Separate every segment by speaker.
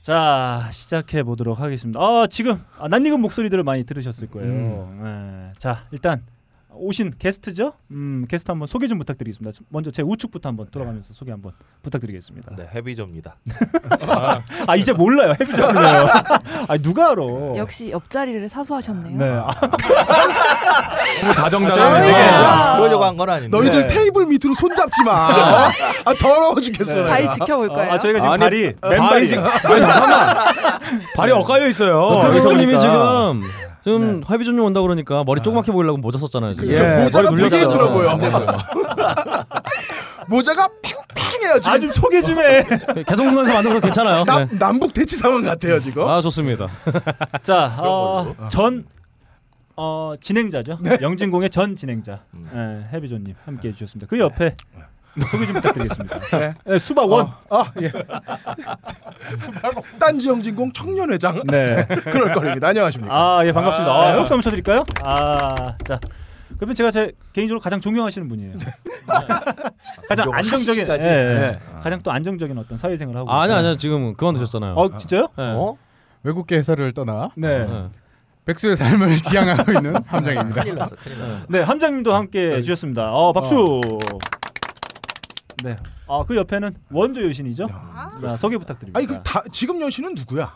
Speaker 1: 자 시작해 보도록 하겠습니다. 아 지금 아, 낯익은 목소리들을 많이 들으셨을 거예요.
Speaker 2: 음.
Speaker 1: 네. 자 일단 오신 게스트죠. 음 게스트 한번 소개 좀 부탁드리겠습니다. 먼저 제 우측부터 한번 돌아가면서 소개 한번 부탁드리겠습니다.
Speaker 3: 네, 헤비저입니다.
Speaker 1: 아 이제 몰라요 해비전을요. 아 누가 알아?
Speaker 4: 역시 옆자리를 사수하셨네요.
Speaker 1: 네. 아,
Speaker 2: 다정다감해.
Speaker 1: 되게- 아.
Speaker 3: 그러려고 한 건 아닌데.
Speaker 2: 너희들
Speaker 1: 네.
Speaker 2: 테이블 밑으로 손잡지 마. 아 더러워
Speaker 3: 네.
Speaker 2: 죽겠어.
Speaker 4: 발 지켜볼 거예요.
Speaker 1: 아 저희가 지금
Speaker 2: 아니,
Speaker 1: 발이 맨발이
Speaker 2: 지금-
Speaker 5: 발이 엇갈려 있어요.
Speaker 6: 회장님이
Speaker 5: 그러니까.
Speaker 6: 네. 그
Speaker 2: 네.
Speaker 6: 지금 좀 화비전님 온다 그러니까 머리 조그맣게 보이려고 모자 썼잖아요. 지금.
Speaker 2: 예, 모자가
Speaker 5: 머리
Speaker 2: 되게
Speaker 5: 눌렸어.
Speaker 2: 힘들어 보여. 모자가 팽팽해요 지금.
Speaker 1: 아좀 소개 좀 해.
Speaker 6: 네. 개성공단에서 만든 거 괜찮아요.
Speaker 2: 남,
Speaker 6: 네.
Speaker 2: 남북 대치 상황 같아요 지금.
Speaker 6: 아 좋습니다. 아,
Speaker 1: 자, 어, 전
Speaker 2: 아.
Speaker 1: 어, 진행자죠.
Speaker 2: 네.
Speaker 1: 영진공의 전 진행자
Speaker 2: 음.
Speaker 1: 예, 해비조님 함께 해주셨습니다. 그 옆에 소개 좀 부탁드리겠습니다.
Speaker 2: 네.
Speaker 1: 예, 수박원.
Speaker 2: 아 예. 딴지영진공 청년회장
Speaker 1: 네.
Speaker 2: 그럴 거립니다. 안녕하십니까.
Speaker 1: 아, 예 반갑습니다. 아,
Speaker 2: 네.
Speaker 1: 박수 한번 쳐드릴까요? 아, 자. 그러면 제가 제 개인적으로 가장 존경하시는 분이에요.
Speaker 2: 네.
Speaker 1: 아, 가장
Speaker 2: 그러니까
Speaker 1: 안정적인, 예,
Speaker 3: 하시기까지?
Speaker 1: 예.
Speaker 3: 네.
Speaker 1: 가장 또 안정적인 어떤 사회생활을 하고.
Speaker 6: 아, 아니
Speaker 1: 계세요.
Speaker 6: 아니 지금 그만두셨잖아요.
Speaker 1: 어, 진짜요?
Speaker 6: 네.
Speaker 3: 어?
Speaker 7: 외국계 회사를 떠나
Speaker 1: 네.
Speaker 6: 네.
Speaker 7: 백수의 삶을 지향하고 있는 함장입니다.
Speaker 3: 큰일 났어, 큰일 났어.
Speaker 1: 네, 함장님도 함께 해주셨습니다. 어, 박수. 네. 아, 그 옆에는 원조 여신이죠? 자, 소개 부탁드립니다.
Speaker 2: 아니 그 다 지금 여신은 누구야?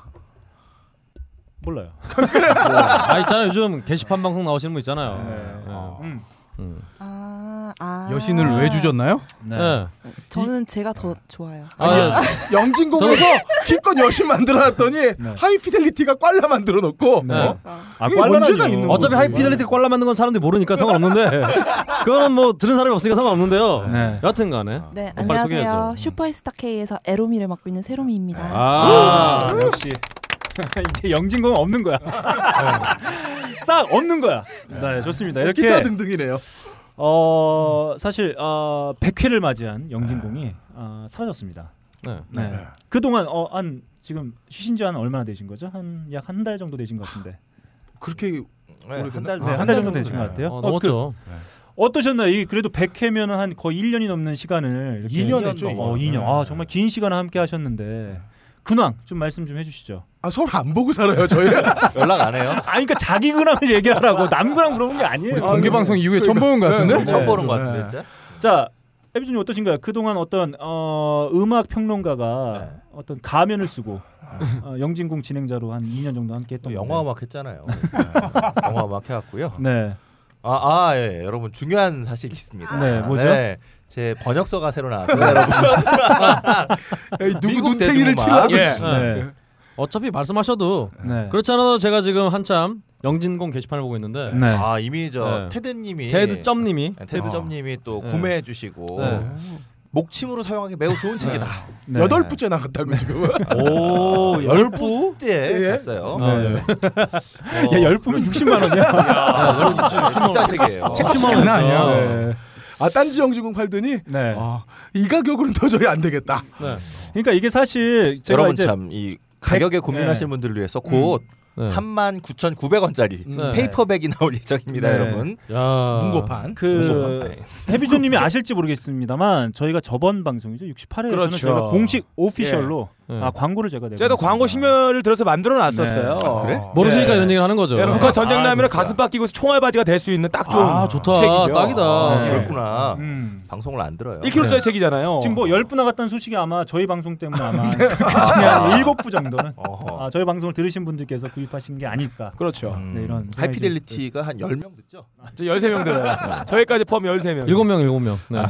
Speaker 1: 몰라요.
Speaker 6: 아 있잖아요. 요즘 게시판 방송 나오시는 분 있잖아요. 네.
Speaker 2: 어.
Speaker 1: 음.
Speaker 6: 음.
Speaker 4: 아, 아.
Speaker 7: 여신을 왜 주셨나요?
Speaker 1: 네.
Speaker 6: 네.
Speaker 4: 저는 제가 더 좋아요.
Speaker 6: 아, 아,
Speaker 2: 영진공에서 기껏 여신 만들어놨더니
Speaker 1: 네.
Speaker 2: 하이피델리티가 꽐라 만들어놓고
Speaker 6: 네.
Speaker 2: 어?
Speaker 1: 아,
Speaker 2: 이게
Speaker 1: 꽝
Speaker 2: 문제가
Speaker 1: 하나죠.
Speaker 2: 있는
Speaker 6: 어차피 하이피델리티 꼴라 만든 건 사람들이 모르니까 상관없는데 그거는 뭐 들은 사람이 없으니까 상관없는데요.
Speaker 1: 네.
Speaker 6: 여하튼간에.
Speaker 2: 아.
Speaker 4: 네,
Speaker 6: 빨리
Speaker 4: 안녕하세요.
Speaker 6: 소개해야죠.
Speaker 4: 슈퍼스타 K에서 에로미를 맡고 있는 세로미입니다.
Speaker 6: 아,
Speaker 1: 아, 역시. 이제 영진공 없는 거야. 싹 없는 거야. 네, 좋습니다. 이렇게
Speaker 2: 기타 등등이네요.
Speaker 1: 어, 사실 어, 100회를 맞이한 영진공이 어, 사라졌습니다.
Speaker 6: 네.
Speaker 1: 네. 그동안 어, 한 지금 쉬신 지 한 얼마나 되신 거죠? 한 약 한 달 정도 되신 것 같은데.
Speaker 2: 그렇게
Speaker 3: 네, 한 달,
Speaker 1: 네, 한 달 정도 되신 것 같아요.
Speaker 6: 어,
Speaker 1: 어, 그,
Speaker 6: 넘었죠.
Speaker 1: 어떠셨나요? 이 그래도 100회면 한 거의 1년이 넘는 시간을 이렇게
Speaker 2: 2년 했죠,
Speaker 1: 어,
Speaker 2: 2년.
Speaker 1: 2년. 아, 정말 긴 시간을 함께
Speaker 7: 네.
Speaker 1: 하셨는데 근황 좀 말씀 좀 해주시죠.
Speaker 2: 아 서로 안 보고 살아요 저희.
Speaker 3: 연락 안 해요.
Speaker 1: 아니 그러니까 자기 근황을 얘기하라고 남 근황 물어본 게 아니에요.
Speaker 7: 공개 방송 이후에 처음 보는 것 같은데?
Speaker 3: 그러니까. 처음 보는 것
Speaker 2: 네.
Speaker 3: 같은데, 진짜.
Speaker 1: 자, 에비준님 어떠신가요? 그동안 어떤 어, 음악 평론가가
Speaker 3: 네.
Speaker 1: 어떤 가면을 쓰고 어, 영진공 진행자로 한 2년 정도 함께
Speaker 3: 또
Speaker 1: 했던
Speaker 3: 영화
Speaker 1: 건데.
Speaker 3: 음악 했잖아요. 영화 음악 네, 해왔고요.
Speaker 1: 네.
Speaker 3: 아, 아, 예, 여러분 중요한 사실이 있습니다.
Speaker 1: 네, 뭐죠?
Speaker 3: 제 번역서가 새로 나왔어요. 여러분.
Speaker 2: 에이, 누구
Speaker 3: 미국
Speaker 2: 눈탱이를
Speaker 3: 대중음악.
Speaker 2: 치려고
Speaker 6: 예.
Speaker 2: 씨.
Speaker 1: 네.
Speaker 6: 어차피 말씀하셔도
Speaker 1: 네.
Speaker 6: 그렇지 않아도 제가 지금 한참 영진공 게시판을 보고 있는데
Speaker 1: 네.
Speaker 3: 아, 이미 저
Speaker 6: 네.
Speaker 3: 테드님이
Speaker 6: 데드 점님이
Speaker 3: 네, 테드 점님이 또
Speaker 6: 네.
Speaker 3: 구매해 주시고 어.
Speaker 6: 네.
Speaker 3: 목침으로 사용하기 매우 좋은 책이다.
Speaker 1: 네.
Speaker 2: 여덟 부째 나갔다고 지금.
Speaker 6: 오 열부
Speaker 3: 예,
Speaker 2: 예.
Speaker 3: 갔어요.
Speaker 6: 아, 예.
Speaker 1: 야, 열품은 60만 네. 원이야.
Speaker 3: 비싼 책이에요.
Speaker 7: 장난 아니야.
Speaker 1: 네.
Speaker 2: 아 딴지 영진공 팔더니
Speaker 1: 네.
Speaker 2: 아, 이 가격으로는 도저히 안 되겠다.
Speaker 6: 네.
Speaker 1: 그러니까 이게 사실 제가
Speaker 3: 여러분
Speaker 1: 이제
Speaker 3: 참 이 가격에 고민하시는 분들을 위해서 곧
Speaker 6: 네.
Speaker 3: 39,900원짜리
Speaker 6: 네.
Speaker 3: 음, 페이퍼백이 나올 예정입니다,
Speaker 1: 네.
Speaker 3: 여러분.
Speaker 6: 야.
Speaker 2: 문고판.
Speaker 1: 그
Speaker 3: 네.
Speaker 1: 해비조님이 아실지 모르겠습니다만 저희가 저번 방송이죠 68회에서는
Speaker 2: 그렇죠.
Speaker 1: 저희가 공식 오피셜로
Speaker 6: 예.
Speaker 1: 아 광고를 제가 내고
Speaker 5: 제가 광고 심혈을 들어서 만들어 놨었어요.
Speaker 3: 아, 그래?
Speaker 6: 모르시니까
Speaker 5: 네.
Speaker 6: 이런 얘기를 하는 거죠.
Speaker 5: 예, 북한 전쟁
Speaker 3: 아,
Speaker 5: 나면
Speaker 3: 진짜.
Speaker 1: 그러니까.
Speaker 5: 가슴 바뀌고 총알 바지가 될 수 있는 딱 좋은
Speaker 6: 아 좋다.
Speaker 5: 책이죠. 어,
Speaker 6: 딱이다. 네.
Speaker 1: 네.
Speaker 3: 그렇구나.
Speaker 1: 음.
Speaker 3: 방송을 안 들어요. 네.
Speaker 5: 1kg짜리 책이잖아요.
Speaker 1: 지금 뭐 10부 나갔다는 소식이 아마 저희 방송 때문에 아마 그 중에 한 7부 정도는
Speaker 3: 어허.
Speaker 1: 아, 저희 방송을 들으신 분들께서 구입하신 게 아닐까
Speaker 5: 그렇죠.
Speaker 3: 음,
Speaker 1: 네, 이런 생각이
Speaker 3: 하이피델리티가 한 10명 됐죠?
Speaker 5: 저 13명
Speaker 1: 아.
Speaker 5: 들어요. 저희까지 포함 13명.
Speaker 6: 일곱 명 일곱 명. 네.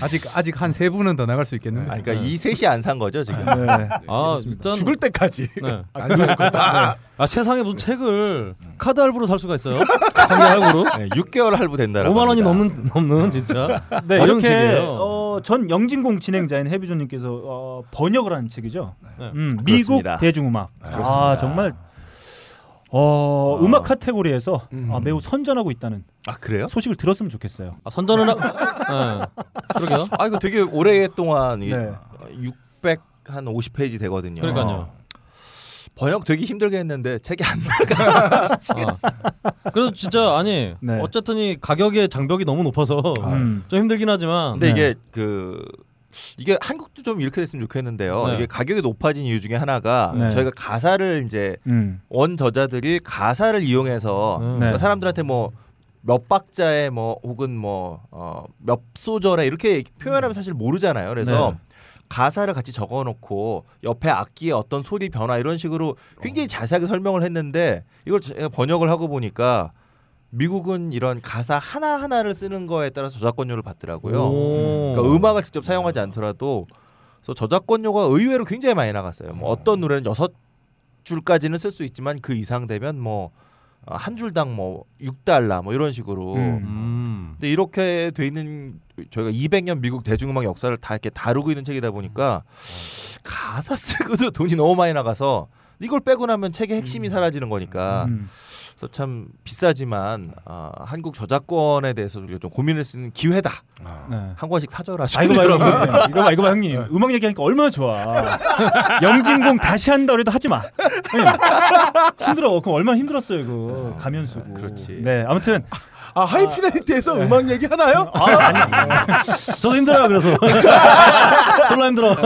Speaker 7: 아직 아직 한 세 분은 더 나갈 수 있겠는데. 네.
Speaker 3: 아, 그러니까 이 셋이 안 산 거죠, 지금. 아,
Speaker 1: 네.
Speaker 6: 아 일단
Speaker 2: 죽을 때까지.
Speaker 6: 네.
Speaker 2: 안 살고 다.
Speaker 6: 아 세상에 무슨 책을 카드 할부로 살 수가 있어요? 상대 할부로?
Speaker 3: 네, 6개월 할부 된다라고.
Speaker 6: 5만 원이
Speaker 3: 합니다.
Speaker 6: 넘는 넘는 진짜.
Speaker 1: 네,
Speaker 6: 어려운
Speaker 1: 이렇게
Speaker 6: 책이에요.
Speaker 1: 어, 전 영진공 진행자인 해비조님께서 어, 번역을 한 책이죠.
Speaker 6: 네.
Speaker 1: 음, 미국
Speaker 3: 그렇습니다.
Speaker 1: 대중음악. 아 정말 어, 음악 카테고리에서 아, 매우 선전하고 있다는
Speaker 3: 음. 아, 그래요?
Speaker 1: 소식을 들었으면 좋겠어요.
Speaker 6: 아, 선전을 하. 네. 그러게요.
Speaker 3: 아, 이거 되게 오랫동안 이
Speaker 1: 네.
Speaker 3: 600 한 50페이지 되거든요. 어.
Speaker 6: 그러니까요.
Speaker 3: 번역 되기 힘들게 했는데 책이 안
Speaker 6: 아. 그래도 진짜 아니
Speaker 1: 네.
Speaker 6: 어쨌든 이 가격의 장벽이 너무 높아서
Speaker 1: 음.
Speaker 6: 좀 힘들긴 하지만
Speaker 3: 근데
Speaker 1: 네.
Speaker 3: 이게 그 이게 한국도 좀 이렇게 됐으면 좋겠는데요.
Speaker 6: 네.
Speaker 3: 이게 가격이 높아진 이유 중에 하나가
Speaker 1: 네.
Speaker 3: 저희가 가사를 이제
Speaker 1: 음.
Speaker 3: 원 저자들이 가사를 이용해서 그러니까
Speaker 6: 음.
Speaker 1: 네.
Speaker 3: 사람들한테 뭐 몇 박자에 뭐 혹은 뭐 어, 몇 소절에 이렇게 표현하면 사실 모르잖아요. 그래서
Speaker 1: 네.
Speaker 3: 가사를 같이 적어놓고 옆에 악기의 어떤 소리 변화 이런 식으로 굉장히 자세하게 설명을 했는데 이걸 제가 번역을 하고 보니까 미국은 이런 가사 하나 하나를 쓰는 거에 따라서 저작권료를 받더라고요.
Speaker 6: 오.
Speaker 3: 그러니까 음악을 직접 사용하지 않더라도 그래서 저작권료가 의외로 굉장히 많이 나갔어요. 뭐 어떤 노래는 여섯 줄까지는 쓸 수 있지만 그 이상 되면 뭐 한 줄당 뭐 6달러 뭐 이런 식으로
Speaker 1: 음.
Speaker 6: 음.
Speaker 3: 근데 이렇게 돼 있는 저희가 200년 미국 대중음악 역사를 다 이렇게 다루고 있는 책이다 보니까
Speaker 1: 음.
Speaker 3: 가사 쓰고도 돈이 너무 많이 나가서 이걸 빼고 나면 책의 핵심이 사라지는 거니까
Speaker 1: 음.
Speaker 3: 그래서 참 비싸지만 아, 한국 저작권에 대해서 우리가 좀 고민할 수 있는 기회다
Speaker 1: 네.
Speaker 3: 한 권씩 사줘라
Speaker 1: 아 이거 봐 이거 봐 이거 봐 이거 봐 형님 음악 얘기하니까 얼마나 좋아 영진공 다시 한다 그래도 하지 마 형님, 힘들어 그럼 얼마나 힘들었어요 이거 가면 쓰고
Speaker 3: 그렇지.
Speaker 1: 네 아무튼 네.
Speaker 2: 아 하이피델리티에서 음악 얘기 하나요?
Speaker 1: 아 아니
Speaker 6: 저도 힘들어요. 그래서 졸라 힘들어.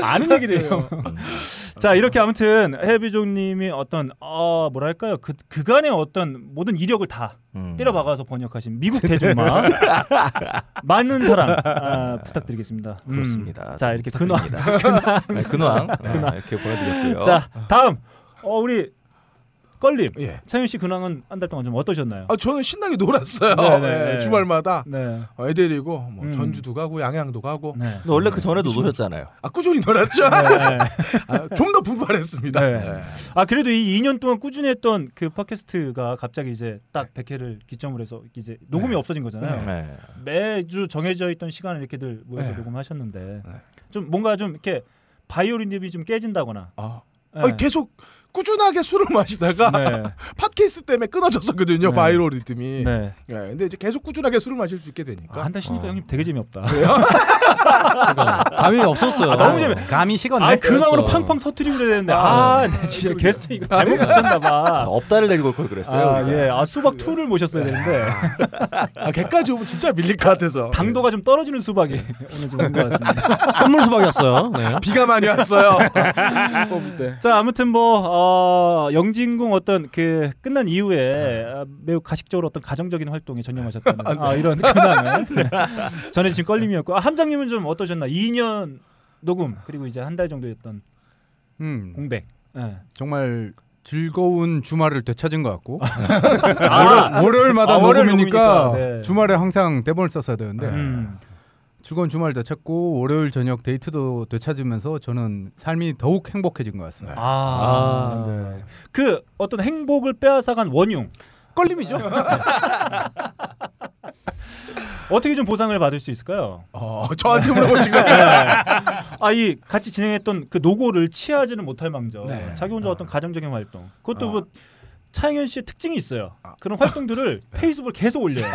Speaker 1: 아는 얘기래요. 자 이렇게 아무튼 해비종님이 어떤 어, 뭐랄까요 그 그간의 어떤 모든 이력을 다
Speaker 3: 음.
Speaker 1: 때려박아서 번역하신 미국 대중만
Speaker 2: 네.
Speaker 1: 많은 사랑 아, 부탁드리겠습니다. 음.
Speaker 3: 그렇습니다.
Speaker 1: 자 이렇게 근황
Speaker 3: 네, 근황 아, 이렇게 보내드렸고요.
Speaker 1: 자 다음 어, 우리 껄림
Speaker 2: 예.
Speaker 1: 차윤 씨 근황은 한 달 동안 좀 어떠셨나요?
Speaker 2: 아 저는 신나게 놀았어요.
Speaker 1: 네, 네,
Speaker 2: 예,
Speaker 1: 네.
Speaker 2: 주말마다
Speaker 1: 네.
Speaker 2: 애 데리고 뭐
Speaker 1: 음.
Speaker 2: 전주도 가고 양양도 가고
Speaker 1: 네.
Speaker 3: 근데 원래 그 전에도 노셨잖아요.
Speaker 2: 아 꾸준히 놀았죠. 아,
Speaker 1: 네.
Speaker 2: 좀 더 분발했습니다.
Speaker 1: 네.
Speaker 2: 네.
Speaker 1: 아 그래도 이 2년 동안 꾸준히 했던 그 팟캐스트가 갑자기 이제 딱 100회를 기점으로 해서 이제 녹음이 없어진 거잖아요.
Speaker 3: 네.
Speaker 1: 매주 정해져 있던 시간을 이렇게들 모여서
Speaker 2: 네.
Speaker 1: 녹음하셨는데 좀 뭔가 좀 이렇게 바이올린님이 좀 깨진다거나
Speaker 2: 아,
Speaker 1: 네.
Speaker 2: 아니, 계속 꾸준하게 술을 마시다가
Speaker 1: 네.
Speaker 2: 팟캐스트 때문에 끊어졌었거든요.
Speaker 1: 네.
Speaker 2: 바이로 리듬이. 네.
Speaker 1: 네.
Speaker 2: 근데 이제 계속 꾸준하게 술을 마실 수 있게 되니까.
Speaker 1: 아, 한달 쉬니까 형님 되게 재미없다. 그러니까
Speaker 6: 감이 없었어요.
Speaker 2: 아,
Speaker 1: 너무 재미-
Speaker 7: 감이 식었네.
Speaker 1: 아 근황으로
Speaker 6: 그래서.
Speaker 1: 팡팡 터트리고 그래야 되는데 아,
Speaker 2: 네,
Speaker 1: 나 진짜 게스트 이거 잘못 붙였나
Speaker 3: 아,
Speaker 1: 봐.
Speaker 3: 업다를 데리고 올 걸 그랬어요.
Speaker 1: 아,
Speaker 3: 우리가.
Speaker 1: 예. 아, 수박 2를 모셨어야 되는데
Speaker 2: 네. 아, 걔까지 오면 진짜 밀릴 것 같아서. 네.
Speaker 1: 당도가 좀 떨어지는 수박이 오늘 좀 온 것 같습니다.
Speaker 6: 선물 수박이었어요. 네.
Speaker 2: 비가 많이 왔어요. 뽑을 때.
Speaker 1: 자, 아무튼 뭐 어, 영진공 어떤 그 끝난 이후에 아, 매우 가식적으로 어떤 가정적인 활동에 전념하셨다는 아, 이런 근황을 네. 저는 지금 껄림이었고 아, 함장님은 좀 어떠셨나? 2년 녹음 그리고 이제 한 달 정도였던
Speaker 7: 음,
Speaker 1: 공백. 예.
Speaker 7: 정말 즐거운 주말을 되찾은 것 같고
Speaker 1: 아,
Speaker 7: 월요일마다
Speaker 1: 아, 월요일
Speaker 7: 녹음이니까
Speaker 1: 녹음이니까, 네.
Speaker 7: 주말에 항상 대본을 썼어야 되는데
Speaker 1: 음.
Speaker 7: 즐거운 주말 되찾고 월요일 저녁 데이트도 되찾으면서 저는 삶이 더욱 행복해진 것 같습니다.
Speaker 1: 아, 네. 그 어떤 행복을 빼앗아간 원흉
Speaker 7: 껄림이죠.
Speaker 1: 어떻게 좀 보상을 받을 수 있을까요?
Speaker 2: 어, 저한테 물어보신 거예요.
Speaker 1: 아 이 같이 진행했던 그 노고를 취하지는 못할 망정
Speaker 2: 네.
Speaker 1: 자기
Speaker 2: 아.
Speaker 1: 혼자 어떤 가정적인 활동 그것도 뭐 차영현 씨의 특징이 있어요
Speaker 2: 아.
Speaker 1: 그런 활동들을
Speaker 2: 네.
Speaker 1: 페이스북을 계속 올려요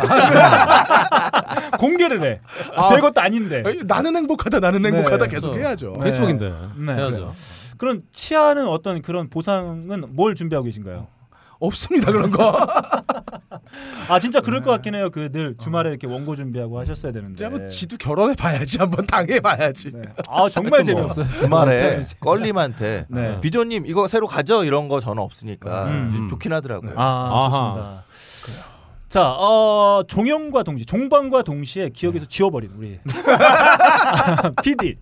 Speaker 1: 공개를 해 별것도 아닌데
Speaker 2: 에이, 나는 행복하다, 나는 행복하다
Speaker 1: 네.
Speaker 2: 계속
Speaker 6: 어.
Speaker 2: 해야죠.
Speaker 1: 네.
Speaker 6: 페이스북인데
Speaker 1: 네.
Speaker 6: 해야죠.
Speaker 1: 그런 취하는 어떤 그런 보상은 뭘 준비하고 계신가요?
Speaker 2: 없습니다 그런 거. 네.
Speaker 1: 아 진짜 그럴 것 같긴 해요 그 늘 주말에 이렇게 원고 준비하고 하셨어야 되는데
Speaker 2: 이제 한번 지도 결혼해 봐야지, 한번 당해 봐야지. 뭐
Speaker 1: 네. 아 정말 재미없어요
Speaker 3: 주말에 껄림한테
Speaker 1: 네.
Speaker 3: 비조님 이거 새로 가져 이런 거 저는 없으니까
Speaker 1: 음.
Speaker 3: 좋긴 하더라고요.
Speaker 1: 아, 좋습니다. 자, 어, 종영과 동시, 종방과 동시에 기억에서 지워버린 우리 PD,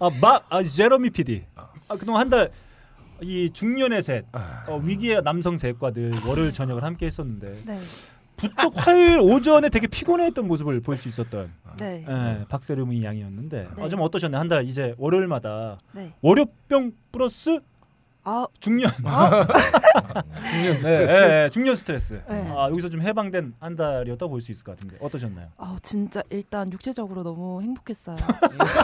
Speaker 1: 아, 마, 아, 제러미 PD. 아, 그동안 한 달. 이 중년의 셋 어, 위기의 남성 셋과 늘 월요일 저녁을 함께 했었는데
Speaker 4: 네.
Speaker 1: 부쩍 화요일 오전에 되게 피곤해했던 모습을 볼 수 있었던
Speaker 4: 네.
Speaker 1: 예, 박세롬이 양이었는데
Speaker 4: 네.
Speaker 1: 어, 좀 어떠셨나요? 한 달 이제 월요일마다
Speaker 4: 네.
Speaker 1: 월요병 플러스
Speaker 4: 아,
Speaker 1: 중년
Speaker 2: 네,
Speaker 7: 중년
Speaker 1: 스트레스? 예, 예, 중년 스트레스.
Speaker 4: 네.
Speaker 1: 아, 여기서 좀 해방된 한 달이었다 고 볼 수 있을 것 같은데 어떠셨나요?
Speaker 4: 아, 진짜 일단 육체적으로 너무 행복했어요.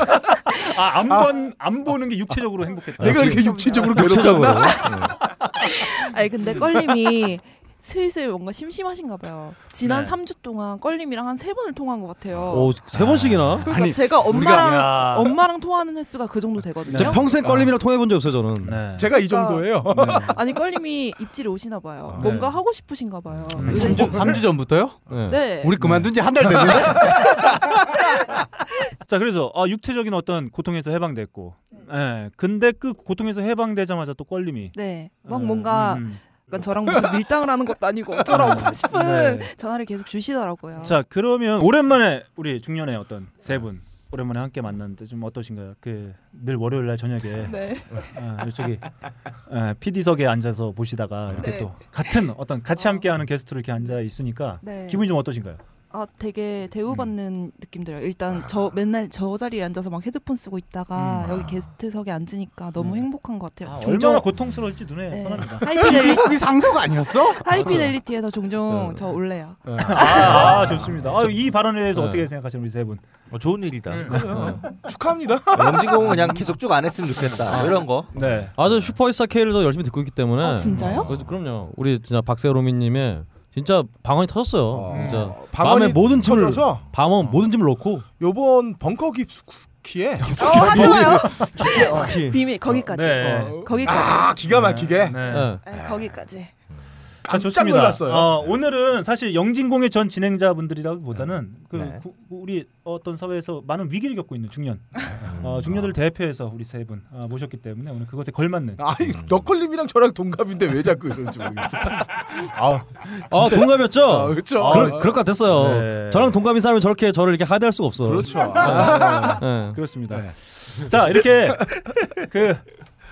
Speaker 1: 아, 안본안 보는 게 육체적으로 행복했다.
Speaker 2: 내가 이렇게
Speaker 4: 역시.
Speaker 2: 육체적으로
Speaker 6: 구체적으로. 네.
Speaker 2: 괴롭나?
Speaker 4: 아니 근데 껄림이 슬슬 뭔가 심심하신가 봐요. 지난
Speaker 1: 네.
Speaker 4: 3주 동안 껄림이랑 한 세 번을 통화한 것 같아요.
Speaker 6: 네. 오세 번씩이나. 어?
Speaker 4: 그러니까 제가 엄마랑 엄마랑 통화하는 횟수가 그 정도 되거든요.
Speaker 6: 저 네. 평생 껄림이랑 통해본 적 없어요 저는.
Speaker 1: 아. 네. 음.
Speaker 2: 제가 이
Speaker 4: 그러니까
Speaker 2: 정도예요.
Speaker 4: 아니 껄림이 입질이 오시나 봐요.
Speaker 6: 아.
Speaker 1: 네.
Speaker 4: 뭔가 하고 싶으신가 봐요.
Speaker 1: 음.
Speaker 4: 그래서
Speaker 7: 3주, 전부터요?
Speaker 6: 네.
Speaker 4: 네.
Speaker 7: 우리 그만둔 지 한 달 됐는데
Speaker 1: 자 그래서 아, 육체적인 어떤 고통에서 해방됐고, 예. 근데 그 고통에서 해방되자마자 또 껄림이
Speaker 4: 네. 막
Speaker 1: 음,
Speaker 4: 뭔가
Speaker 1: 음.
Speaker 4: 약간 저랑 무슨 밀당을 하는 것도 아니고 어쩌라고 싶은
Speaker 1: 네.
Speaker 4: 전화를 계속 주시더라고요.
Speaker 1: 자 그러면 오랜만에 우리 중년의 어떤 세 분. 오랜만에 함께 만났는데 좀 어떠신가요? 그 늘 월요일 날 저녁에
Speaker 4: 네.
Speaker 1: 어, 저기 어, PD석에 앉아서 보시다가 이렇게
Speaker 4: 네.
Speaker 1: 또 같은 어떤 같이
Speaker 4: 어.
Speaker 1: 함께하는 게스트로 이렇게 앉아 있으니까
Speaker 4: 네.
Speaker 1: 기분이 좀 어떠신가요?
Speaker 4: 아 되게
Speaker 1: 음.
Speaker 4: 대우받는 느낌 들어요. 일단 저 맨날 저 자리에 앉아서 막 헤드폰 쓰고 있다가
Speaker 1: 음.
Speaker 4: 여기 게스트석에 앉으니까 너무
Speaker 1: 네.
Speaker 4: 행복한 것 같아요.
Speaker 1: 얼마나 고통스러울지 눈에
Speaker 4: 네.
Speaker 1: 선합니다.
Speaker 4: 하이피델리,
Speaker 2: 거기 상석 아니었어? 네.
Speaker 4: 하이피델리티에서 종종 저 올래요.
Speaker 1: 네, 아, 아, 좋습니다. 아, 이 발언에 대해서 어떻게 생각하시는 우리 세 분? 네.
Speaker 3: 어, 좋은
Speaker 2: 아,
Speaker 3: 일이다.
Speaker 2: 축하합니다.
Speaker 3: 영진공은 그냥 계속 쭉 안 했으면 좋겠다. 이런 거.
Speaker 1: 네.
Speaker 6: 아저 슈퍼스타 K를 더 열심히 듣고 있기 때문에.
Speaker 4: 아, 진짜요?
Speaker 6: 그, 그럼요. 우리 진짜 박세로미님의 진짜 방언이 터졌어요. 진짜
Speaker 2: 아. 방언이
Speaker 6: 마음의 모든 짐을
Speaker 2: 터져서? 어.
Speaker 6: 방언 모든 짐을 놓고
Speaker 2: 요번 벙커
Speaker 1: 아,
Speaker 2: 깊숙이에 아,
Speaker 4: 어, 하지 마요. 비밀 거기까지.
Speaker 1: 네.
Speaker 4: 거기까지.
Speaker 2: 아 기가 막히게
Speaker 6: 예.
Speaker 4: 네, 거기까지.
Speaker 2: 깜짝 놀랐어요.
Speaker 1: 아, 어, 오늘은 사실 영진공의 전 진행자분들이라기보다는 그
Speaker 3: 네.
Speaker 1: 구- 우리 어떤 사회에서 많은 위기를 겪고 있는 중년,
Speaker 2: 음.
Speaker 1: 어, 중년들 을 대표해서 우리 세 분 어, 모셨기 때문에 오늘 그것에 걸맞는
Speaker 2: 아.
Speaker 1: 음.
Speaker 2: 아니 너클님이랑 저랑 동갑인데 왜 자꾸 이러는지 모르겠어.
Speaker 6: 아 동갑이었죠?
Speaker 2: 아, 그렇죠.
Speaker 6: 그럴, 그럴 것 같았어요.
Speaker 1: 네.
Speaker 6: 저랑 동갑인 사람이 저렇게 저를 이렇게 하대할 수가 네. 없어.
Speaker 2: 그렇죠.
Speaker 1: 아.
Speaker 6: 예.
Speaker 1: 그렇습니다. 자 아, 이렇게 그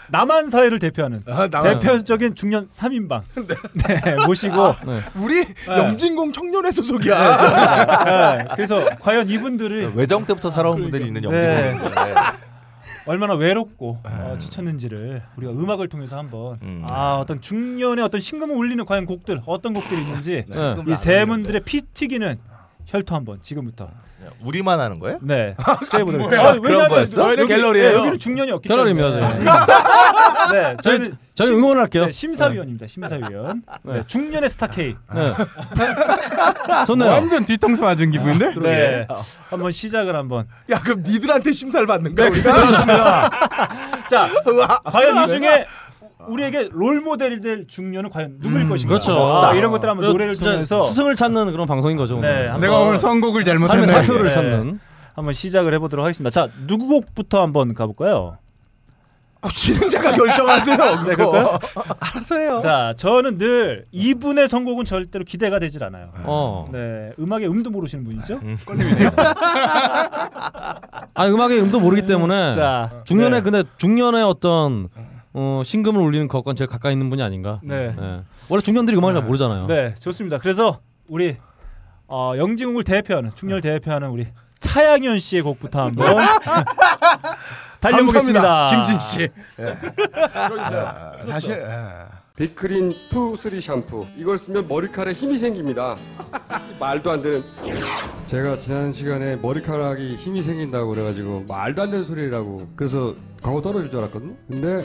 Speaker 1: 남한 사회를 대표하는
Speaker 2: 아, 나만-
Speaker 1: 대표적인 중년 3인방 네,
Speaker 3: 아,
Speaker 1: 모시고
Speaker 2: 우리 영진공 청년회 소속이야.
Speaker 1: 네, 그래서 과연 이분들을
Speaker 3: 네, 외정 때부터 살아온 분들이
Speaker 2: 그러니까.
Speaker 3: 있는
Speaker 1: 네.
Speaker 3: 영진공.
Speaker 1: 얼마나 외롭고
Speaker 2: 네.
Speaker 1: 어, 지쳤는지를 우리가 음악을 통해서 한번
Speaker 3: 음.
Speaker 1: 아 어떤 중년의 어떤 신금을 울리는 과연 곡들 어떤 곡들이 있는지
Speaker 6: 예.
Speaker 7: 네.
Speaker 1: 이 세 분들의 피 튀기는 혈투 한번 지금부터
Speaker 3: 우리만 하는 거예요?
Speaker 1: 네 시작해보도록
Speaker 3: 뭐야,
Speaker 1: 하겠습니다. 아,
Speaker 3: 그런
Speaker 1: 왜냐하면
Speaker 3: 거였어?
Speaker 5: 저희는 갤러리예요.
Speaker 1: 네, 여기는 중년이 없기 때문에
Speaker 6: 갤러리입니다,
Speaker 1: 네, 네, 저희는
Speaker 6: 저희 저희 응원할게요.
Speaker 1: 네, 심사위원입니다. 심사위원. 네, 중년의 스타 K.
Speaker 6: 네. 좋네요.
Speaker 7: 완전 뒤통수 맞은 기분인데?
Speaker 1: 네.
Speaker 8: 아,
Speaker 1: 한번 시작을 한번.
Speaker 2: 야 그럼 니들한테 심사를 받는가 우리가?
Speaker 1: 네, 자,
Speaker 2: 우와.
Speaker 5: 아,
Speaker 1: 과연 이 중에 우리에게 롤 모델이 될 중년은 과연 누구일 것인가?
Speaker 6: 그렇죠.
Speaker 1: 아, 이런 것들 한번
Speaker 6: 그래서
Speaker 1: 노래를
Speaker 6: 진짜
Speaker 1: 통해서
Speaker 6: 스승을 찾는 그런 방송인 거죠. 오늘.
Speaker 1: 네, 한번
Speaker 7: 내가 오늘 선곡을
Speaker 6: 삶의
Speaker 7: 잘못했네.
Speaker 6: 사표를
Speaker 1: 네.
Speaker 6: 찾는.
Speaker 1: 한번 시작을 해보도록 하겠습니다. 자, 누구 곡부터 한번 가볼까요?
Speaker 2: 아, 진행자가 결정하세요.
Speaker 1: 네,
Speaker 2: 그거.
Speaker 1: 그럴까요? 자, 저는 늘 이분의 선곡은 절대로 기대가 되질 않아요.
Speaker 6: 어.
Speaker 1: 네, 음악의 음도 모르시는 분이죠?
Speaker 6: 아 음악의 음도 모르기 때문에
Speaker 1: 자,
Speaker 6: 중년에
Speaker 1: 네.
Speaker 6: 근데 중년의 어떤 어, 신금을 울리는 것과 제일 가까이 있는 분이 아닌가.
Speaker 1: 네.
Speaker 6: 예. 원래 중년들이 음악을 잘 모르잖아요.
Speaker 1: 네, 좋습니다. 그래서 우리 어, 영진국을 대표하는 중렬
Speaker 6: 네.
Speaker 1: 대표하는 우리 차양현 씨의 곡부터 한번 달려보겠습니다.
Speaker 2: 감사합니다. 김진 씨.
Speaker 1: 네.
Speaker 8: 예. 아,
Speaker 1: 그렇죠.
Speaker 8: 사실 예. 비크린 투 쓰리 샴푸 이걸 쓰면 머리카락에 힘이 생깁니다 말도 안 되는 제가 지난 시간에 머리카락이 힘이 생긴다고 그래가지고 말도 안 되는 소리라고 그래서 광고 떨어질 줄 알았거든요 근데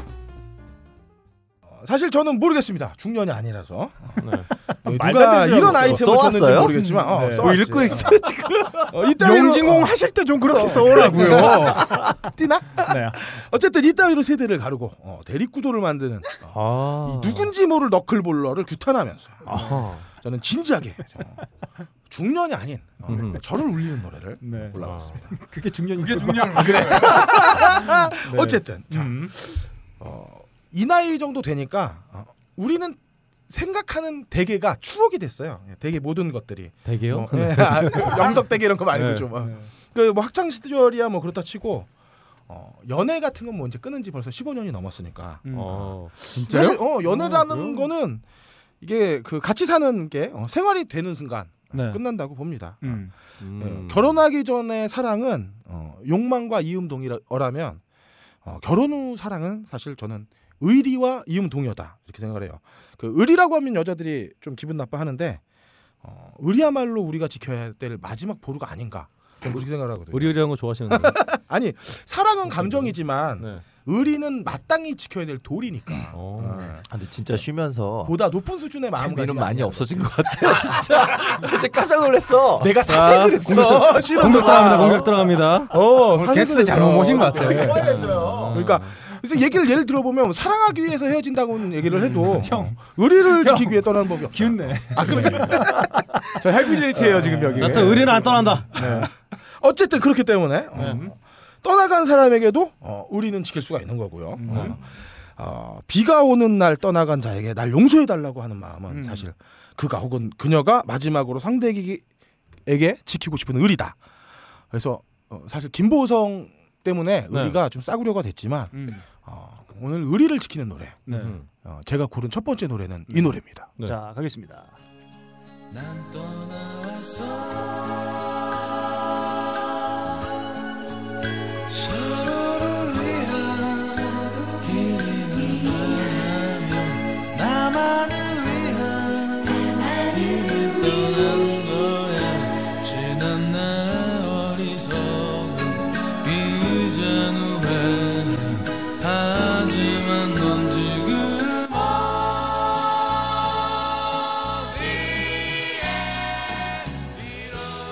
Speaker 2: 사실 저는 모르겠습니다. 중년이 아니라서. 네.
Speaker 1: 말도
Speaker 2: 누가
Speaker 1: 안 되지
Speaker 2: 이런
Speaker 1: 않았어.
Speaker 2: 아이템을
Speaker 3: 써왔어요?
Speaker 2: 줬는지 모르겠지만 어,
Speaker 7: 뭐
Speaker 2: 써왔지.
Speaker 7: 읽고 있어요 지금.
Speaker 2: 어, 이따위로
Speaker 7: 영진공 하실 때 좀 그렇게 써오라고요.
Speaker 2: 뛰나?
Speaker 1: 네.
Speaker 2: 어쨌든 이따위로 세대를 가르고 어, 대립구도를 만드는 어,
Speaker 6: 아.
Speaker 2: 이 누군지 모를 너클볼러를 규탄하면서 어,
Speaker 6: 아하.
Speaker 2: 저는 진지하게 저 중년이 아닌 어,
Speaker 6: 음.
Speaker 2: 저를 울리는 노래를
Speaker 1: 네.
Speaker 2: 골라봤습니다.
Speaker 7: 아.
Speaker 1: 그게 중년이
Speaker 7: 이게 중요한 거 그래.
Speaker 2: 네.
Speaker 1: 네.
Speaker 2: 어쨌든 자,
Speaker 6: 음.
Speaker 2: 어, 이 나이 정도 되니까 어, 우리는 생각하는 대개가 추억이 됐어요. 예, 대개 모든 것들이
Speaker 6: 되게요.
Speaker 2: 뭐, 예, 아, 그 영덕 대개 이런 거 말고
Speaker 6: 네.
Speaker 2: 좀. 그뭐 학창 시절이야 뭐 그렇다 치고 어, 연애 같은 건 뭐 이제 끊은 지 벌써 15년이 넘었으니까 아.
Speaker 6: 어. 진짜요?
Speaker 2: 사실 어 연애라는
Speaker 6: 음, 그래요?
Speaker 2: 거는 이게 그 같이 사는 게 어, 생활이 되는 순간
Speaker 1: 네.
Speaker 2: 끝난다고 봅니다.
Speaker 1: 음.
Speaker 2: 예,
Speaker 6: 음.
Speaker 2: 결혼하기 전에 사랑은 어, 욕망과 이음동이라면 어, 결혼 후 사랑은 사실 저는 의리와 이음동요다 이렇게 생각을 해요. 그 의리라고 하면 여자들이 좀 기분 나빠하는데 어, 의리야말로 우리가 지켜야 될 마지막 보루가 아닌가 좀 그렇게 생각하거든요.
Speaker 6: 우리 의리한 거 좋아하시는데.
Speaker 2: 음. 아니 사랑은 감정이지만
Speaker 6: 네.
Speaker 2: 의리는 마땅히 지켜야 될
Speaker 6: 음.
Speaker 2: 도리니까.
Speaker 6: 어.
Speaker 2: 네.
Speaker 3: 아, 근데 진짜 쉬면서
Speaker 2: 보다 높은 수준의
Speaker 3: 재미는
Speaker 2: 마음가짐.
Speaker 3: 많이 없어진 것 같아요. 진짜 이제 깜짝
Speaker 1: 아,
Speaker 3: 놀랐어.
Speaker 2: 내가 사색을 했어.
Speaker 6: 아,
Speaker 2: 아,
Speaker 6: 공격, 들-
Speaker 2: 싫어서.
Speaker 6: 공격 들어갑니다. 공격 들어갑니다.
Speaker 2: 어,
Speaker 6: 오늘
Speaker 2: 사색을
Speaker 6: 게스트
Speaker 2: 했어.
Speaker 6: 잘못 모신 것
Speaker 2: 어,
Speaker 6: 같아요.
Speaker 1: 네.
Speaker 6: 음.
Speaker 2: 화내겠어요. 그러니까 그래서 얘기를 예를 들어보면 사랑하기 위해서 헤어진다고는 얘기를
Speaker 6: 음.
Speaker 2: 해도 의리를 지키기 위해 떠나는 법이 없다. 기운내. 아 그러니까
Speaker 5: 저 해피데이트예요 지금 여기.
Speaker 2: 나또 의리는 안
Speaker 6: 떠난다.
Speaker 2: 네.
Speaker 6: 네.
Speaker 2: 어쨌든 그렇기 때문에 어,
Speaker 5: 예.
Speaker 2: 떠나간 사람에게도 어, 의리는 지킬 수가 있는 거고요. 어, 어, 비가 오는 날 떠나간 자에게 날 용서해 달라고 하는 마음은 사실 그가 혹은 그녀가 마지막으로 상대에게 지키고 싶은 의리다. 그래서 어, 사실 김보성 때문에
Speaker 6: 네.
Speaker 2: 의리가 좀 싸구려가 됐지만 어, 오늘 의리를 지키는 노래.
Speaker 1: 음. 네. 음.
Speaker 2: 어, 제가 고른 첫 번째 노래는 이 노래입니다.
Speaker 1: 자 가겠습니다.
Speaker 9: 난 떠나왔어 서로를 위한 길을 하면 나만을 위한 길을 떠난 거야 지난 내 어리석음 이젠 후회는 하지만 넌 지금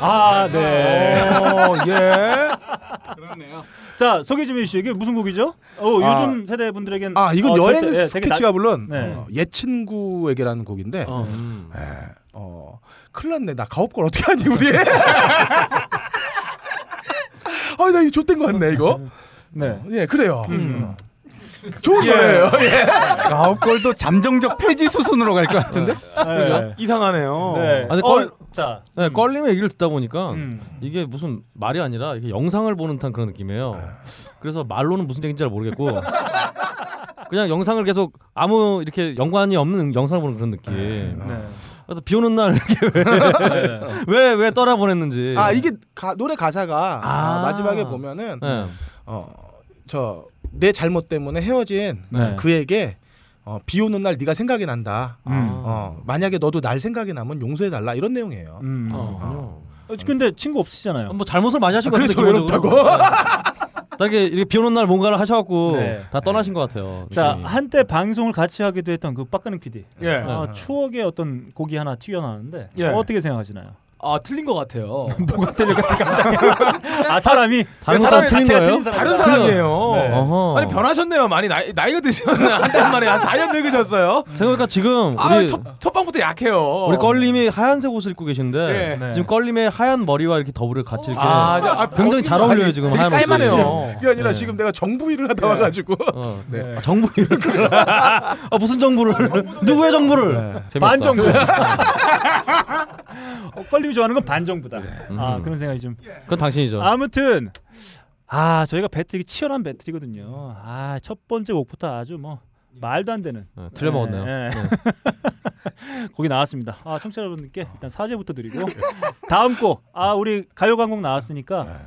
Speaker 1: 아 네.
Speaker 5: 어, 예.
Speaker 1: 그렇네요. 자 소개 좀 해주시죠. 이게 무슨 곡이죠? 어
Speaker 2: 아.
Speaker 1: 요즘 세대 분들에겐
Speaker 2: 아 이건
Speaker 1: 어,
Speaker 2: 여행
Speaker 1: 절대- 예, 되게
Speaker 2: 스케치가
Speaker 1: 나-
Speaker 2: 물론
Speaker 1: 네. 음.
Speaker 2: 어, 옛 친구에게라는 곡인데 어. 예, 어, 큰일 났네 나 가업걸 어떻게 하지 우리 아나 이거 좆된 거 같네 이거
Speaker 1: 네
Speaker 2: 예, 그래요 어. 좋은 노래예요 예.
Speaker 7: 아홉 골도 잠정적 폐지 수순으로 갈 것 같은데.
Speaker 1: 네.
Speaker 5: 이상하네요.
Speaker 1: 네.
Speaker 6: 그렇죠? 아니,
Speaker 1: 어,
Speaker 6: 걸-
Speaker 1: 자
Speaker 6: 네, 껄림의 얘기를 듣다 보니까 이게 무슨 말이 아니라 이게 영상을 보는 듯한 그런 느낌이에요. 그래서 말로는 무슨 얘기인지 잘 모르겠고 그냥 영상을 계속 아무 이렇게 연관이 없는 영상을 보는 그런 느낌. 아, 그래서 비 오는 날 이렇게
Speaker 2: 네.
Speaker 6: 왜왜 왜
Speaker 1: 음.
Speaker 6: 떠나보냈는지.
Speaker 2: 아 이게 가- 노래 가사가
Speaker 6: 아.
Speaker 2: 아, 마지막에 보면은 어,
Speaker 6: 네.
Speaker 2: 저 내 잘못 때문에 헤어진
Speaker 6: 네.
Speaker 2: 그에게 어, 비 오는 날 네가 생각이 난다.
Speaker 1: 음.
Speaker 2: 어, 만약에 너도 날 생각이 나면 용서해 달라 이런 내용이에요.
Speaker 1: 음.
Speaker 2: 어.
Speaker 1: 어, 근데 친구 없으시잖아요.
Speaker 6: 뭐 잘못을 많이 하신
Speaker 2: 아,
Speaker 6: 것 같은데
Speaker 2: 그래서 외롭다고?
Speaker 6: 딱 이렇게, 이렇게 비 오는 날 뭔가를 하셔갖고
Speaker 1: 네.
Speaker 6: 다 떠나신 것 같아요.
Speaker 1: 자
Speaker 6: 느낌이.
Speaker 1: 한때 방송을 같이 하기도 했던 그 빡가는 PD.
Speaker 5: 예.
Speaker 2: 아.
Speaker 1: 어, 추억의 어떤 곡이 하나 튀어나왔는데
Speaker 5: 예.
Speaker 1: 어떻게 생각하시나요?
Speaker 5: 아 틀린 것 같아요.
Speaker 1: 뭐가 틀릴까 깜짝이야. 아 사람이
Speaker 5: 다른 사람 틀린 거예요? 다른 사람이에요.
Speaker 1: 네.
Speaker 6: 어허.
Speaker 5: 아니 변하셨네요. 많이 나이, 나이가 드셨나 한달 만에 한 4년 늙으셨어요.
Speaker 7: 네.
Speaker 6: 생각해보니까 지금
Speaker 5: 아,
Speaker 6: 우리
Speaker 5: 첫, 첫 방부터 약해요.
Speaker 6: 우리 껄림이 하얀색 옷을 입고 계신데
Speaker 5: 어. 예. 네.
Speaker 6: 지금 껄림의 하얀 머리와 이렇게 더블을 같이 이렇게
Speaker 5: 아, 저- 아,
Speaker 6: 굉장히 잘
Speaker 5: 어떻게-
Speaker 6: 어울려요
Speaker 5: 아니,
Speaker 6: 지금
Speaker 5: 되게
Speaker 6: 하얀
Speaker 5: 짤만해요.
Speaker 6: 머리.
Speaker 2: 그게 아니라 지금 내가 정부 일을 하다 와가지고
Speaker 6: 어.
Speaker 2: 네.
Speaker 6: 아, 정부 이렇 아, 무슨 정부를 누구의 정부를 재밌다.
Speaker 1: 반정부. 어, 껄림이 좋아하는 건 반정부다. 아
Speaker 2: 예.
Speaker 6: 음.
Speaker 1: 그런 생각이 좀.
Speaker 6: 그건 당신이죠.
Speaker 1: 아무튼 아 저희가 배틀이 치열한 배틀이거든요. 아 첫 번째 곡부터 아주 뭐 말도 안 되는.
Speaker 6: 어, 틀려먹었네요. 네.
Speaker 1: 예, 예. 거기 나왔습니다. 아 청취자 여러분께 일단 사죄부터 드리고 다음 곡. 아 우리 가요 광곡
Speaker 5: 네.
Speaker 1: 나왔으니까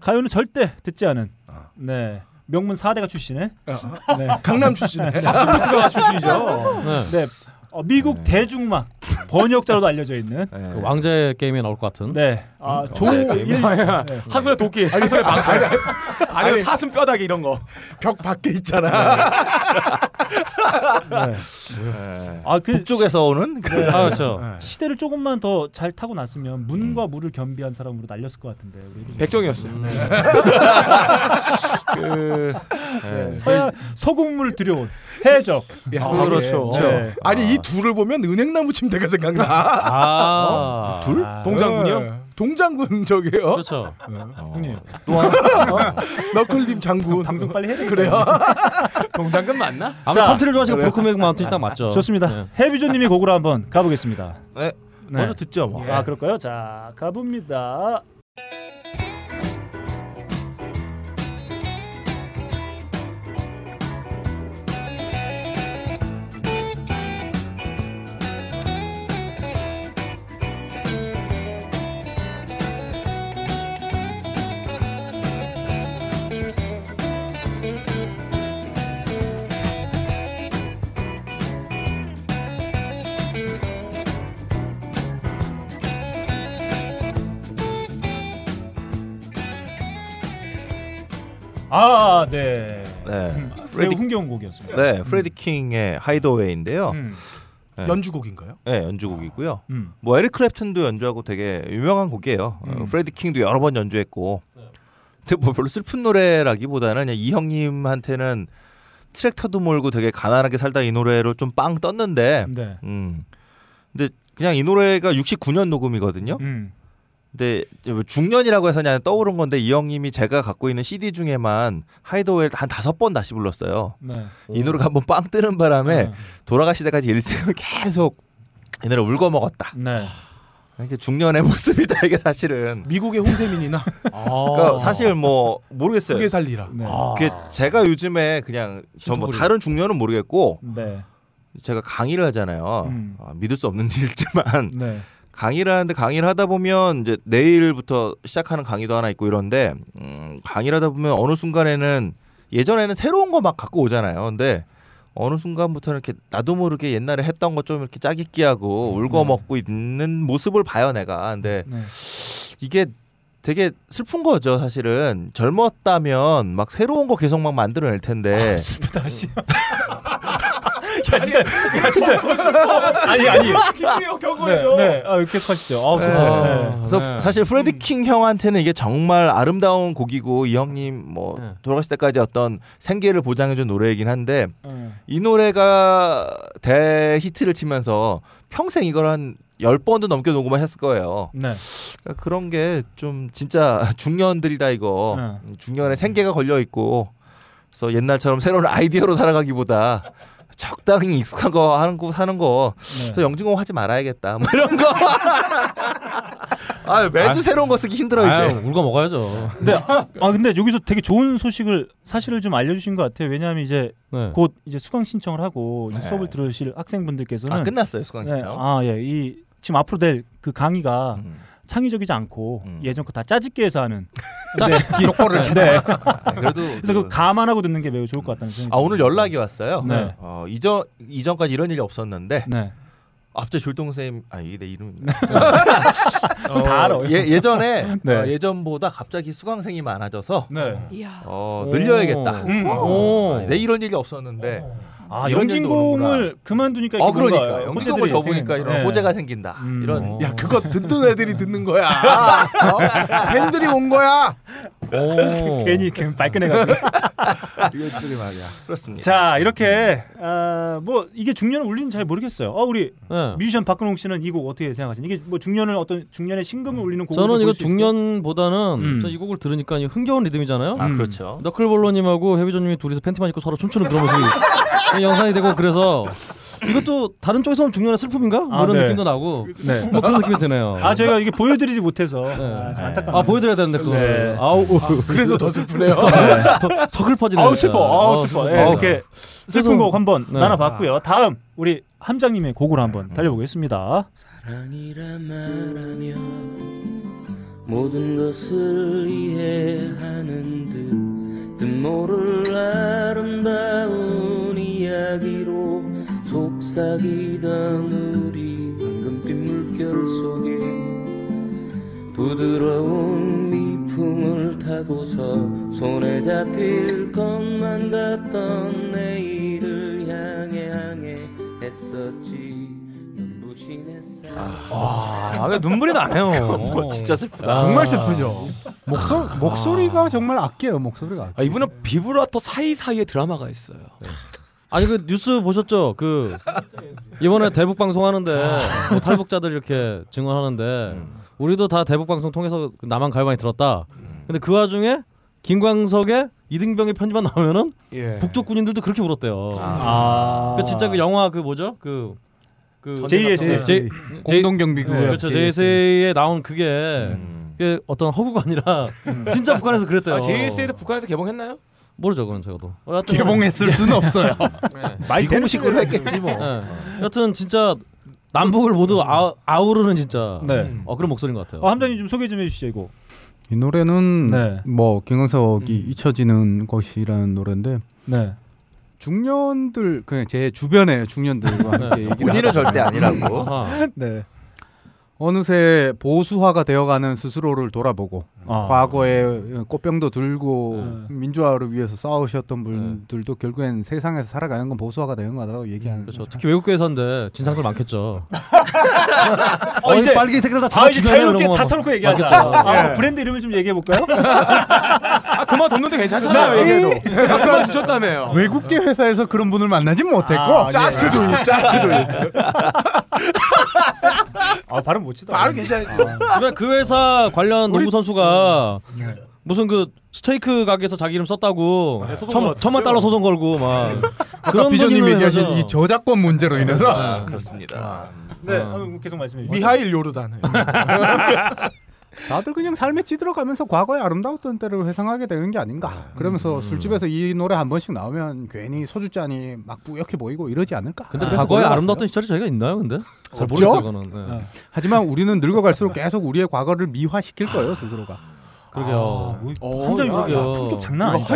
Speaker 1: 가요는 절대 듣지 않은.
Speaker 5: 아.
Speaker 1: 네. 명문 4대가 출신의 네.
Speaker 2: 강남 출신의
Speaker 1: 압승부트가 출신이죠.
Speaker 6: 네.
Speaker 1: 네. 어, 미국 대중막 번역자로도 알려져 있는
Speaker 5: 네.
Speaker 6: 그 왕자의 게임에 나올 것 같은.
Speaker 1: 네. 아,
Speaker 6: 음,
Speaker 1: 조일 네.
Speaker 5: 야, 어, 네. 한 손에 도끼, 한 손에 방패, 아니면
Speaker 2: 아니.
Speaker 5: 사슴 뼈다귀 이런 거.
Speaker 2: 벽 밖에 있잖아.
Speaker 1: 네. 아, 그
Speaker 3: 네. 북쪽에서 오는
Speaker 1: 네.
Speaker 3: 그런- 네.
Speaker 6: 아, 그렇죠.
Speaker 1: 시대를 조금만 더 잘 타고 났으면 문과 무를 겸비한 사람으로 날렸을 것 같은데. 우리
Speaker 5: 백종이었어요.
Speaker 3: 그
Speaker 1: 네. 서야 서공물 들여온 해적.
Speaker 2: 아,
Speaker 5: 그렇죠.
Speaker 1: 네.
Speaker 2: 아니 이 둘을 보면 은행나무 침대가 생각나. 어?
Speaker 6: 아,
Speaker 2: 둘?
Speaker 5: 동장군이요?
Speaker 2: 네. 동장군 저기요.
Speaker 6: 그렇죠.
Speaker 3: 어.
Speaker 6: 네.
Speaker 1: 형님.
Speaker 2: 너클님 장군.
Speaker 1: 방송 빨리 해야 돼.
Speaker 2: 그래요.
Speaker 5: 동장군 맞나?
Speaker 6: 아마
Speaker 1: 자.
Speaker 6: 컨트롤 좋아하시고 브로크맥 마운틴이 딱 맞죠.
Speaker 1: 좋습니다.
Speaker 6: 네.
Speaker 1: 해비조님이 곡으로 한번 가보겠습니다.
Speaker 3: 네. 먼저 듣죠 뭐.
Speaker 1: 아 그럴까요? 자 가봅니다.
Speaker 9: 난
Speaker 1: 아, 네.
Speaker 3: 네.
Speaker 1: 음,
Speaker 3: 프레디-
Speaker 1: 매우 흥겨운 곡이었습니다.
Speaker 3: 네, 프레디 킹의 하이더웨이인데요.
Speaker 1: 음.
Speaker 3: 네.
Speaker 2: 연주곡인가요?
Speaker 3: 네, 연주곡이고요.
Speaker 1: 음.
Speaker 3: 뭐 에릭 크랩튼도 연주하고 되게 유명한 곡이에요. 어,
Speaker 1: 음.
Speaker 3: 프레디 킹도 여러 번 연주했고. 근데 뭐 별로 슬픈 노래라기보다는 그냥 이 형님한테는 트랙터도 몰고 되게 가난하게 살다 이 노래로 좀 빵 떴는데.
Speaker 1: 네.
Speaker 3: 음. 근데 그냥 이 노래가 69년 녹음이거든요.
Speaker 1: 음.
Speaker 3: 근데 뭐 중년이라고 해서 그냥 떠오른 건데 이 형님이 제가 갖고 있는 CD 중에만 하이더웨이를 한 다섯 번 다시 불렀어요.
Speaker 1: 네.
Speaker 3: 이 노래가 한번 빵 뜨는 바람에 돌아가실 때까지 일생을 계속 이 노래 울고 먹었다.
Speaker 1: 네.
Speaker 3: 이게 중년의 모습이다 이게 사실은.
Speaker 2: 미국의 홍세민이나.
Speaker 1: 아.
Speaker 3: 그러니까 사실 뭐 모르겠어요. 아.
Speaker 2: 그게 살리라. 네.
Speaker 3: 그게 제가 요즘에 그냥 전뭐
Speaker 2: 신토불이.
Speaker 3: 다른 중년은 모르겠고
Speaker 1: 네.
Speaker 3: 제가 강의를 하잖아요.
Speaker 1: 음.
Speaker 3: 아, 믿을 수 없는 일지만
Speaker 1: 네.
Speaker 3: 강의를 하는데 강의를 하다 보면 이제 내일부터 시작하는 강의도 하나 있고 이런데 음, 강의를 하다 보면 어느 순간에는 예전에는 새로운 거 막 갖고 오잖아요. 근데 어느 순간부터는 이렇게 나도 모르게 옛날에 했던 거 좀 이렇게 짜깁기하고
Speaker 1: 음.
Speaker 3: 울고 먹고 있는 모습을 봐요 내가. 근데
Speaker 1: 네.
Speaker 3: 이게 되게 슬픈 거죠 사실은 젊었다면 막 새로운 거 계속 막 만들어낼 텐데
Speaker 1: 아, 다시. 야 진짜, 야 진짜. 아니 아니.
Speaker 9: 기분이요,
Speaker 1: 네, 네. 아 이렇게 하시죠. 아우
Speaker 3: 네.
Speaker 1: 좋네요. 네.
Speaker 3: 그래서 사실 프레디 킹 형한테는 이게 정말 아름다운 곡이고 이 형님 뭐 돌아가실 때까지 어떤 생계를 보장해준 노래이긴 한데
Speaker 1: 네.
Speaker 3: 이 노래가 대 히트를 치면서 평생 이걸 한 10번도 넘게 녹음하셨을 거예요.
Speaker 1: 네.
Speaker 3: 그러니까 그런 게 좀 진짜 중년들이다 이거.
Speaker 1: 네.
Speaker 3: 중년에 생계가 걸려 있고 그래서 옛날처럼 새로운 아이디어로 살아가기보다 적당히 익숙한 거 하는 거 사는 거.
Speaker 1: 네.
Speaker 3: 그래서 영진공 하지 말아야겠다. 뭐 이런 거. 아 매주
Speaker 1: 아.
Speaker 3: 새로운 거 쓰기 힘들어 이제.
Speaker 1: 아유,
Speaker 6: 울고 먹어야죠.
Speaker 1: 네. 아 아, 근데 여기서 되게 좋은 소식을 사실을 좀 알려주신 것 같아요. 왜냐하면 이제
Speaker 6: 네.
Speaker 1: 곧 이제 수강 신청을 하고 이
Speaker 3: 네.
Speaker 1: 수업을 들으실 학생분들께서는
Speaker 3: 아, 끝났어요, 수강 신청? 음.
Speaker 1: 네. 아 예, 이 지금 앞으로 될 그 강의가 창의적이지 않고 예전 거 다 짜집기 해서 하는 네.
Speaker 3: 짜집기. 족보를 찾아. 아,
Speaker 1: 그래도
Speaker 3: 그래도
Speaker 1: 그래서 그
Speaker 3: 그-
Speaker 1: 감안하고 듣는 게 매우 좋을 것 같다는 생각이
Speaker 3: 아 오늘 연락이 왔어요.
Speaker 1: 네.
Speaker 3: 어, 이전 이전까지 이런 일이 없었는데.
Speaker 1: 네.
Speaker 3: 앞자 졸동 쌤, 아 이게 내 이름.
Speaker 1: 그럼 다 알아요.
Speaker 3: 예, 예전에
Speaker 1: 네.
Speaker 3: 어, 예전보다 갑자기 수강생이 많아져서
Speaker 1: 네.
Speaker 3: 어,
Speaker 1: 오.
Speaker 3: 늘려야겠다.
Speaker 1: 음.
Speaker 3: 어,
Speaker 1: 오.
Speaker 3: 내 이런 일이 없었는데.
Speaker 1: 아
Speaker 3: 이런 일도 오는구나.
Speaker 1: 영진공을 그만두니까
Speaker 3: 어
Speaker 1: 이게 뭔가
Speaker 3: 그러니까 영진공을
Speaker 1: 호재들이
Speaker 3: 접으니까
Speaker 1: 생기는
Speaker 3: 이런
Speaker 1: 거예요.
Speaker 3: 호재가
Speaker 1: 네.
Speaker 3: 생긴다. 이런
Speaker 2: 야 그거 듣던 애들이 듣는 거야. 어? 팬들이 온 거야.
Speaker 1: 괜히 이렇게 발끈해가지고.
Speaker 2: 이것들이 말이야.
Speaker 3: 그렇습니다.
Speaker 1: 자 이렇게 아, 뭐 이게 중년을 울리는지 잘 모르겠어요. 어, 우리
Speaker 6: 네.
Speaker 1: 뮤지션 박근홍 씨는 이 곡 어떻게 생각하시는? 이게 뭐 중년을 어떤 중년의 심금을 울리는 곡으로
Speaker 6: 저는 이거
Speaker 1: 볼수 있을까요?
Speaker 6: 중년보다는 저이 곡을 들으니까 이 흥겨운 리듬이잖아요. 음.
Speaker 1: 아,
Speaker 3: 그렇죠.
Speaker 6: 너클볼로님하고 해비조님이 둘이서 팬티만 입고 서로 춤추는 그런 모습이 그런 영상이 되고 그래서 이것도 다른 쪽에서 보면 중년의 슬픔인가? 뭐
Speaker 1: 아,
Speaker 6: 이런
Speaker 1: 네.
Speaker 6: 느낌도 나고
Speaker 1: 네.
Speaker 6: 뭐 그런 느낌이 드네요.
Speaker 1: 아 저희가 이게 보여드리지 못해서 아, 좀 안타깝네요.
Speaker 6: 아 보여드려야 되는데 그거.
Speaker 1: 네.
Speaker 6: 아우
Speaker 1: 아, 그래서 더 슬프네요.
Speaker 6: 더, 슬- 더 서글퍼지네.
Speaker 1: 아우 슬퍼. 아우 슬퍼. 예, 이렇게 슬픈
Speaker 6: 어, 그래서-
Speaker 1: 곡 한번
Speaker 6: 네.
Speaker 1: 나눠봤고요. 다음 우리 함장님의 곡으로 한번 달려보겠습니다.
Speaker 10: 사랑이라 말하면 모든 것을 이해하는 듯 뜻모를 아름다운 이야기로 속삭이던 우리 황금빛 물결 속에 부드러운 미풍을 타고서 손에 잡힐 것만 같던 내일을 향해 향해 했었지 눈부신 햇살
Speaker 3: 아, 왜 눈물이 나네요.
Speaker 10: 뭐,
Speaker 3: 진짜
Speaker 5: 아.
Speaker 3: 슬프다.
Speaker 7: 정말 슬프죠. 목소 목소리가 정말 아껴요 목소리가.
Speaker 11: 아, 이분은 비브라토 사이사이에 드라마가 있어요.
Speaker 6: 아니 그 뉴스 보셨죠? 그 이번에 대북 방송 하는데 뭐 탈북자들 이렇게 증언하는데
Speaker 1: 음.
Speaker 6: 우리도 다 대북 방송 통해서 그 남한 가요많이 들었다.
Speaker 1: 음.
Speaker 6: 근데 그 와중에 김광석의 이등병의 편지만 나오면은
Speaker 11: 예.
Speaker 6: 북쪽 군인들도 그렇게 울었대요.
Speaker 1: 아.
Speaker 6: 그 진짜 그 영화 그 뭐죠? 그, 그
Speaker 1: JSA.
Speaker 6: J-
Speaker 1: 음.
Speaker 7: 공동경비구역.
Speaker 6: 네, 그렇죠.
Speaker 7: JSA.
Speaker 6: JSA에 나온 그게
Speaker 1: 음.
Speaker 6: 그게 어떤 허구가 아니라 진짜 북한에서 그랬대요.
Speaker 11: 아, JSA도 북한에서 개봉했나요?
Speaker 6: 모르죠, 그건 저도. 뭐.
Speaker 11: 개봉했을 순 없어요.
Speaker 6: 많이
Speaker 11: 비공식으로 했겠지, 뭐.
Speaker 6: 네.
Speaker 11: 음.
Speaker 6: 여튼 진짜 남북을 모두 아, 아우르는 진짜
Speaker 1: 네.
Speaker 6: 어, 그런 목소리인 것 같아요.
Speaker 1: 어, 함장님 좀 소개 좀 해주시죠 이거.
Speaker 7: 이 노래는 뭐 김광석이 잊혀지는 것이라는 노래인데
Speaker 1: 네.
Speaker 7: 중년들 그냥 제 주변의 중년들과 함께 얘기를
Speaker 3: 본인은
Speaker 7: 하다
Speaker 3: 절대
Speaker 7: 보면
Speaker 3: 아니라고.
Speaker 1: 네.
Speaker 7: 어느새 보수화가 되어가는 스스로를 돌아보고
Speaker 1: 아.
Speaker 7: 과거에 꽃병도 들고 민주화를 위해서 싸우셨던 분들도 결국엔 세상에서 살아가는 건 보수화가 되는 거라고 얘기하는
Speaker 6: 그렇죠. 특히 외국 회사인데 진상들 많겠죠.
Speaker 1: 어, 이제
Speaker 6: 빨개색들 다
Speaker 1: 아, 이제
Speaker 6: 잡아주면은
Speaker 1: 자유롭게
Speaker 6: 이런
Speaker 1: 다
Speaker 6: 거
Speaker 1: 털고 얘기하자.
Speaker 6: 맞겠죠.
Speaker 1: 아,
Speaker 6: 예.
Speaker 1: 브랜드 이름을 좀 얘기해 볼까요?
Speaker 5: 아, 그만 덮는데
Speaker 7: 나
Speaker 5: 괜찮잖아요.
Speaker 7: 왜?
Speaker 5: 얘기해도. 아, 그만 주셨다며요.
Speaker 7: 외국계 회사에서 그런 분을 만나지 못했고
Speaker 5: 아,
Speaker 2: 짜스트
Speaker 5: 예.
Speaker 2: 도이, 짜스트 도이.
Speaker 1: 아 발음 못 치다.
Speaker 2: 발음 괜찮아요.
Speaker 6: 그래 그 회사 관련 농구 선수가 무슨 그 스테이크 가게에서 자기 이름 썼다고
Speaker 7: 소송
Speaker 6: 천,
Speaker 7: 걸었죠.
Speaker 6: 천만 달러 소송 걸고 막
Speaker 7: 아까 비조님
Speaker 6: 분이면
Speaker 7: 얘기하신
Speaker 6: 그래서-
Speaker 7: 이 저작권 문제로 인해서
Speaker 6: 아,
Speaker 3: 그렇습니다. 음.
Speaker 1: 네, 어, 계속 말씀해 주세요.
Speaker 2: 미하일 요르단.
Speaker 7: 다들 그냥 삶에 찌들어가면서 과거의 아름다웠던 때를 회상하게 되는 게 아닌가.
Speaker 6: 네.
Speaker 7: 그러면서 술집에서 이 노래 한 번씩 나오면 괜히 소주잔이 막 뿌옇게 보이고 이러지 않을까.
Speaker 6: 근데
Speaker 7: 그래서
Speaker 6: 과거에
Speaker 7: 골라봤어요.
Speaker 6: 아름다웠던 시절이 저희가 있나요? 근데
Speaker 7: 없죠?
Speaker 6: 잘 모르겠어요. 그거는. 네.
Speaker 7: 하지만 우리는 늙어갈수록 계속 우리의 과거를 미화시킬 거예요 스스로가. 아.
Speaker 6: 그러게요. 어,
Speaker 1: 완전 그러게요.
Speaker 7: 품격
Speaker 1: 장난 아니다.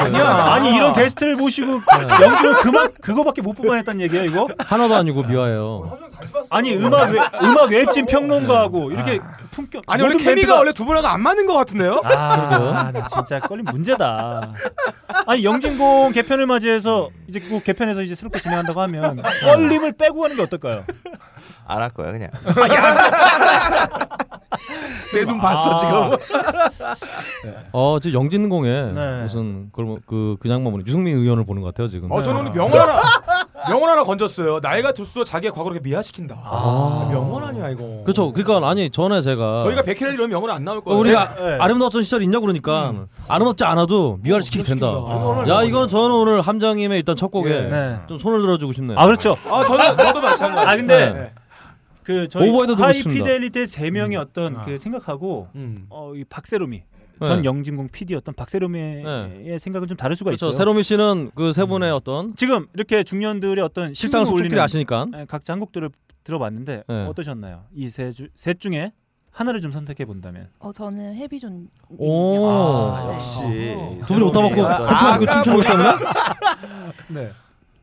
Speaker 7: 아니
Speaker 1: 아니 이런 게스트를 모시고
Speaker 6: 네.
Speaker 1: 어. 영준은 그만 그거밖에 못 뽑아냈단 얘기야 이거?
Speaker 6: 하나도 아니고 미화예요.
Speaker 1: 아니 음악 외, 음악 웹진 평론가하고 이렇게 품격
Speaker 5: 아니 원래
Speaker 1: 모든
Speaker 5: 케미가
Speaker 1: 멘트가-
Speaker 5: 원래 두 분하고 안 맞는 것 같은데요?
Speaker 1: 아, 나 진짜 걸린 문제다. 아니 영진공 개편을 맞이해서 이제 그 개편에서 이제 새롭게 진행한다고 하면 걸림을 빼고 하는 게 어떨까요?
Speaker 3: 안 할 거야 그냥.
Speaker 5: 아.
Speaker 2: 내 눈
Speaker 1: 아.
Speaker 2: 봤어 지금.
Speaker 6: 어 지금 영진공에
Speaker 2: 네.
Speaker 6: 무슨 그뭐 그 그냥 뭐 보는 유승민 의원을 보는 것 같아요 지금.
Speaker 5: 어 저는 오늘 명언 하나 명언 하나 건졌어요. 나이가 들수록 자기의 과거를 이렇게 미화시킨다.
Speaker 6: 아.
Speaker 5: 명언 아니야 이거.
Speaker 6: 그렇죠. 그러니까 아니 전에 제가
Speaker 5: 저희가 백혜를 이러면 명언 안 나올
Speaker 6: 어,
Speaker 5: 거예요.
Speaker 6: 우리가
Speaker 1: 네.
Speaker 5: 제가- 예.
Speaker 6: 아름다웠던 시절 있냐 그러니까
Speaker 1: 음.
Speaker 6: 아름답지 않아도 미화를 시키게 된다.
Speaker 5: 이거는 뭐
Speaker 6: 야 이거는 저는 오늘 함장님의 일단 첫 곡에
Speaker 1: 예. 네.
Speaker 6: 좀 손을 들어주고 싶네요.
Speaker 1: 아 그렇죠.
Speaker 5: 아, 저도- 저도 마찬가지.
Speaker 1: 아 근데
Speaker 5: 네.
Speaker 1: 그 저희
Speaker 6: 오버헤드 듣고
Speaker 1: 하이
Speaker 6: 싶습니다. 음.
Speaker 1: 피델리티의 세 명의 어떤 그 생각하고 어이 박세롬이 전
Speaker 6: 네.
Speaker 1: 영진공 PD였던 박세롬의 생각은 좀 다를 수가
Speaker 6: 그렇죠.
Speaker 1: 있어요.
Speaker 6: 세로미 씨는 그 세 분의 어떤
Speaker 1: 지금 이렇게 중년들의 어떤 신분을
Speaker 6: 실상을 속속들이
Speaker 1: 올리는,
Speaker 6: 아시니까.
Speaker 1: 예, 각자 한국들을 들어봤는데
Speaker 6: 네.
Speaker 1: 어떠셨나요? 이셋셋 중에 하나를 좀 선택해 본다면
Speaker 4: 어 저는 해비존.
Speaker 6: 오
Speaker 1: 아,
Speaker 6: 역시
Speaker 1: 두 분이
Speaker 6: 옷
Speaker 1: 옷다
Speaker 6: 다먹고
Speaker 1: 벗고
Speaker 6: 한참
Speaker 1: 한참
Speaker 6: 듣고 춤추고 있다면
Speaker 1: 네.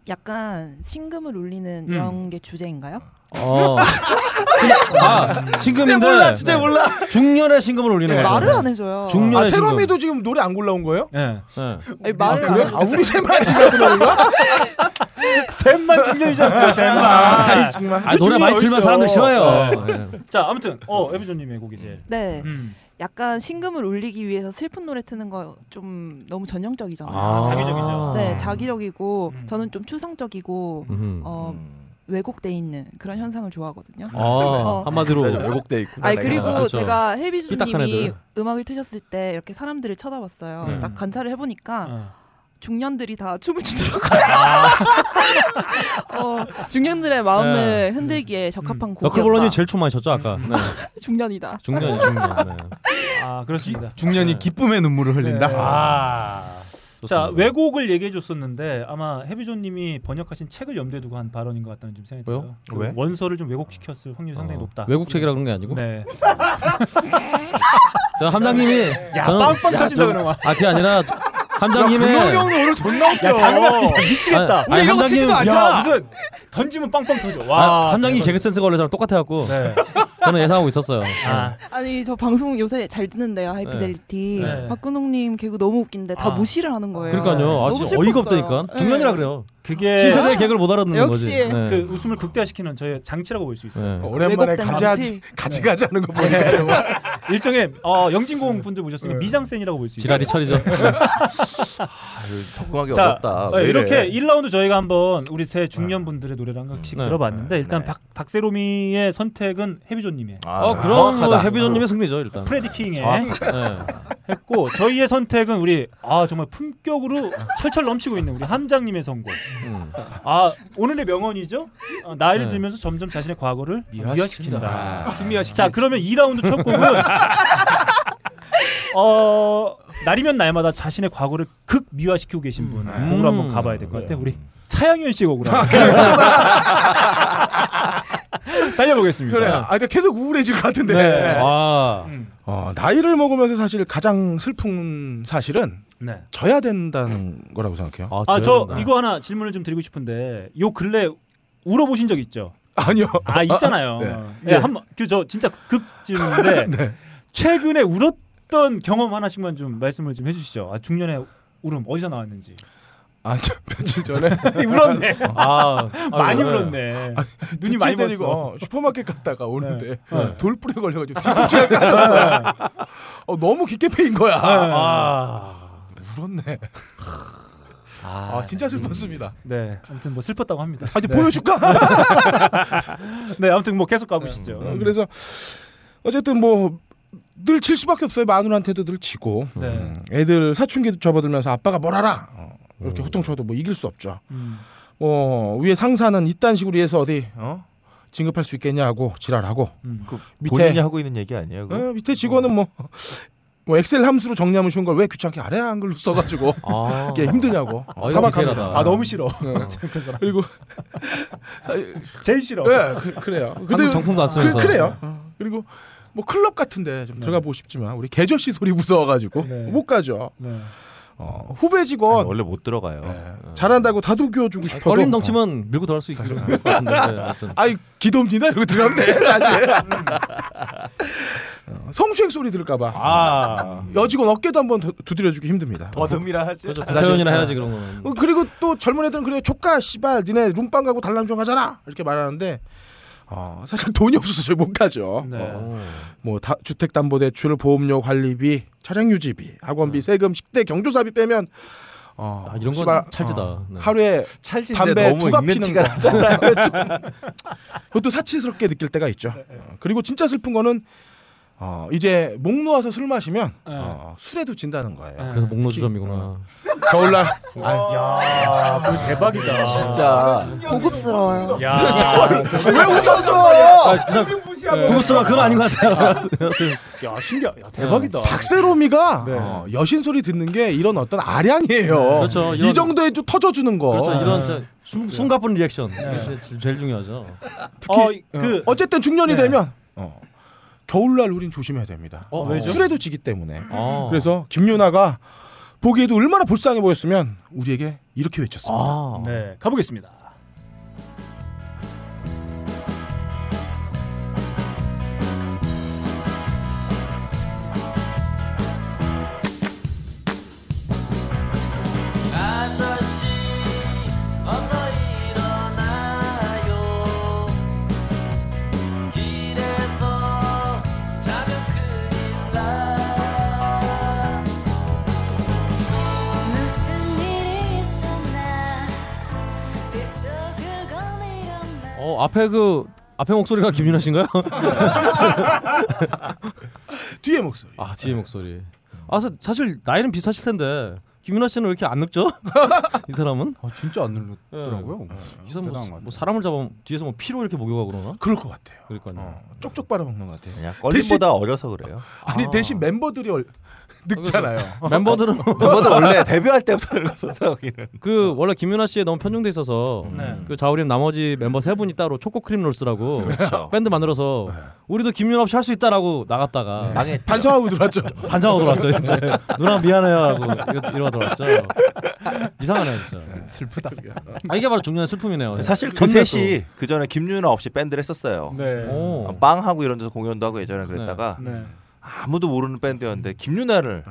Speaker 4: 약간 심금을 울리는
Speaker 6: 음.
Speaker 4: 이런 게 주제인가요?
Speaker 6: 어. 아 신금인데
Speaker 2: 몰라, 진짜
Speaker 6: 네.
Speaker 2: 몰라.
Speaker 6: 중년에 신금을 올리는 거예요.
Speaker 4: 말을 안 해줘요.
Speaker 6: 중년의
Speaker 2: 아,
Speaker 6: 신금.
Speaker 2: 세롬이도 지금 노래 안 골라온 거예요?
Speaker 1: 네.
Speaker 4: 아니, 말을
Speaker 2: 아, 그래?
Speaker 4: 안
Speaker 2: 아, 우리 셋만 지금 그러는 거야?
Speaker 1: 셋만
Speaker 12: 네,
Speaker 1: 중년이잖아. 그 셋만.
Speaker 2: 아이, 정말.
Speaker 6: 아, 노래 많이 들으면 사람들 싫어요. 네.
Speaker 1: 자 아무튼 어 에비조님의 곡이 제
Speaker 4: 네.
Speaker 1: 음.
Speaker 4: 약간 심금을 울리기 위해서 슬픈 노래 트는 거 좀 너무 전형적이잖아요.
Speaker 1: 아. 자기적이죠.
Speaker 4: 네, 자기적이고 저는 좀 추상적이고
Speaker 6: 음.
Speaker 4: 어, 왜곡돼 있는 그런 현상을 좋아하거든요. 어.
Speaker 6: 아, 한마디로 네, 왜곡돼 있구나,
Speaker 4: 아
Speaker 6: 내가.
Speaker 4: 그리고
Speaker 6: 그렇죠.
Speaker 4: 제가
Speaker 6: 삐딱한
Speaker 4: 해비준님이
Speaker 6: 애들.
Speaker 4: 음악을 트셨을 때 이렇게 사람들을 쳐다봤어요.
Speaker 6: 네.
Speaker 4: 딱 관찰을 해보니까.
Speaker 1: 어.
Speaker 4: 중년들이 다 춤을 추더라고요.
Speaker 6: 아.
Speaker 4: 어, 중년들의 마음을
Speaker 6: 네.
Speaker 4: 흔들기에 적합한 곡이었다.
Speaker 6: 너클볼러님 제일 춤 많이 췄죠 아까. 네.
Speaker 4: 중년이다.
Speaker 6: 중년이 중년. 네.
Speaker 1: 음. 아 그렇습니다.
Speaker 7: 중년이 기쁨의 눈물을 흘린다.
Speaker 1: 네. 아. 자 왜곡을 얘기해 줬었는데 아마 해비조님이 번역하신 책을 염두에 두고 한 발언인 것 같다는 좀 생각이 들어요.
Speaker 6: 왜요? 왜?
Speaker 1: 원서를 좀 왜곡시켰을 확률이 상당히 높다.
Speaker 6: 외국책이라 그런 게 아니고.
Speaker 1: 네.
Speaker 6: 저 함장님이
Speaker 1: 야,
Speaker 6: 저는-
Speaker 1: 빵빵
Speaker 6: 야,
Speaker 1: 터진다
Speaker 6: 저-
Speaker 1: 그러면. 그
Speaker 6: 아 그게 아니라 저- 함장님의
Speaker 1: 야, 금호 형은 오늘 존나 웃겨.
Speaker 6: 야, 장난- 야,
Speaker 1: 미치겠다.
Speaker 6: 아니, 아니, 함장님
Speaker 1: 야, 무슨 던지면 빵빵 터져.
Speaker 6: 아,
Speaker 1: 와. 네.
Speaker 6: 함장님 개그 센스가 원래 저랑 똑같아 갖고 저는 예상하고 있었어요.
Speaker 1: 아.
Speaker 4: 아니 저 방송 요새 잘 듣는데요 하이피델리티
Speaker 6: 네. 네.
Speaker 4: 박근홍님 개그 너무 웃긴데 다
Speaker 6: 아.
Speaker 4: 무시를 하는 거예요. 네.
Speaker 6: 그러니까요. 아,
Speaker 4: 너무
Speaker 6: 진짜 어이가
Speaker 4: 슬펐어요.
Speaker 6: 없다니까.
Speaker 4: 네.
Speaker 6: 중년이라 그래요.
Speaker 1: 그게
Speaker 6: 신세대 개그를 못 알아듣는 거지. 네.
Speaker 1: 예. 그 웃음을 극대화시키는 저의 장치라고 볼 수 있어요. 네.
Speaker 6: 네.
Speaker 2: 오랜만에 가지 하지, 같이 가지 하는 거 네. 보니까
Speaker 1: 일종의 어, 영진공 분들 보셨으니까 미장센이라고 볼 수 있어요. 네.
Speaker 6: 지랄이 철이죠. 네.
Speaker 3: 적응하기
Speaker 1: 자,
Speaker 3: 어렵다.
Speaker 1: 네,
Speaker 3: 왜 이래.
Speaker 1: 이렇게 1라운드 저희가 한번 우리 세 중년 분들의 노래를 한 곡씩
Speaker 6: 네.
Speaker 1: 들어봤는데 일단 박, 박세롬이의 선택은 해비조님의.
Speaker 2: 아,
Speaker 6: 어, 그럼 뭐 해비존님의 승리죠 일단. 네.
Speaker 1: 프레디킹의
Speaker 6: 정확-
Speaker 1: 했고 저희의 선택은 우리 아 정말 품격으로 철철 넘치고 있는 우리 함장님의 선곡.
Speaker 6: 음.
Speaker 1: 아 오늘의 명언이죠. 아, 나이를
Speaker 6: 네.
Speaker 1: 들면서 점점 자신의 과거를
Speaker 5: 미화시킨다. 아.
Speaker 1: 미화시킨다.
Speaker 5: 미화시킨다.
Speaker 1: 자 그러면 2라운드 첫 곡은 어 날이면 날마다 자신의 과거를 극 미화시키고 계신 분
Speaker 5: 음.
Speaker 1: 곡으로 한번 가봐야 될 것
Speaker 5: 네.
Speaker 1: 같아요. 우리 차영현 씨 곡으로 한번 달려보겠습니다.
Speaker 2: 그래. 아, 근데 계속 우울해질 것 같은데.
Speaker 1: 네.
Speaker 6: 아.
Speaker 2: 어, 나이를 먹으면서 사실 가장 슬픈 사실은
Speaker 1: 네.
Speaker 2: 져야 된다는 거라고 생각해요.
Speaker 1: 아 저 이거 하나 질문을 좀 드리고 싶은데 요 근래 울어보신 적 있죠?
Speaker 2: 아니요.
Speaker 1: 아 있잖아요.
Speaker 2: 네.
Speaker 1: 예, 한번 그저 진짜 급 질문인데
Speaker 2: 네.
Speaker 1: 최근에 울었 했던 경험 하나씩만 좀 말씀을 좀 해주시죠. 아, 중년의 울음 어디서 나왔는지.
Speaker 2: 아, 저 며칠 전에
Speaker 1: 울었네.
Speaker 2: 아, 아,
Speaker 1: 많이
Speaker 2: 네.
Speaker 1: 울었네.
Speaker 2: 아,
Speaker 1: 눈이 많이
Speaker 2: 때리고
Speaker 1: 멀었어.
Speaker 2: 어, 슈퍼마켓 갔다가 오는데
Speaker 1: 네.
Speaker 2: 돌뿌리 걸려가지고 뒤꿈치가 까졌어요. 어, 너무 깊게 패인 거야.
Speaker 1: 아.
Speaker 2: 울었네. 아, 진짜 슬펐습니다.
Speaker 6: 음.
Speaker 1: 네. 아무튼 뭐 슬펐다고 합니다.
Speaker 2: 아, 이제 보여줄까?
Speaker 1: 네, 아무튼 뭐 계속 가보시죠.
Speaker 2: 어, 그래서 어쨌든 뭐. 늘 칠 수밖에 없어요. 마누라한테도 늘 지고
Speaker 1: 네.
Speaker 2: 음, 애들 사춘기도 접어들면서 아빠가 뭘 알아 어, 이렇게 호통쳐도 뭐 이길 수 없죠.
Speaker 1: 음.
Speaker 2: 어, 위에 상사는 이딴 식으로 해서 어디 어? 진급할 수 있겠냐고 지랄하고
Speaker 1: 음.
Speaker 3: 그
Speaker 2: 밑에-
Speaker 3: 본인이 하고 있는 얘기 아니에요? 그거?
Speaker 2: 어, 밑에 직원은 뭐, 뭐 엑셀 함수로 정리하면 쉬운 걸 왜 귀찮게 아래 한글로 써가지고
Speaker 3: 아.
Speaker 2: 이게 힘드냐고
Speaker 3: 아, 이거
Speaker 2: 타박합니다.
Speaker 3: 디테일하다. 아, 너무
Speaker 1: 싫어.
Speaker 2: 그리고
Speaker 5: 아,
Speaker 1: 제일 싫어.
Speaker 5: 네,
Speaker 2: 예, 그, 래요
Speaker 6: 한국 정품도 안 쓰면서.
Speaker 2: 그, 래요
Speaker 3: 네.
Speaker 2: 그리고 뭐 클럽 같은데
Speaker 1: 네.
Speaker 2: 좀 들어가 보고 싶지만 우리 계절씨 소리 무서워가지고 못 가죠.
Speaker 1: 네.
Speaker 2: 어, 후배 직원
Speaker 3: 원래 못 아, 들어가요.
Speaker 2: 잘한다고 다독여 주고 싶어도
Speaker 6: 걸림 덩치면 밀고 들어갈 수 있을 것 같은데. 네, 아무튼.
Speaker 2: 아이 기도입니다 이러고 들어가면 돼 사실 어, 성추행 소리 들을까봐 아. 여직원 어깨도 한번 두- 두드려주기 힘듭니다
Speaker 3: 더듬이라 하지.
Speaker 6: 그렇죠.
Speaker 2: 사실-
Speaker 6: 부태원이나 해야지 그런 거는.
Speaker 2: 어, 그리고 또 젊은 애들은 그래 조카 씨발 니네 룸빵 가고 달람종 하잖아 이렇게 말하는데 어, 사실 돈이 없어서 저희 못 가죠
Speaker 6: 네.
Speaker 2: 어, 뭐 다- 주택담보대출 보험료 관리비 차량 유지비 학원비 세금 식대 경조사비 빼면 어,
Speaker 6: 네. 아, 이런 건
Speaker 2: 씨발,
Speaker 6: 찰지다.
Speaker 2: 어,
Speaker 6: 네.
Speaker 2: 하루에
Speaker 3: 찰지인데
Speaker 2: 담배
Speaker 3: 너무
Speaker 2: 두갑
Speaker 3: 있는
Speaker 2: 피는
Speaker 3: 티가
Speaker 2: 거.
Speaker 3: 나잖아요.
Speaker 2: 그것도 사치스럽게 느낄 때가 있죠.
Speaker 6: 네,
Speaker 2: 어, 그리고 진짜 슬픈 거는 어, 이제 목 놓아서 술 마시면
Speaker 6: 네.
Speaker 2: 어, 술에도 진다는 거예요. 어,
Speaker 6: 그래서 목노주점이구나.
Speaker 2: 겨울날 네, 아,
Speaker 1: 야, 그거 대박이다.
Speaker 4: 고급스러워요.
Speaker 2: 왜
Speaker 6: 아, 진짜
Speaker 2: 네.
Speaker 6: 고급스러워. 그건 아닌 것 같아요. 아,
Speaker 1: 야, 신기하. 야, 대박이다.
Speaker 2: 네. 박세롬이가 어, 여신 소리 듣는 게 이런 어떤 아량이에요.
Speaker 6: 네. 그렇죠. 이런-
Speaker 2: 이 정도에 좀 터져주는
Speaker 7: 뭐.
Speaker 2: 거.
Speaker 6: 그렇죠. 이런 진짜
Speaker 7: 네.
Speaker 6: 숨, 숨 가쁜 리액션. 이게 제일- 제일 중요하죠.
Speaker 2: 특히 어,
Speaker 6: 그-
Speaker 2: 어쨌든 중년이
Speaker 6: 네.
Speaker 2: 되면 어, 겨울날 우린 조심해야 됩니다.
Speaker 6: 어, 왜죠?
Speaker 2: 술에도 지기 때문에.
Speaker 6: 아.
Speaker 2: 그래서 김윤아가 보기에도 얼마나 불쌍해 보였으면 우리에게 이렇게 외쳤습니다.
Speaker 6: 아.
Speaker 1: 네, 가보겠습니다.
Speaker 9: 아저씨 어서 일어나요 길에서 자면 큰일 나 무슨 일이 있었나 빗속을 거닐었나
Speaker 6: 어 앞에 그 앞에 목소리가 김윤아 씨인가요?
Speaker 2: 뒤에 목소리.
Speaker 6: 아 뒤에 목소리. 아 사- 사실 나이는 비슷하실 텐데 김윤아 씨는 왜 이렇게 안 늙죠? 이 사람은?
Speaker 7: 아 진짜 안
Speaker 6: 네.
Speaker 7: 늙더라고요.
Speaker 6: 이 사람
Speaker 7: 대단한 것
Speaker 6: 뭐, 뭐 사람을 잡아 뒤에서 뭐 피로 이렇게 목욕하고 그러나?
Speaker 2: 그럴 것 같아요. 어,
Speaker 6: 그러니까요.
Speaker 2: 쪽쪽 빨아먹는 것 같아요.
Speaker 3: 그냥
Speaker 2: 대신-
Speaker 3: 껄림보다 어려서 그래요.
Speaker 2: 아니 대신 멤버들이 얼... 늙잖아요.
Speaker 6: 그렇죠. 멤버들은
Speaker 3: 멤버들 원래 데뷔할 때부터 늙었어서 여기는.
Speaker 6: 그 원래 김윤아 씨에 너무 편중돼 있어서 그 자우림 나머지 멤버 세 분이 따로 초코 크림 롤스라고
Speaker 3: 그렇죠.
Speaker 6: 밴드 만들어서 우리도 김윤아 없이 할 수 있다라고 나갔다가
Speaker 3: 망했죠.
Speaker 2: 반성하고 들어왔죠.
Speaker 6: 반성하고 들어왔죠. 진짜 누나 미안해요 하고 이러- 이러고 들어왔죠. 이상하네요 진짜.
Speaker 2: 슬프다.
Speaker 6: 아 이게 바로 중요한 슬픔이네요. 예.
Speaker 3: 사실 그
Speaker 6: 근데
Speaker 3: 셋이 그 전에 김윤아 없이 밴드를 했었어요.
Speaker 1: 네.
Speaker 6: 오.
Speaker 3: 빵하고 이런 데서 공연도 하고 예전에 그랬다가
Speaker 1: 네. 어.
Speaker 3: 아무도 모르는 밴드였는데 김윤아를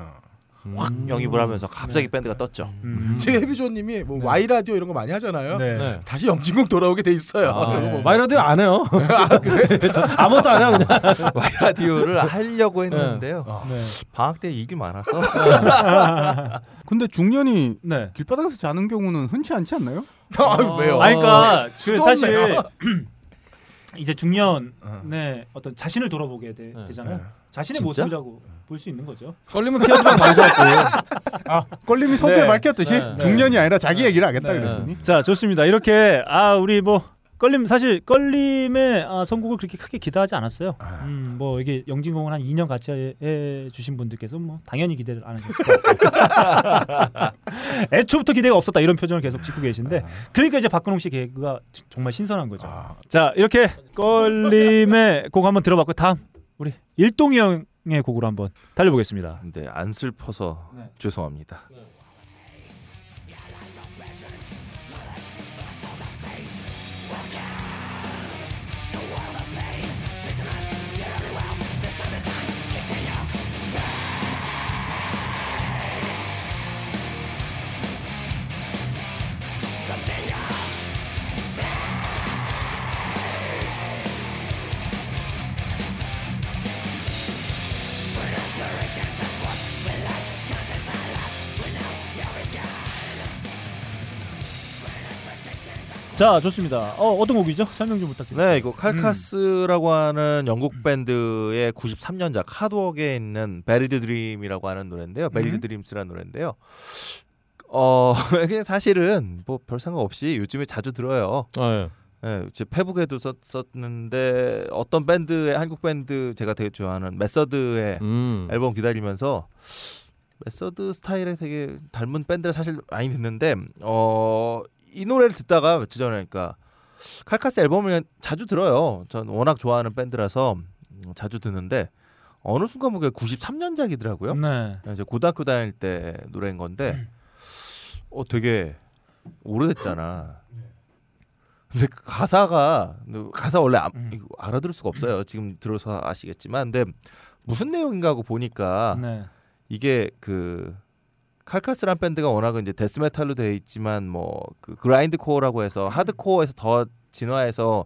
Speaker 3: 확
Speaker 6: 음.
Speaker 3: 영입을 하면서
Speaker 1: 네.
Speaker 3: 갑자기 밴드가 떴죠.
Speaker 1: 음.
Speaker 2: 지금 해비조님이 뭐 Y 라디오 이런 거 많이 하잖아요.
Speaker 1: 네.
Speaker 6: 네.
Speaker 2: 다시 영진공 돌아오고 돼 있어요.
Speaker 6: 아,
Speaker 2: 그리고 뭐-
Speaker 6: 마이라디오 안 해요. 아, 그래? 아무것도 안 해요 그냥.
Speaker 3: 라디오를 하려고 했는데요.
Speaker 1: 네.
Speaker 3: 방학 때 일이 많아서
Speaker 6: 네.
Speaker 7: 네. 근데 중년이
Speaker 1: 네.
Speaker 7: 길바닥에서 자는 경우는 흔치 않지 않나요?
Speaker 2: 아, 왜요?
Speaker 1: 아니, 그러니까 그
Speaker 7: 수도
Speaker 1: 사실
Speaker 7: 없네요.
Speaker 1: 이제 중년의 네, 어떤 자신을 돌아보게 되,
Speaker 6: 네.
Speaker 1: 잖아요
Speaker 7: 네.
Speaker 1: 자신의
Speaker 6: 진짜?
Speaker 1: 모습이라고 볼 수 있는 거죠.
Speaker 6: 걸리면 피하지 말고 방송하고.
Speaker 7: 아, 걸림이 성격
Speaker 1: 네.
Speaker 7: 밝혔듯이
Speaker 1: 네.
Speaker 7: 중년이 아니라 자기 얘기를 하겠다
Speaker 1: 네.
Speaker 7: 그랬으니.
Speaker 1: 자 좋습니다. 이렇게 아 우리 뭐 걸림 사실 걸림의 아, 선곡을 그렇게 크게 기대하지 않았어요.
Speaker 7: 아.
Speaker 1: 음, 뭐 이게 영진공을 한 2년 같이 해, 해 주신 분들께서 뭐 당연히 기대를 안 하셨을 것 같고 애초부터 기대가 없었다 이런 표정을 계속 짓고 계신데
Speaker 7: 아.
Speaker 1: 그러니까 이제 박근홍 씨 개그가 지- 정말 신선한 거죠. 자 이렇게 걸림의 곡 한번 들어봤고 다음 우리 일동이 형의 곡으로 한번 달려보겠습니다. 네.
Speaker 3: 근데 네, 안 슬퍼서 죄송합니다.
Speaker 9: Business, you're everywhere. This is the time. Get to you. Yeah.
Speaker 1: 자 좋습니다. 어, 어떤 곡이죠? 설명 좀 부탁드립니다. 음.
Speaker 3: 네, 이거 칼카스라고 하는 영국 밴드의 93년작 하드웍에 있는 베리드 드림이라고 하는 노래인데요. 베리드
Speaker 1: 음.
Speaker 3: 드림스라는 노래인데요. 어, 그냥 사실은 뭐 별 상관 없이 요즘에 자주 들어요.
Speaker 6: 아,
Speaker 3: 예, 제 페북에도 썼, 썼는데 어떤 밴드의 한국 밴드 제가 되게 좋아하는 메서드의
Speaker 6: 음.
Speaker 3: 앨범 기다리면서 메서드 스타일에 되게 닮은 밴드를 사실 많이 듣는데 어이 노래를 듣다가 며칠 전에 그러니까 칼카스 앨범을 그냥 자주 들어요. 전 워낙 좋아하는 밴드라서 음, 자주 듣는데 어느 순간 보게 93년작이더라고요.
Speaker 1: 네.
Speaker 3: 이제 고등학교 다닐 때 노래인 건데 어 되게 오래됐잖아. 근데 그 가사가 가사 원래 아,
Speaker 1: 음.
Speaker 3: 이거 알아들을 수가 없어요. 지금 들어서 아시겠지만 근데 무슨 내용인가 하고 보니까
Speaker 1: 네.
Speaker 3: 이게 그 칼카스란 밴드가 워낙 이제 데스메탈로 되어 있지만 뭐 그 그라인드 코어라고 해서 하드코어에서 더 진화해서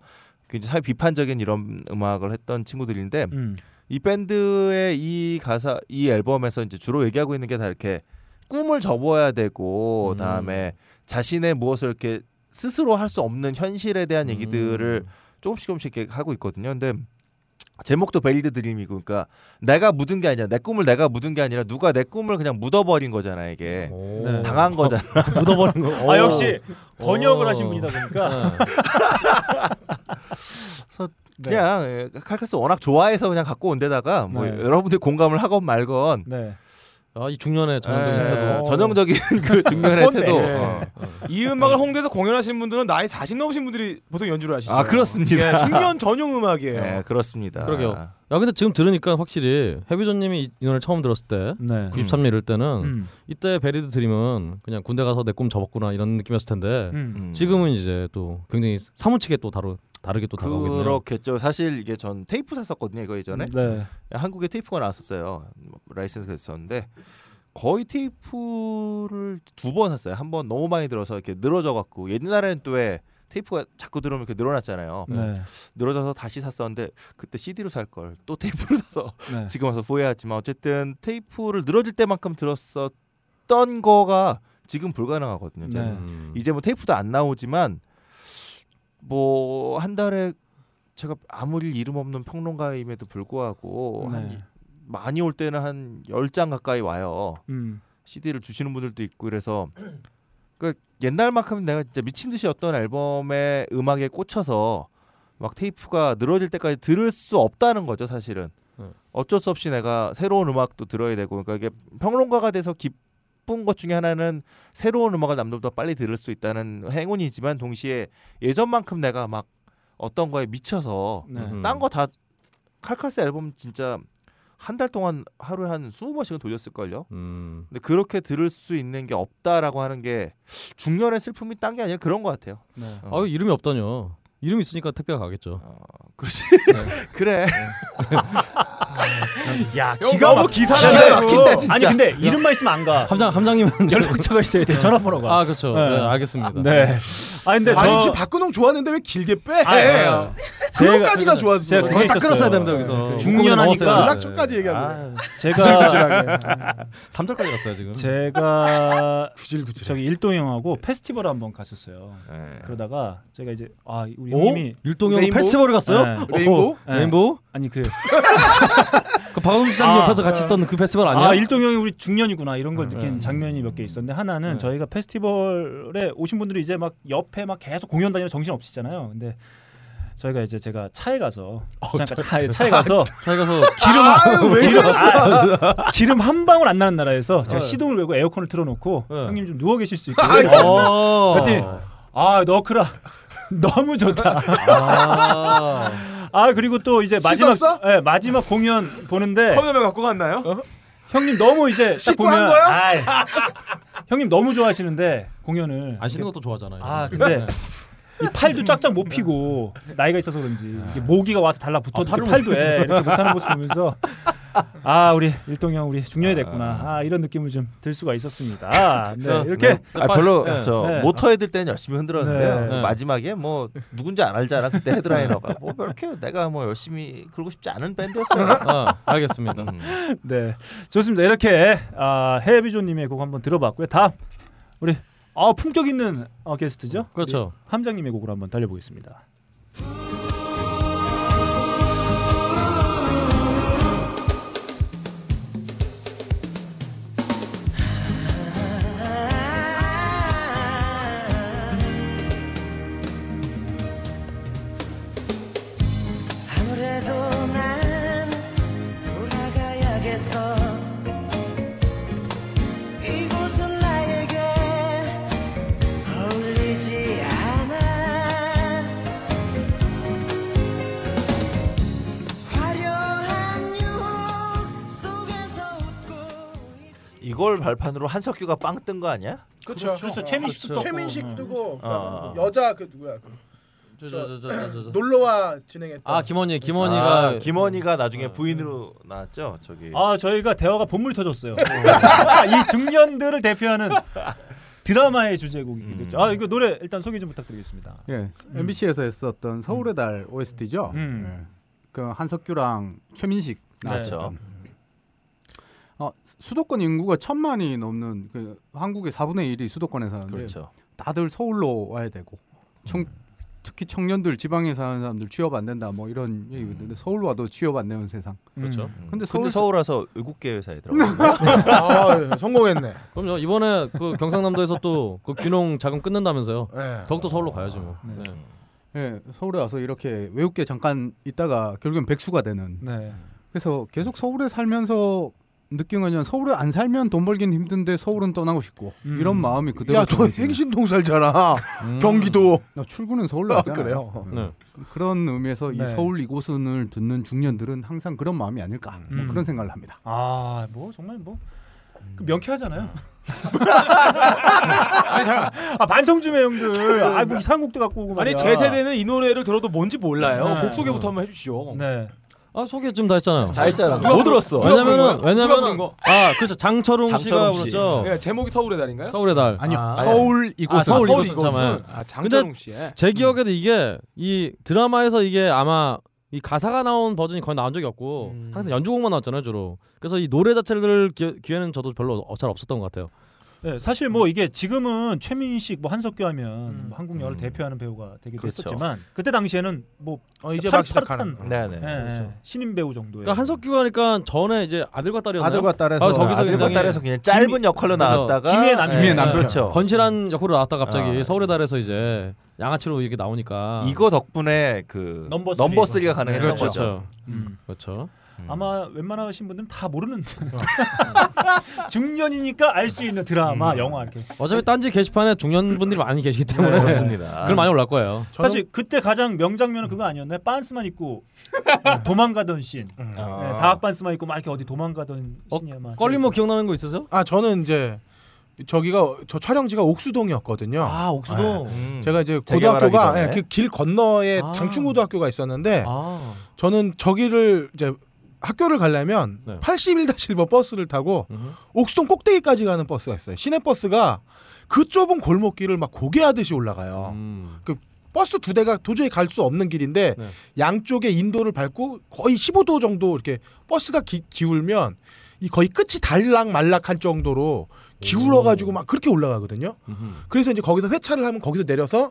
Speaker 3: 굉장히 사회 비판적인 이런 음악을 했던 친구들인데
Speaker 1: 음.
Speaker 3: 이 밴드의 이 가사 이 앨범에서 이제 주로 얘기하고 있는 게 다 이렇게 꿈을 접어야 되고 다음에 자신의 무엇을 이렇게 스스로 할 수 없는 현실에 대한
Speaker 6: 음.
Speaker 3: 얘기들을 조금씩 조금씩 이렇게 하고 있거든요. 근데 제목도 베일드 드림이고 그러니까 내가 묻은 게 아니라 내 꿈을 내가 묻은 게 아니라 누가 내 꿈을 그냥 묻어버린 거잖아 이게
Speaker 1: 네.
Speaker 3: 당한 거잖아
Speaker 6: 어, 묻어버린 거.
Speaker 1: 아 역시 번역을 하신 분이다 보니까
Speaker 6: 네.
Speaker 3: 그냥 예, 칼카스 워낙 좋아해서 그냥 갖고 온 데다가 뭐
Speaker 6: 네.
Speaker 3: 여러분들 공감을 하건 말건
Speaker 1: 네.
Speaker 6: 아, 이 중년의 전형적인
Speaker 3: 예,
Speaker 6: 태도.
Speaker 3: 전형적인 그 중년의 태도
Speaker 5: 네.
Speaker 3: 어.
Speaker 5: 이 음악을 홍대에서 공연하시는 분들은 나이 40 넘으신 분들이 보통 연주를 하시죠.
Speaker 3: 아, 그렇습니다.
Speaker 5: 예, 중년 전용 음악이에요.
Speaker 3: 네, 그렇습니다.
Speaker 6: 그러게요. 야 근데 지금 들으니까 확실히 해비조님이 이- 이 노래 처음 들었을 때, 93년 이럴 때는
Speaker 1: 음.
Speaker 6: 이때 베리드 드림은 그냥 군대 가서 내 꿈 접었구나 이런 느낌이었을 텐데
Speaker 1: 음.
Speaker 6: 지금은 이제 또 굉장히 사무치게 또 다루 다르게 또 다가오겠네요.
Speaker 3: 그렇겠죠. 사실 이게 전 테이프 샀었거든요. 이거 예전에
Speaker 1: 네.
Speaker 3: 한국에 테이프가 나왔었어요. 뭐 라이센스가 있었는데 거의 테이프를 두 번 샀어요. 한 번 너무 많이 들어서 이렇게 늘어져 갖고 옛날에는 또 왜 테이프가 자꾸 들어오면 이렇게 늘어났잖아요.
Speaker 1: 네.
Speaker 3: 예. 늘어져서 다시 샀었는데 그때 CD로 살 걸 또 테이프를 사서
Speaker 1: 네.
Speaker 3: 지금 와서 후회하지만 어쨌든 테이프를 늘어질 때만큼 들었었던 거가 지금 불가능하거든요.
Speaker 1: 네.
Speaker 3: 저는.
Speaker 1: 음.
Speaker 3: 이제 뭐 테이프도 안 나오지만 뭐 한 달에 제가 아무리 이름 없는 평론가임에도 불구하고
Speaker 1: 네.
Speaker 3: 한 많이 올 때는 한 10장 가까이 와요.
Speaker 1: 음.
Speaker 3: CD를 주시는 분들도 있고 그래서 그 옛날만큼 내가 진짜 미친 듯이 어떤 앨범의 음악에 꽂혀서 막 테이프가 늘어질 때까지 들을 수 없다는 거죠, 사실은. 어쩔 수 없이 내가 새로운 음악도 들어야 되고 그러니까 이게 평론가가 돼서 기쁜 것 중에 하나는 새로운 음악을 남들보다 빨리 들을 수 있다는 행운이지만 동시에 예전만큼 내가 막 어떤 거에 미쳐서
Speaker 1: 네.
Speaker 3: 딴 거 다 칼카스 앨범 진짜 한 달 동안 하루에 한 20번씩은 돌렸을 걸요.
Speaker 6: 음.
Speaker 3: 근데 그렇게 들을 수 있는 게 없다라고 하는 게 중년의 슬픔이 딴 게 아니라 그런 것 같아요.
Speaker 6: 네.
Speaker 3: 어.
Speaker 6: 아유 이름이 없다뇨. 이름 있으니까 택배가 가겠죠.
Speaker 3: 그렇지. 그래.
Speaker 1: 야
Speaker 6: 형,
Speaker 1: 기가
Speaker 6: 너무
Speaker 1: 막-
Speaker 6: 기사를
Speaker 1: 기가
Speaker 6: 내고.
Speaker 1: 막힌다, 진짜. 아니
Speaker 6: 진짜.
Speaker 1: 근데 이름만 있으면 안 가.
Speaker 6: 함장 함장님은 네.
Speaker 1: 연락처가 있어야 돼. 전화번호가.
Speaker 6: 아 그렇죠.
Speaker 1: 네.
Speaker 6: 네. 알겠습니다.
Speaker 1: 네. 아 근데 저
Speaker 2: 아니 지금 박근홍 좋아하는데 왜 길게 빼?
Speaker 6: 네.
Speaker 5: 네.
Speaker 1: 아,
Speaker 2: 그거까지가 좋았어.
Speaker 1: 제가 그게
Speaker 2: 다
Speaker 1: 있었어요.
Speaker 2: 끊었어야 되는데
Speaker 1: 네.
Speaker 2: 여기서.
Speaker 1: 중년하니까
Speaker 6: 네.
Speaker 2: 연락처까지 얘기하고.
Speaker 1: 아,
Speaker 2: 구질구질하게.
Speaker 1: 제가
Speaker 6: 3절까지 갔어요 지금.
Speaker 1: 제가 저기 일동 형하고 페스티벌 한번 갔었어요.
Speaker 6: 네.
Speaker 1: 그러다가 제가 이제 아 우리
Speaker 6: 오?
Speaker 1: 형님이
Speaker 6: 어?
Speaker 1: 네.
Speaker 6: 일동 형 페스티벌을 갔어요? 네. 레인보우? 레인보우?
Speaker 1: 아니 그
Speaker 6: 그 박원순 시장님 옆에서 같이 있던 그 페스티벌 네.
Speaker 1: 네.
Speaker 6: 아니야?
Speaker 1: 아 일동 형이 우리 중년이구나 이런 걸 느낀 장면이 몇 개 있었는데
Speaker 6: 네.
Speaker 1: 하나는 저희가 페스티벌에 오신 분들이 이제 막 옆에 막 계속 공연 다니면 정신 없으시잖아요. 근데 저희가 이제 제가 차에 가서
Speaker 2: 어,
Speaker 1: 잠깐 차에, 아, 차에 가서
Speaker 6: 어, 차에 가서
Speaker 1: 기름
Speaker 6: 아유, 왜
Speaker 1: 기름,
Speaker 6: 그러세요?
Speaker 1: 아, 기름 한 방울 안 나는 나라에서 제가
Speaker 6: 어.
Speaker 1: 시동을 걸고 에어컨을 틀어놓고 형님 좀 누워 계실 수 있게
Speaker 6: 아이고.
Speaker 5: 어.
Speaker 1: 그랬더니 아 너크라 너무 좋다. 아. 그리고 또 이제 마지막
Speaker 5: 씻었어?
Speaker 1: 예, 마지막 공연 보는데 어?
Speaker 5: 컵라면 갖고 갔나요?
Speaker 1: 형님 너무 이제 딱
Speaker 5: 씻고
Speaker 1: 보면
Speaker 5: 한 거야?
Speaker 1: 아이, 형님 너무 좋아하시는데 공연을
Speaker 6: 아시는 것도 좋아하잖아요. 네.
Speaker 1: 아 근데 이 팔도 쫙쫙 못 피고 나이가 있어서 그런지 이게 모기가 와서 달라붙어
Speaker 6: 아, 팔을 못-
Speaker 1: 팔도 해 이렇게 못하는 모습 보면서 아 우리 일동 형 우리 중년이 됐구나 아 이런 느낌을 좀 들 수가 있었습니다 네 이렇게
Speaker 3: 아, 별로 저
Speaker 1: 네.
Speaker 3: 모터 헤들 때는 열심히 흔들었는데
Speaker 1: 네.
Speaker 3: 요 마지막에 뭐 누군지 안 알잖아 그때 헤드라이너가 뭐 그렇게 내가 뭐 열심히 그러고 싶지 않은 밴드였어요.
Speaker 6: 아, 알겠습니다.
Speaker 3: 음.
Speaker 1: 네 좋습니다 이렇게 아, 해비조님의 곡 한번 들어봤고요 다음 우리 아 품격 있는 어, 게스트죠.
Speaker 6: 그렇죠.
Speaker 1: 우리 함장님의 곡으로 한번 달려보겠습니다.
Speaker 9: 아무래도 난 돌아가야겠어 이곳은 나에게 어울리지 않아 화려한 유혹 속에서
Speaker 3: 이걸 발판으로 한석규가 빵 뜬 거 아니야?
Speaker 2: 그렇죠.
Speaker 1: 그렇죠. 최민식도
Speaker 2: 어,
Speaker 1: 떴고.
Speaker 2: 최민식 뜨고
Speaker 3: 어, 어.
Speaker 2: 여자 그 누구야? 그
Speaker 6: 저, 저, 저, 저.
Speaker 2: 놀러와 진행했던
Speaker 6: 아 김원희 김원희가
Speaker 3: 아, 김원희가 나중에 부인으로 나왔죠
Speaker 2: 예.
Speaker 3: 저기
Speaker 1: 아 저희가 대화가 본물 터졌어요. 이 중년들을 대표하는 드라마의
Speaker 2: 음.
Speaker 1: 주제곡이기도 했죠. 아 이거 노래 일단 소개 좀 부탁드리겠습니다.
Speaker 3: 음.
Speaker 7: 예, MBC에서 했었던 서울의 달 OST죠.
Speaker 1: 음.
Speaker 7: 그 한석규랑 최민식
Speaker 3: 그렇죠.
Speaker 7: 나왔죠. 어, 수도권 인구가 천만이 넘는 그 한국의 4분의 1이 수도권에 사는데
Speaker 3: 그렇죠. 음.
Speaker 7: 다들 서울로 와야 되고 청- 특히 청년들 지방에 사는 사람들 취업 안 된다 뭐 이런 얘기가 있는데 서울 와도 취업 안 되는 세상.
Speaker 3: 음. 그렇죠.
Speaker 7: 근데
Speaker 3: 근데
Speaker 7: 서울
Speaker 3: 서울 와서 외국계 회사에 들어가.
Speaker 2: 아, 성공했네.
Speaker 6: 그럼요 이번에 그 경상남도에서 또 그 귀농 자금 끊는다면서요.
Speaker 5: 예.
Speaker 2: 네.
Speaker 6: 더욱더 서울로 가야죠 뭐. 네.
Speaker 7: 예, 서울에 와서 이렇게 외국계 잠깐 있다가 결국엔 백수가 되는.
Speaker 1: 네.
Speaker 7: 그래서 계속 서울에 살면서 느낀 거는 서울에 안 살면 돈 벌긴 힘든데 서울은 떠나고 싶고 이런 마음이 그대로.
Speaker 2: 야, 너
Speaker 7: 전해지는. 음.
Speaker 2: 행신동 살잖아. 경기도.
Speaker 7: 나 출근은 서울로
Speaker 2: 아,
Speaker 7: 왔잖아. 음.
Speaker 2: 그래요?
Speaker 6: 네.
Speaker 7: 그런 의미에서
Speaker 1: 네.
Speaker 7: 이 서울 이곳을 듣는 중년들은 항상 그런 마음이 아닐까 뭐
Speaker 1: 음.
Speaker 7: 그런 생각을 합니다.
Speaker 1: 아 뭐 정말 뭐.
Speaker 2: 음.
Speaker 1: 그 명쾌하잖아요.
Speaker 5: 아니, 잠깐.
Speaker 1: 아 반성 좀 해 형들. 네, 아뭐 이상한 곡도 갖고 오고
Speaker 5: 아니
Speaker 1: 말이야.
Speaker 5: 제 세대는 이 노래를 들어도 뭔지 몰라요.
Speaker 1: 네.
Speaker 5: 곡 소개부터 한번 해주시오.
Speaker 1: 네.
Speaker 6: 아 소개 좀 다 했잖아요.
Speaker 5: 다 했잖아.
Speaker 6: 누가
Speaker 5: 뭐
Speaker 6: 부른-
Speaker 5: 들었어? 누가 부른
Speaker 6: 왜냐면은
Speaker 5: 거야? 누가 부른
Speaker 6: 왜냐면은
Speaker 5: 거?
Speaker 6: 아 그렇죠 장철웅,
Speaker 5: 장철웅
Speaker 6: 씨가
Speaker 5: 씨.
Speaker 6: 불렀죠.
Speaker 5: 예, 제목이 서울의 달인가요?
Speaker 6: 서울의 달.
Speaker 5: 아니요. 아,
Speaker 6: 서울
Speaker 5: 예.
Speaker 6: 이곳은.
Speaker 5: 아, 서울
Speaker 6: 서울
Speaker 5: 이곳은.
Speaker 6: 이곳은.
Speaker 5: 아, 장철웅 씨의. 음.
Speaker 6: 제 기억에도 이게 이 드라마에서 이게 아마 이 가사가 나온 버전이 거의 나온 적이 없고
Speaker 5: 음.
Speaker 6: 항상 연주곡만 나왔잖아요 주로. 그래서 이 노래 자체를 기, 기회는 저도 별로 어- 잘 없었던 것 같아요.
Speaker 1: 네, 사실 뭐 이게 지금은 최민식, 뭐 한석규 하면
Speaker 5: 음.
Speaker 1: 뭐 한국 영화를
Speaker 2: 음.
Speaker 1: 대표하는 배우가 되기도
Speaker 3: 그렇죠.
Speaker 1: 했었지만 그때 당시에는 뭐
Speaker 2: 어,
Speaker 1: 진짜
Speaker 2: 이제
Speaker 1: 파릇-
Speaker 2: 막 시작하는. 그렇죠.
Speaker 1: 파릇한,
Speaker 3: 네네.
Speaker 1: 예, 예,
Speaker 3: 그렇죠.
Speaker 1: 신인 배우 정도예요.
Speaker 6: 그러니까 한석규가 하니까 전에 이제 아들과 딸이었나요?
Speaker 7: 아들과 딸에서.
Speaker 6: 아, 저기서
Speaker 3: 아들과
Speaker 6: 굉장히
Speaker 3: 딸에서 그냥 짧은 역할로
Speaker 6: 그래서
Speaker 3: 나왔다가
Speaker 1: 김희애 남편.
Speaker 3: 예,
Speaker 1: 김희애 남편.
Speaker 6: 음.
Speaker 3: 그렇죠.
Speaker 6: 건실한 역으로 나왔다 갑자기
Speaker 3: 아.
Speaker 6: 서울의 달에서 이제 양아치로 이렇게 나오니까
Speaker 3: 이거 덕분에 그
Speaker 1: 넘버 쓰리.
Speaker 3: 넘버 쓰리가 가능했던
Speaker 6: 그렇죠.
Speaker 3: 거죠.
Speaker 1: 음.
Speaker 6: 그렇죠.
Speaker 1: 아마 웬만하신 분들은 다 모르는 중년이니까 알 수 있는
Speaker 3: 음.
Speaker 1: 드라마, 영화 이렇게.
Speaker 6: 어차피 딴지 게시판에 중년 분들이 많이 계시기 때문에
Speaker 3: 네, 그렇습니다.
Speaker 6: 글 많이 올라올 거예요.
Speaker 1: 사실 그때 가장 명장면은 그거 아니었나요? 빤스만 입고 도망가던 씬.
Speaker 3: 음.
Speaker 1: 네, 사학 빤스만 입고 막 이렇게 어디 도망가던 씬이야. 막.
Speaker 6: 껄리 뭐 기억나는 거 있으세요?
Speaker 2: 아, 저는 이제 저기가 저 촬영지가 옥수동이었거든요. 네.
Speaker 6: 아 옥수동.
Speaker 3: 음.
Speaker 2: 제가 이제
Speaker 3: 재개발하기
Speaker 2: 고등학교가
Speaker 3: 전에.
Speaker 2: 그 길 건너에
Speaker 6: 아.
Speaker 2: 장충고등학교가 있었는데
Speaker 6: 아.
Speaker 2: 저는 저기를 이제 학교를 가려면
Speaker 6: 네.
Speaker 2: 81-1번 버스를 타고 옥수동 꼭대기까지 가는 버스가 있어요. 시내버스가 그 좁은 골목길을 막 고개하듯이 올라가요.
Speaker 6: 음.
Speaker 2: 그 버스 두 대가 도저히 갈 수 없는 길인데
Speaker 6: 네.
Speaker 2: 양쪽에 인도를 밟고 거의 15도 정도 이렇게 버스가 기, 기울면 이 거의 끝이 달랑 말락할 정도로 기울어 가지고 막 그렇게 올라가거든요.
Speaker 6: 음흠.
Speaker 2: 그래서 이제 거기서 회차를 하면 거기서 내려서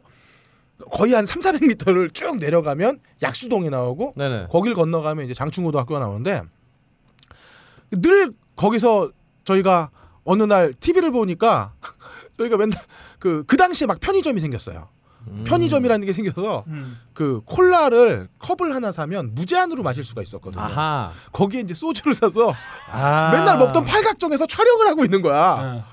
Speaker 2: 거의 한 3, 400m를 쭉 내려가면 약수동이 나오고
Speaker 6: 네네.
Speaker 2: 거길 건너가면 이제 장충고등학교가 나오는데 늘 거기서 저희가 어느 날 TV를 보니까 저희가 맨날 그 그 당시에 막 편의점이 생겼어요.
Speaker 6: 음.
Speaker 2: 편의점이라는 게 생겨서 그 콜라를 컵을 하나 사면 무제한으로 마실 수가 있었거든요.
Speaker 6: 아하.
Speaker 2: 거기에 이제 소주를 사서
Speaker 1: 아.
Speaker 2: 맨날 먹던 팔각정에서 촬영을 하고 있는 거야.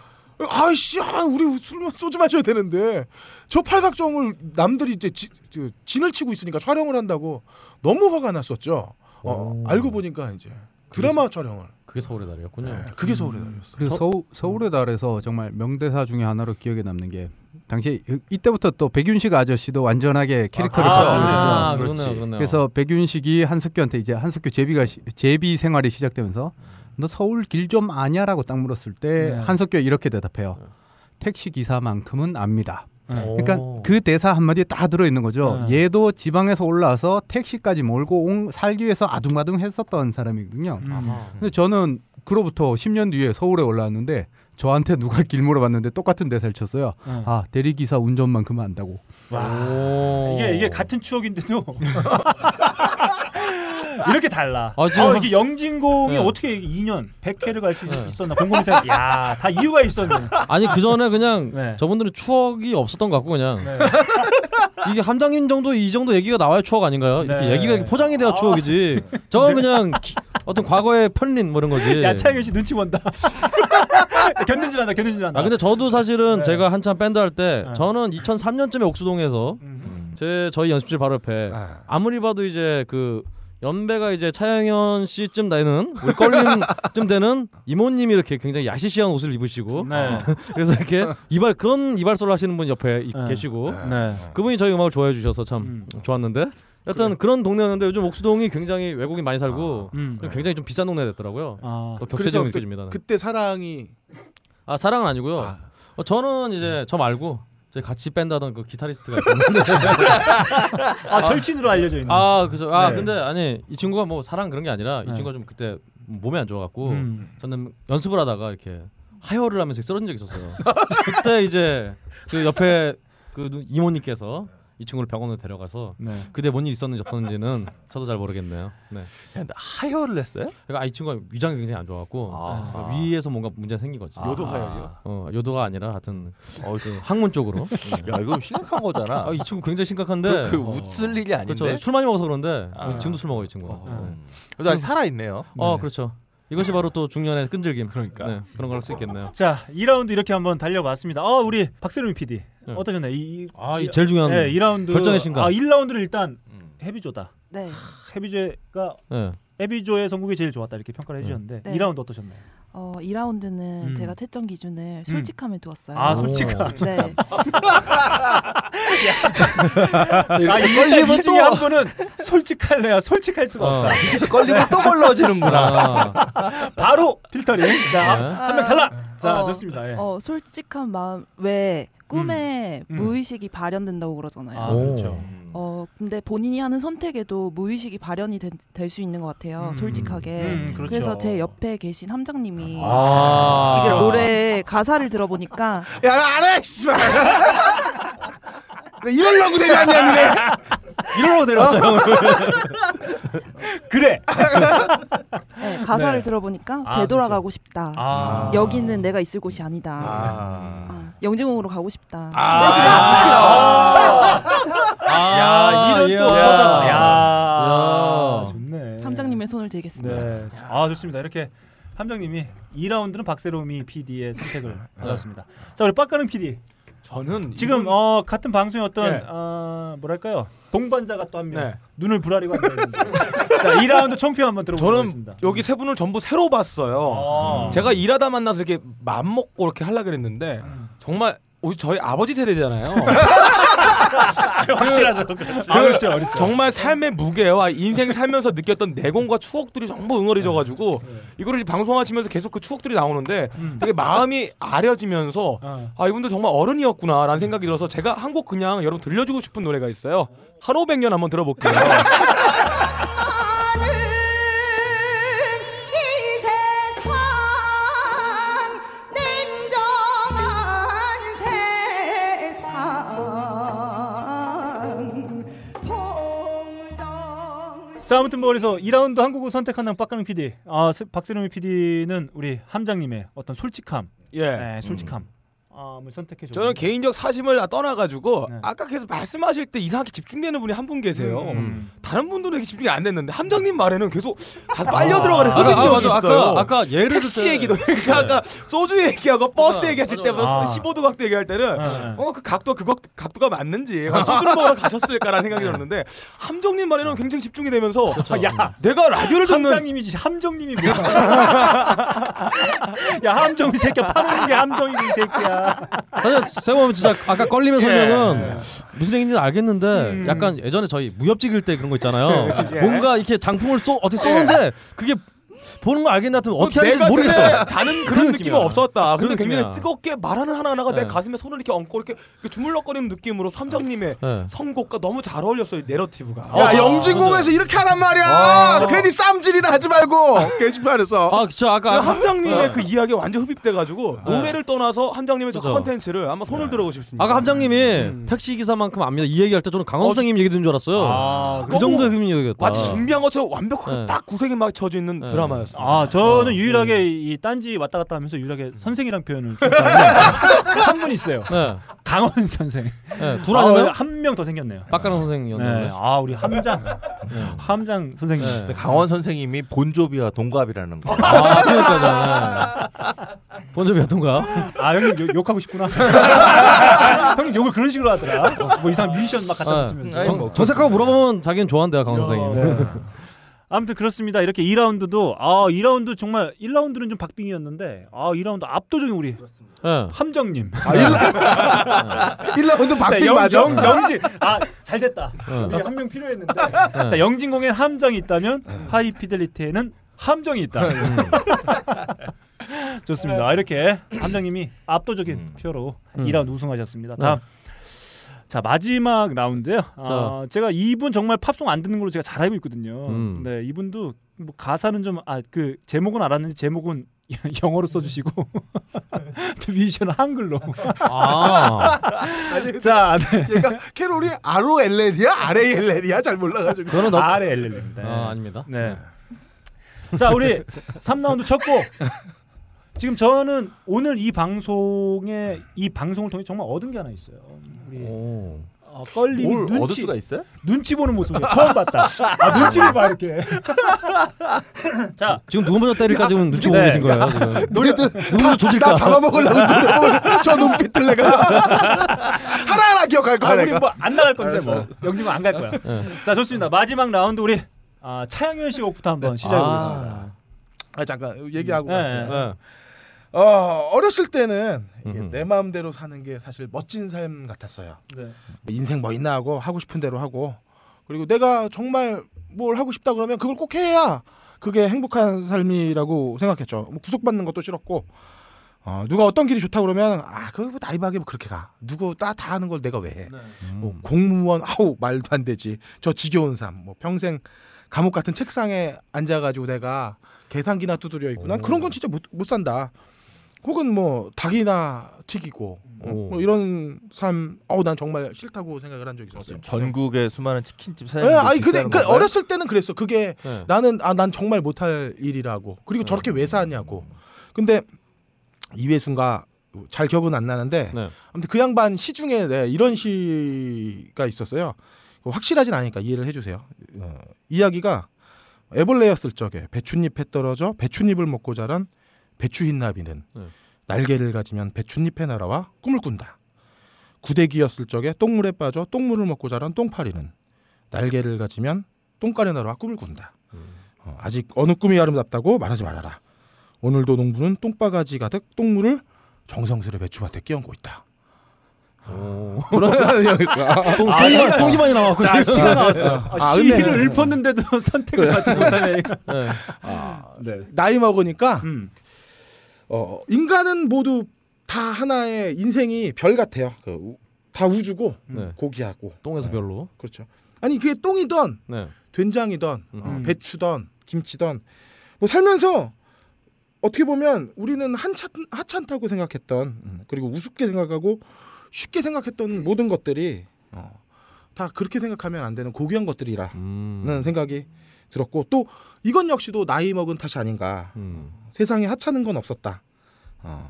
Speaker 2: 아이씨, 아, 우리 술 마- 소주 마셔야 되는데 저 팔각정을 남들이 이제 지, 저, 진을 치고 있으니까 촬영을 한다고 너무 화가 났었죠. 어, 알고 보니까 이제 드라마 촬영을 네,
Speaker 6: 그게 서울의 달이었군요.
Speaker 2: 그게 서울의 달이었어요.
Speaker 7: 그리고 서울, 서울의 달에서 정말 명대사 중에 하나로 기억에 남는 게 당시 이때부터 또 백윤식 아저씨도 완전하게 캐릭터를
Speaker 6: 아,
Speaker 7: 잡아내죠.
Speaker 6: 아, 그렇네요, 그렇네요.
Speaker 7: 그래서 백윤식이 한석규한테 이제 한석규 제비가 시- 제비 생활이 시작되면서 너 서울 길 좀 아냐라고 딱 물었을 때
Speaker 6: 네.
Speaker 7: 한석규가 이렇게 대답해요. 택시 기사만큼은 압니다.
Speaker 6: 네.
Speaker 7: 그러니까 그 대사 한마디에 다 들어있는 거죠. 얘도 지방에서 올라와서 택시까지 몰고 온, 살기 위해서 아둥바둥 했었던 사람이거든요.
Speaker 1: 어.
Speaker 6: 아하.
Speaker 7: 근데 저는 그로부터 10년 뒤에 서울에 올라왔는데 저한테 누가 길 물어봤는데 똑같은 대사를 쳤어요.
Speaker 1: 응.
Speaker 7: 아 대리기사 운전만큼은 안다고.
Speaker 1: 네. 와 이게
Speaker 6: 어.
Speaker 1: 이게 같은 추억인데도 이렇게 달라.
Speaker 7: 아,
Speaker 1: 아,
Speaker 7: 지금 한-
Speaker 1: 이게 영진공이
Speaker 6: 네.
Speaker 1: 어떻게 2년 100회를 갈 수 있었나 궁금해. 야다 이유가 있었네.
Speaker 6: 아니 그 전에 그냥
Speaker 1: 네.
Speaker 6: 저분들은 추억이 없었던 것 같고 그냥 이게 함장님 정도 이 정도 얘기가 나와야 추억 아닌가요? 이렇게
Speaker 1: 네.
Speaker 6: 얘기가 이렇게 포장이 돼야 추억이지. 저건 그냥 키- 어떤 과거의 편린 뭐 이런 거지.
Speaker 1: 야 차영현 씨 눈치 본다. 견딘줄 안다. 견딘줄 안다. 네.
Speaker 6: 아 근데 저도 사실은 제가 한참 밴드 할 때 저는 2003년쯤에 옥수동에서
Speaker 1: 음.
Speaker 6: 제 저희 연습실 바로 옆에
Speaker 2: 네.
Speaker 6: 아무리 봐도 이제 그 연배가 이제 차영현 씨쯤 되는 우리 껄림쯤 되는 이모님이 이렇게 굉장히 야시시한 옷을 입으시고 그래서 이렇게 이발 그런 이발소를 하시는 분 옆에 이- 계시고
Speaker 1: 네.
Speaker 6: 그분이 저희 음악을 좋아해 주셔서 참 좋았는데 여튼 그런 동네였는데 요즘 옥수동이 굉장히 외국인 많이 살고
Speaker 1: 음.
Speaker 6: 좀 굉장히 좀 비싼 동네 됐더라고요. 또
Speaker 2: 그래서
Speaker 6: 격세지감
Speaker 2: 그-
Speaker 6: 느껴집니다. 네.
Speaker 2: 그때 사랑이
Speaker 6: 아 사랑은 아니고요. 어, 저는 이제
Speaker 1: 네.
Speaker 6: 저 말고 저희 같이 밴드 하던 그 기타리스트가 있었는데
Speaker 1: 아, 절친으로 알려져 있는.
Speaker 6: 아 그죠. 아
Speaker 1: 네.
Speaker 6: 근데 아니 이 친구가 뭐 사랑 그런 게 아니라 이
Speaker 1: 네.
Speaker 6: 친구가 좀 그때 몸이 안 좋아갖고
Speaker 1: 음.
Speaker 6: 저는 연습을 하다가 이렇게 하혈을 하면서 쓰러진 적이 있었어요. 그때 이제 그 옆에 그 누- 이모님께서 이 친구를 병원에 데려가서
Speaker 1: 네.
Speaker 6: 그때 뭔 일 있었는지 없었는지는 저도 잘 모르겠네요. 네.
Speaker 3: 하혈을 했어요?
Speaker 6: 그러니까 아, 이 친구가 위장이 굉장히 안 좋아갖고
Speaker 3: 아.
Speaker 6: 위에서 뭔가 문제 가 생긴 거지.
Speaker 3: 요도 하혈이요?
Speaker 6: 어 요도가 아니라 하여튼 그 항문 쪽으로.
Speaker 3: 야, 이거 심각한 거잖아.
Speaker 6: 아, 이 친구 굉장히
Speaker 3: 그-
Speaker 6: 심각한데.
Speaker 3: 그 웃을 일이 아닌데?
Speaker 6: 그렇죠. 술 많이 먹어서 그런데
Speaker 3: 아.
Speaker 6: 지금도 술 먹어 이 친구. 가 네.
Speaker 3: 그래도 아직 살아있네요.
Speaker 6: 어
Speaker 3: 네.
Speaker 6: 그렇죠. 이것이 바로 또 중년의 끈질김. 그러니까 그런 걸 할 수 있겠네요.
Speaker 1: 자, 2라운드 이렇게 한번 달려봤습니다. 아, 우리 박세롬 PD 어떠셨나요? 이, 이-
Speaker 6: 네. 아,
Speaker 1: 이-
Speaker 6: 이 제일 중요한
Speaker 1: 네, 2라운드
Speaker 6: 결정의 순간.
Speaker 1: 아, 1라운드를 일단 해비조다.
Speaker 4: 네.
Speaker 1: 해비조가
Speaker 6: 네.
Speaker 1: 해비조의 선곡이 제일 좋았다 이렇게 평가를 해주셨는데
Speaker 4: 네.
Speaker 1: 2라운드 어떠셨나요?
Speaker 4: 어, 2라운드는
Speaker 1: 음.
Speaker 4: 제가 채점 기준을 솔직함에 두었어요.
Speaker 1: 아, 솔직함.
Speaker 4: 네.
Speaker 1: 아,
Speaker 4: 이렇게
Speaker 1: 일단
Speaker 4: 걸리면
Speaker 1: 이 중에
Speaker 4: 또-
Speaker 1: 한 분은 솔직할래야 솔직할 수가
Speaker 6: 어.
Speaker 1: 없다. 아.
Speaker 6: 여기서 걸리면 또 걸러지는구나.
Speaker 1: 바로 필터링. 자,
Speaker 6: 네.
Speaker 1: 한 명 탈락. 자,
Speaker 4: 아. 어,
Speaker 1: 좋습니다. 예.
Speaker 4: 어, 솔직한 마음 왜 꿈에
Speaker 6: 음.
Speaker 4: 무의식이 발현된다고 그러잖아요.
Speaker 1: 아, 그렇죠.
Speaker 2: 음.
Speaker 4: 어, 근데 본인이 하는 선택에도 무의식이 발현이 될 수 있는 것 같아요. 솔직하게.
Speaker 1: 음, 그렇죠.
Speaker 4: 래서제 옆에 계신 함장님이
Speaker 1: 아.
Speaker 4: 이게 노래 가사를 들어보니까
Speaker 2: 그렇죠. 야, 안 해. 씨발. 나 이럴라고 데려왔냐, 니네.
Speaker 6: 이러고 데려왔어요,
Speaker 2: 어?
Speaker 1: 그래.
Speaker 4: 네, 가사를
Speaker 1: 네.
Speaker 4: 들어보니까
Speaker 1: 아,
Speaker 4: 되돌아가고 싶다.
Speaker 1: 아.
Speaker 4: 여기는 내가 있을 곳이 아니다. 아, 영진공으로 가고 싶다.
Speaker 1: 아.
Speaker 4: 아.
Speaker 1: 야, 이런 또 서사. 야. 좋네.
Speaker 4: 함장님의 손을 대겠습니다.
Speaker 1: 네. 아 좋습니다. 이렇게 함장님이 2라운드는 박세롬이 PD의 선택을 받았습니다. 자 우리 빡가는 PD.
Speaker 5: 네. 저는
Speaker 1: 지금 어, 같은 방송의 어떤
Speaker 5: 예.
Speaker 1: 어, 뭐랄까요 동반자가 또 한 명
Speaker 5: 네.
Speaker 1: 눈을 부라리고 앉아 있는데. 자 2라운드 총평 한번 들어보겠습니다.
Speaker 5: 여기 세 분을 전부 새로 봤어요. 음.
Speaker 1: 아.
Speaker 5: 제가 일하다 만나서 이렇게 맘 먹고 이렇게 하려 그랬는데 정말 우리 저희 아버지 세대잖아요.
Speaker 1: 확실하죠. 그렇죠. 어렵죠, 어렵죠.
Speaker 5: 정말 삶의 무게와 인생 살면서 느꼈던 내공과 추억들이 전부 응어리져가지고
Speaker 1: 네.
Speaker 5: 이거를 이제 방송하시면서 계속 그 추억들이 나오는데 되게 마음이 아려지면서
Speaker 1: 어.
Speaker 5: 아 이분도 정말 어른이었구나라는 생각이 들어서 제가 한 곡 그냥 여러분 들려주고 싶은 노래가 있어요. 한 오백 년 한번 들어볼게요.
Speaker 9: 이 세상 냉정한 세상
Speaker 1: 자 아무튼 뭐 그래서 2라운드 한국을 선택한 빡가는 PD. 아 스- 박세롬이 PD는 우리 함장님의 어떤 솔직함.
Speaker 5: 예.
Speaker 1: 네, 솔직함. 아, 뭐 선택해 줘.
Speaker 5: 저는 개인적 사심을 떠나가지고
Speaker 1: 네.
Speaker 5: 아까 계속 말씀하실 때 이상하게 집중되는 분이 한 분 계세요.
Speaker 1: 음,
Speaker 5: 다른 분들에게 집중이 안 됐는데 함장님 말에는 계속 자 빨려 들어가는
Speaker 6: 아,
Speaker 5: 그런
Speaker 6: 아,
Speaker 5: 기억이
Speaker 6: 맞아.
Speaker 5: 있어요.
Speaker 6: 아까- 아까 예를
Speaker 5: 택시
Speaker 6: 들었어요.
Speaker 1: 네.
Speaker 5: 얘기도 아까 소주 얘기하고 버스
Speaker 6: 맞아,
Speaker 5: 얘기하실
Speaker 6: 맞아,
Speaker 5: 때부터
Speaker 6: 맞아.
Speaker 5: 15도 각도 얘기할 때는
Speaker 1: 네,
Speaker 5: 어 그 각도 그 각- 각도가 맞는지 소주를 먹으러 가셨을까라는 생각이
Speaker 1: 네.
Speaker 5: 들었는데 함정님 말에는 굉장히 집중이 되면서 야 내가 라디오를 듣는
Speaker 1: 그렇죠. 함장님이지 함정님이 뭐야? 야 함정 이 새끼야 파는 게 함정이고 이 새끼야.
Speaker 6: 사실 생각해보면 진짜 아까 걸리면
Speaker 1: 예.
Speaker 6: 설명은 무슨 얘기인지 알겠는데
Speaker 5: 음.
Speaker 6: 약간 예전에 저희 무협 찍을 때 그런 거 있잖아요.
Speaker 1: 예.
Speaker 6: 뭔가 이렇게 장풍을 쏘 어떻게 쏘는데 그게 보는 거 알겠나 하여튼 어떻게
Speaker 5: 예.
Speaker 6: 하는지
Speaker 5: 그 내가
Speaker 6: 모르겠어.
Speaker 5: 쓰는 다른 그런 느낌이
Speaker 6: 느낌이야.
Speaker 5: 없었다. 근데
Speaker 6: 그런
Speaker 5: 굉장히
Speaker 6: 느낌이야.
Speaker 5: 뜨겁게 말하는 하나하나가 내
Speaker 6: 네.
Speaker 5: 가슴에 손을 이렇게 얹고 이렇게, 이렇게 주물럭거리는 느낌으로 삼장님의
Speaker 6: 네. 아,
Speaker 5: 선곡과 너무 잘 어울렸어요. 내러티브가.
Speaker 2: 야
Speaker 6: 네.
Speaker 2: 영진공에서 이렇게 하란 말이야.
Speaker 5: 아.
Speaker 2: 괜히 쌈질이나 하지 말고 게시판에서.
Speaker 6: 아, 그쵸 아까 아.
Speaker 5: 함장님의
Speaker 6: 네.
Speaker 5: 그 이야기 완전 흡입돼가지고 노래를 떠나서 함장님의 저
Speaker 6: 그죠. 네.
Speaker 5: 컨텐츠를 아마 손을 들어보고 싶습니다.
Speaker 6: 아까 함장님이 택시 기사만큼 압니다. 이 얘기할 때 저는 강원
Speaker 5: 어,
Speaker 6: 선생님 얘기 듣는 줄 알았어요.
Speaker 5: 아,
Speaker 6: 그 정도의 힘이었다.
Speaker 5: 마치 준비한 것처럼 완벽하게
Speaker 6: 네.
Speaker 5: 딱 구색이 맞춰져 있는 드라마였어요.
Speaker 1: 예. 아 저는 유일하게 이 딴지 왔다 갔다 하면서 유일하게 선생이란 표현을 음. 한분 있어요.
Speaker 6: 네.
Speaker 1: 강원 선생. 어,
Speaker 6: 네, 둘 아니었나요?
Speaker 1: 예, 한명 더 생겼네요.
Speaker 6: 빡가는 선생이었나요?
Speaker 1: 네. 아 우리 함장. 함장 선생님.
Speaker 3: 근데 강원 선생님이 본조비와 동갑이라는 거.
Speaker 6: 네. 아, 그러니까 본조비 어떤가?
Speaker 1: 아 형님 욕- 욕하고 싶구나. 형님 욕을 그런 식으로 하더라. 뭐 이상 한 뮤지션 막 갖다 붙이면서.
Speaker 6: 예.
Speaker 1: 뭐.
Speaker 6: 정, 정색하고 물어보면 자기는 좋아한대요 강원 선생님.
Speaker 1: 아무튼 그렇습니다. 이렇게 2라운드도 아 2라운드 정말 1라운드는 좀 박빙이었는데 아 2라운드 압도적인 우리
Speaker 6: 네.
Speaker 1: 함정님. 예.
Speaker 2: 일라운드 박빙
Speaker 1: 자, 영-
Speaker 2: 맞아.
Speaker 1: 영- 영진 아잘 됐다.
Speaker 6: 응.
Speaker 1: 우리 한 명 필요했는데.
Speaker 6: 네.
Speaker 1: 자 영진공엔 함정이 있다면 하이피델리티에는 함정이 있다.
Speaker 6: 네.
Speaker 1: 좋습니다. 아, 이렇게 함정님이 압도적인 표로
Speaker 6: 음.
Speaker 1: 2라운드 우승하셨습니다. 다음. 자 마지막 라운드요. 아, 제가 이분 정말 팝송 안 듣는 걸로 제가 잘 알고 있거든요.
Speaker 6: 음.
Speaker 1: 네 이분도 뭐 가사는 좀 아 그 제목은 알았는데 제목은 영어로 써주시고 뮤지션 한글로.
Speaker 6: 아
Speaker 1: 자 네.
Speaker 2: 얘가 캐롤이 ROLL이야? RALL이야? 잘 몰라가지고.
Speaker 6: 그거는 너
Speaker 1: 아래 엘렐입니다.
Speaker 6: 아, 아닙니다.
Speaker 1: 네. 자 우리 3라운드 쳤고 지금 저는 오늘 이 방송에 이 방송을 통해 정말 얻은 게 하나 있어요. 우리
Speaker 6: 오.
Speaker 1: 어, 껄림
Speaker 3: 뭘 얻을
Speaker 1: 눈치
Speaker 3: 수가 있어요?
Speaker 1: 눈치 보는 모습을 처음 봤다. 아 눈치를 봐 이렇게. 자
Speaker 6: 지금 누가 먼저 때릴까 지금 눈치 보고
Speaker 1: 네.
Speaker 6: 계신 거예요. 지금.
Speaker 2: 너희들
Speaker 6: 누구 먼저 조질까?
Speaker 2: 나 잡아먹으려고 노려보고 저 눈빛들 내가 하나하나 기억할
Speaker 1: 아,
Speaker 2: 거야
Speaker 1: 우리
Speaker 2: 내가.
Speaker 1: 뭐안 나갈 건데 뭐 영지만 안갈 거야.
Speaker 6: 네.
Speaker 1: 자 좋습니다. 마지막 라운드 우리 아, 차영현 씨 곡부터
Speaker 2: 네.
Speaker 1: 한번 시작해 보겠습니다.
Speaker 2: 아 잠깐 얘기하고.
Speaker 1: 네.
Speaker 2: 갈게요.
Speaker 6: 네.
Speaker 2: 어 어렸을 때는 이게
Speaker 6: 음.
Speaker 2: 내 마음대로 사는 게 사실 멋진 삶 같았어요.
Speaker 1: 네.
Speaker 2: 인생 뭐 있나 하고 하고 싶은 대로 하고 그리고 내가 정말 뭘 하고 싶다 그러면 그걸 꼭 해야 그게 행복한 삶이라고 생각했죠. 뭐 구속받는 것도 싫었고 어, 누가 어떤 길이 좋다 그러면 아 그거 뭐 나이박이 뭐 그렇게 가 누구 다 다 하는 걸 내가 왜 해? 뭐 공무원 아우 말도 안 되지 저 지겨운 삶 뭐 평생 감옥 같은 책상에 앉아가지고 내가 계산기나 두드려 있고 난 그런 건 진짜 못, 못 산다. 혹은 뭐 닭이나 튀기고 어,
Speaker 6: 오.
Speaker 2: 뭐 이런 삶 어우 난 정말 싫다고 생각을 한 적이 있었어요.
Speaker 3: 전국의 수많은 치킨집
Speaker 2: 예,
Speaker 3: 사장님.
Speaker 2: 아니 근데 그
Speaker 6: 그러니까
Speaker 2: 어렸을 때는 그랬어. 그게
Speaker 6: 네.
Speaker 2: 나는 아 난 정말 못할 일이라고. 그리고 저렇게 왜 사냐고. 근데 이회순가 잘 기억은 안 나는데
Speaker 6: 네.
Speaker 2: 아무튼 그 양반 시 중에 네, 이런 시가 있었어요. 확실하진 않으니까 이해를 해주세요.
Speaker 3: 네.
Speaker 2: 어, 이야기가 애벌레였을 적에 배춧잎에 떨어져 배춧잎을 먹고 자란 배추흰나비는
Speaker 6: 네.
Speaker 2: 날개를 가지면 배춧잎의 나라와 꿈을 꾼다. 구데기였을 적에 똥물에 빠져 똥물을 먹고 자란 똥파리는 날개를 가지면 똥가래 나라와 꿈을 꾼다. 어, 아직 어느 꿈이 아름답다고 말하지 말아라. 오늘도 농부는 똥바가지 가득 똥물을 정성스레 배추밭에 끼얹고 있다. 아,
Speaker 6: 오.
Speaker 2: 그런 내용이었어. 아,
Speaker 6: 똥- 똥이- 똥이 많이 나왔고.
Speaker 1: 자 시가 나왔어. 아,
Speaker 2: 아, 근데-
Speaker 1: 시를 읊었는데도 선택을 받지 못하네.
Speaker 6: 네.
Speaker 1: 네.
Speaker 2: 나이 먹으니까
Speaker 1: 음.
Speaker 2: 어, 인간은 모두 다 하나의 인생이 별 같아요. 그 우- 다 우주고
Speaker 6: 네.
Speaker 2: 고기하고
Speaker 6: 똥에서 별로.
Speaker 2: 그렇죠. 아니 그게 똥이던
Speaker 6: 네.
Speaker 2: 된장이던 어,
Speaker 1: 음.
Speaker 2: 배추던 김치던 뭐 살면서 어떻게 보면 우리는 한참 하찮다고 생각했던 음, 그리고 우습게 생각하고 쉽게 생각했던 모든 것들이 어, 다 그렇게 생각하면 안 되는 고귀한 것들이라는
Speaker 6: 음.
Speaker 2: 생각이 들었고 또 이건 역시도 나이 먹은 탓이 아닌가
Speaker 6: 음.
Speaker 2: 세상에 하찮은 건 없었다. 어,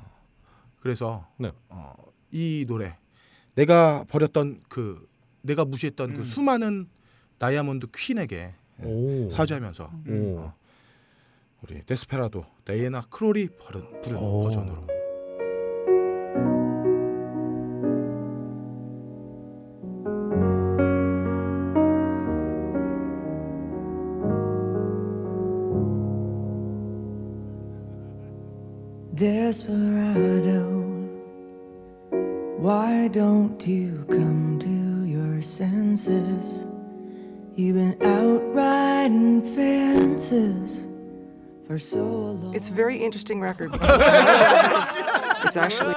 Speaker 2: 그래서
Speaker 6: 네.
Speaker 2: 어, 이 노래 내가 버렸던 그 내가 무시했던 그 수많은 다이아몬드 퀸에게 예,
Speaker 6: 오.
Speaker 2: 사죄하면서 어,
Speaker 6: 오.
Speaker 2: 우리 데스페라도 데이나 크롤이 버른, 부른
Speaker 6: 오.
Speaker 2: 버전으로
Speaker 9: Desperado, why don't you come to your senses? You've been out riding fences, for so long.
Speaker 12: It's a very interesting record. it's actually.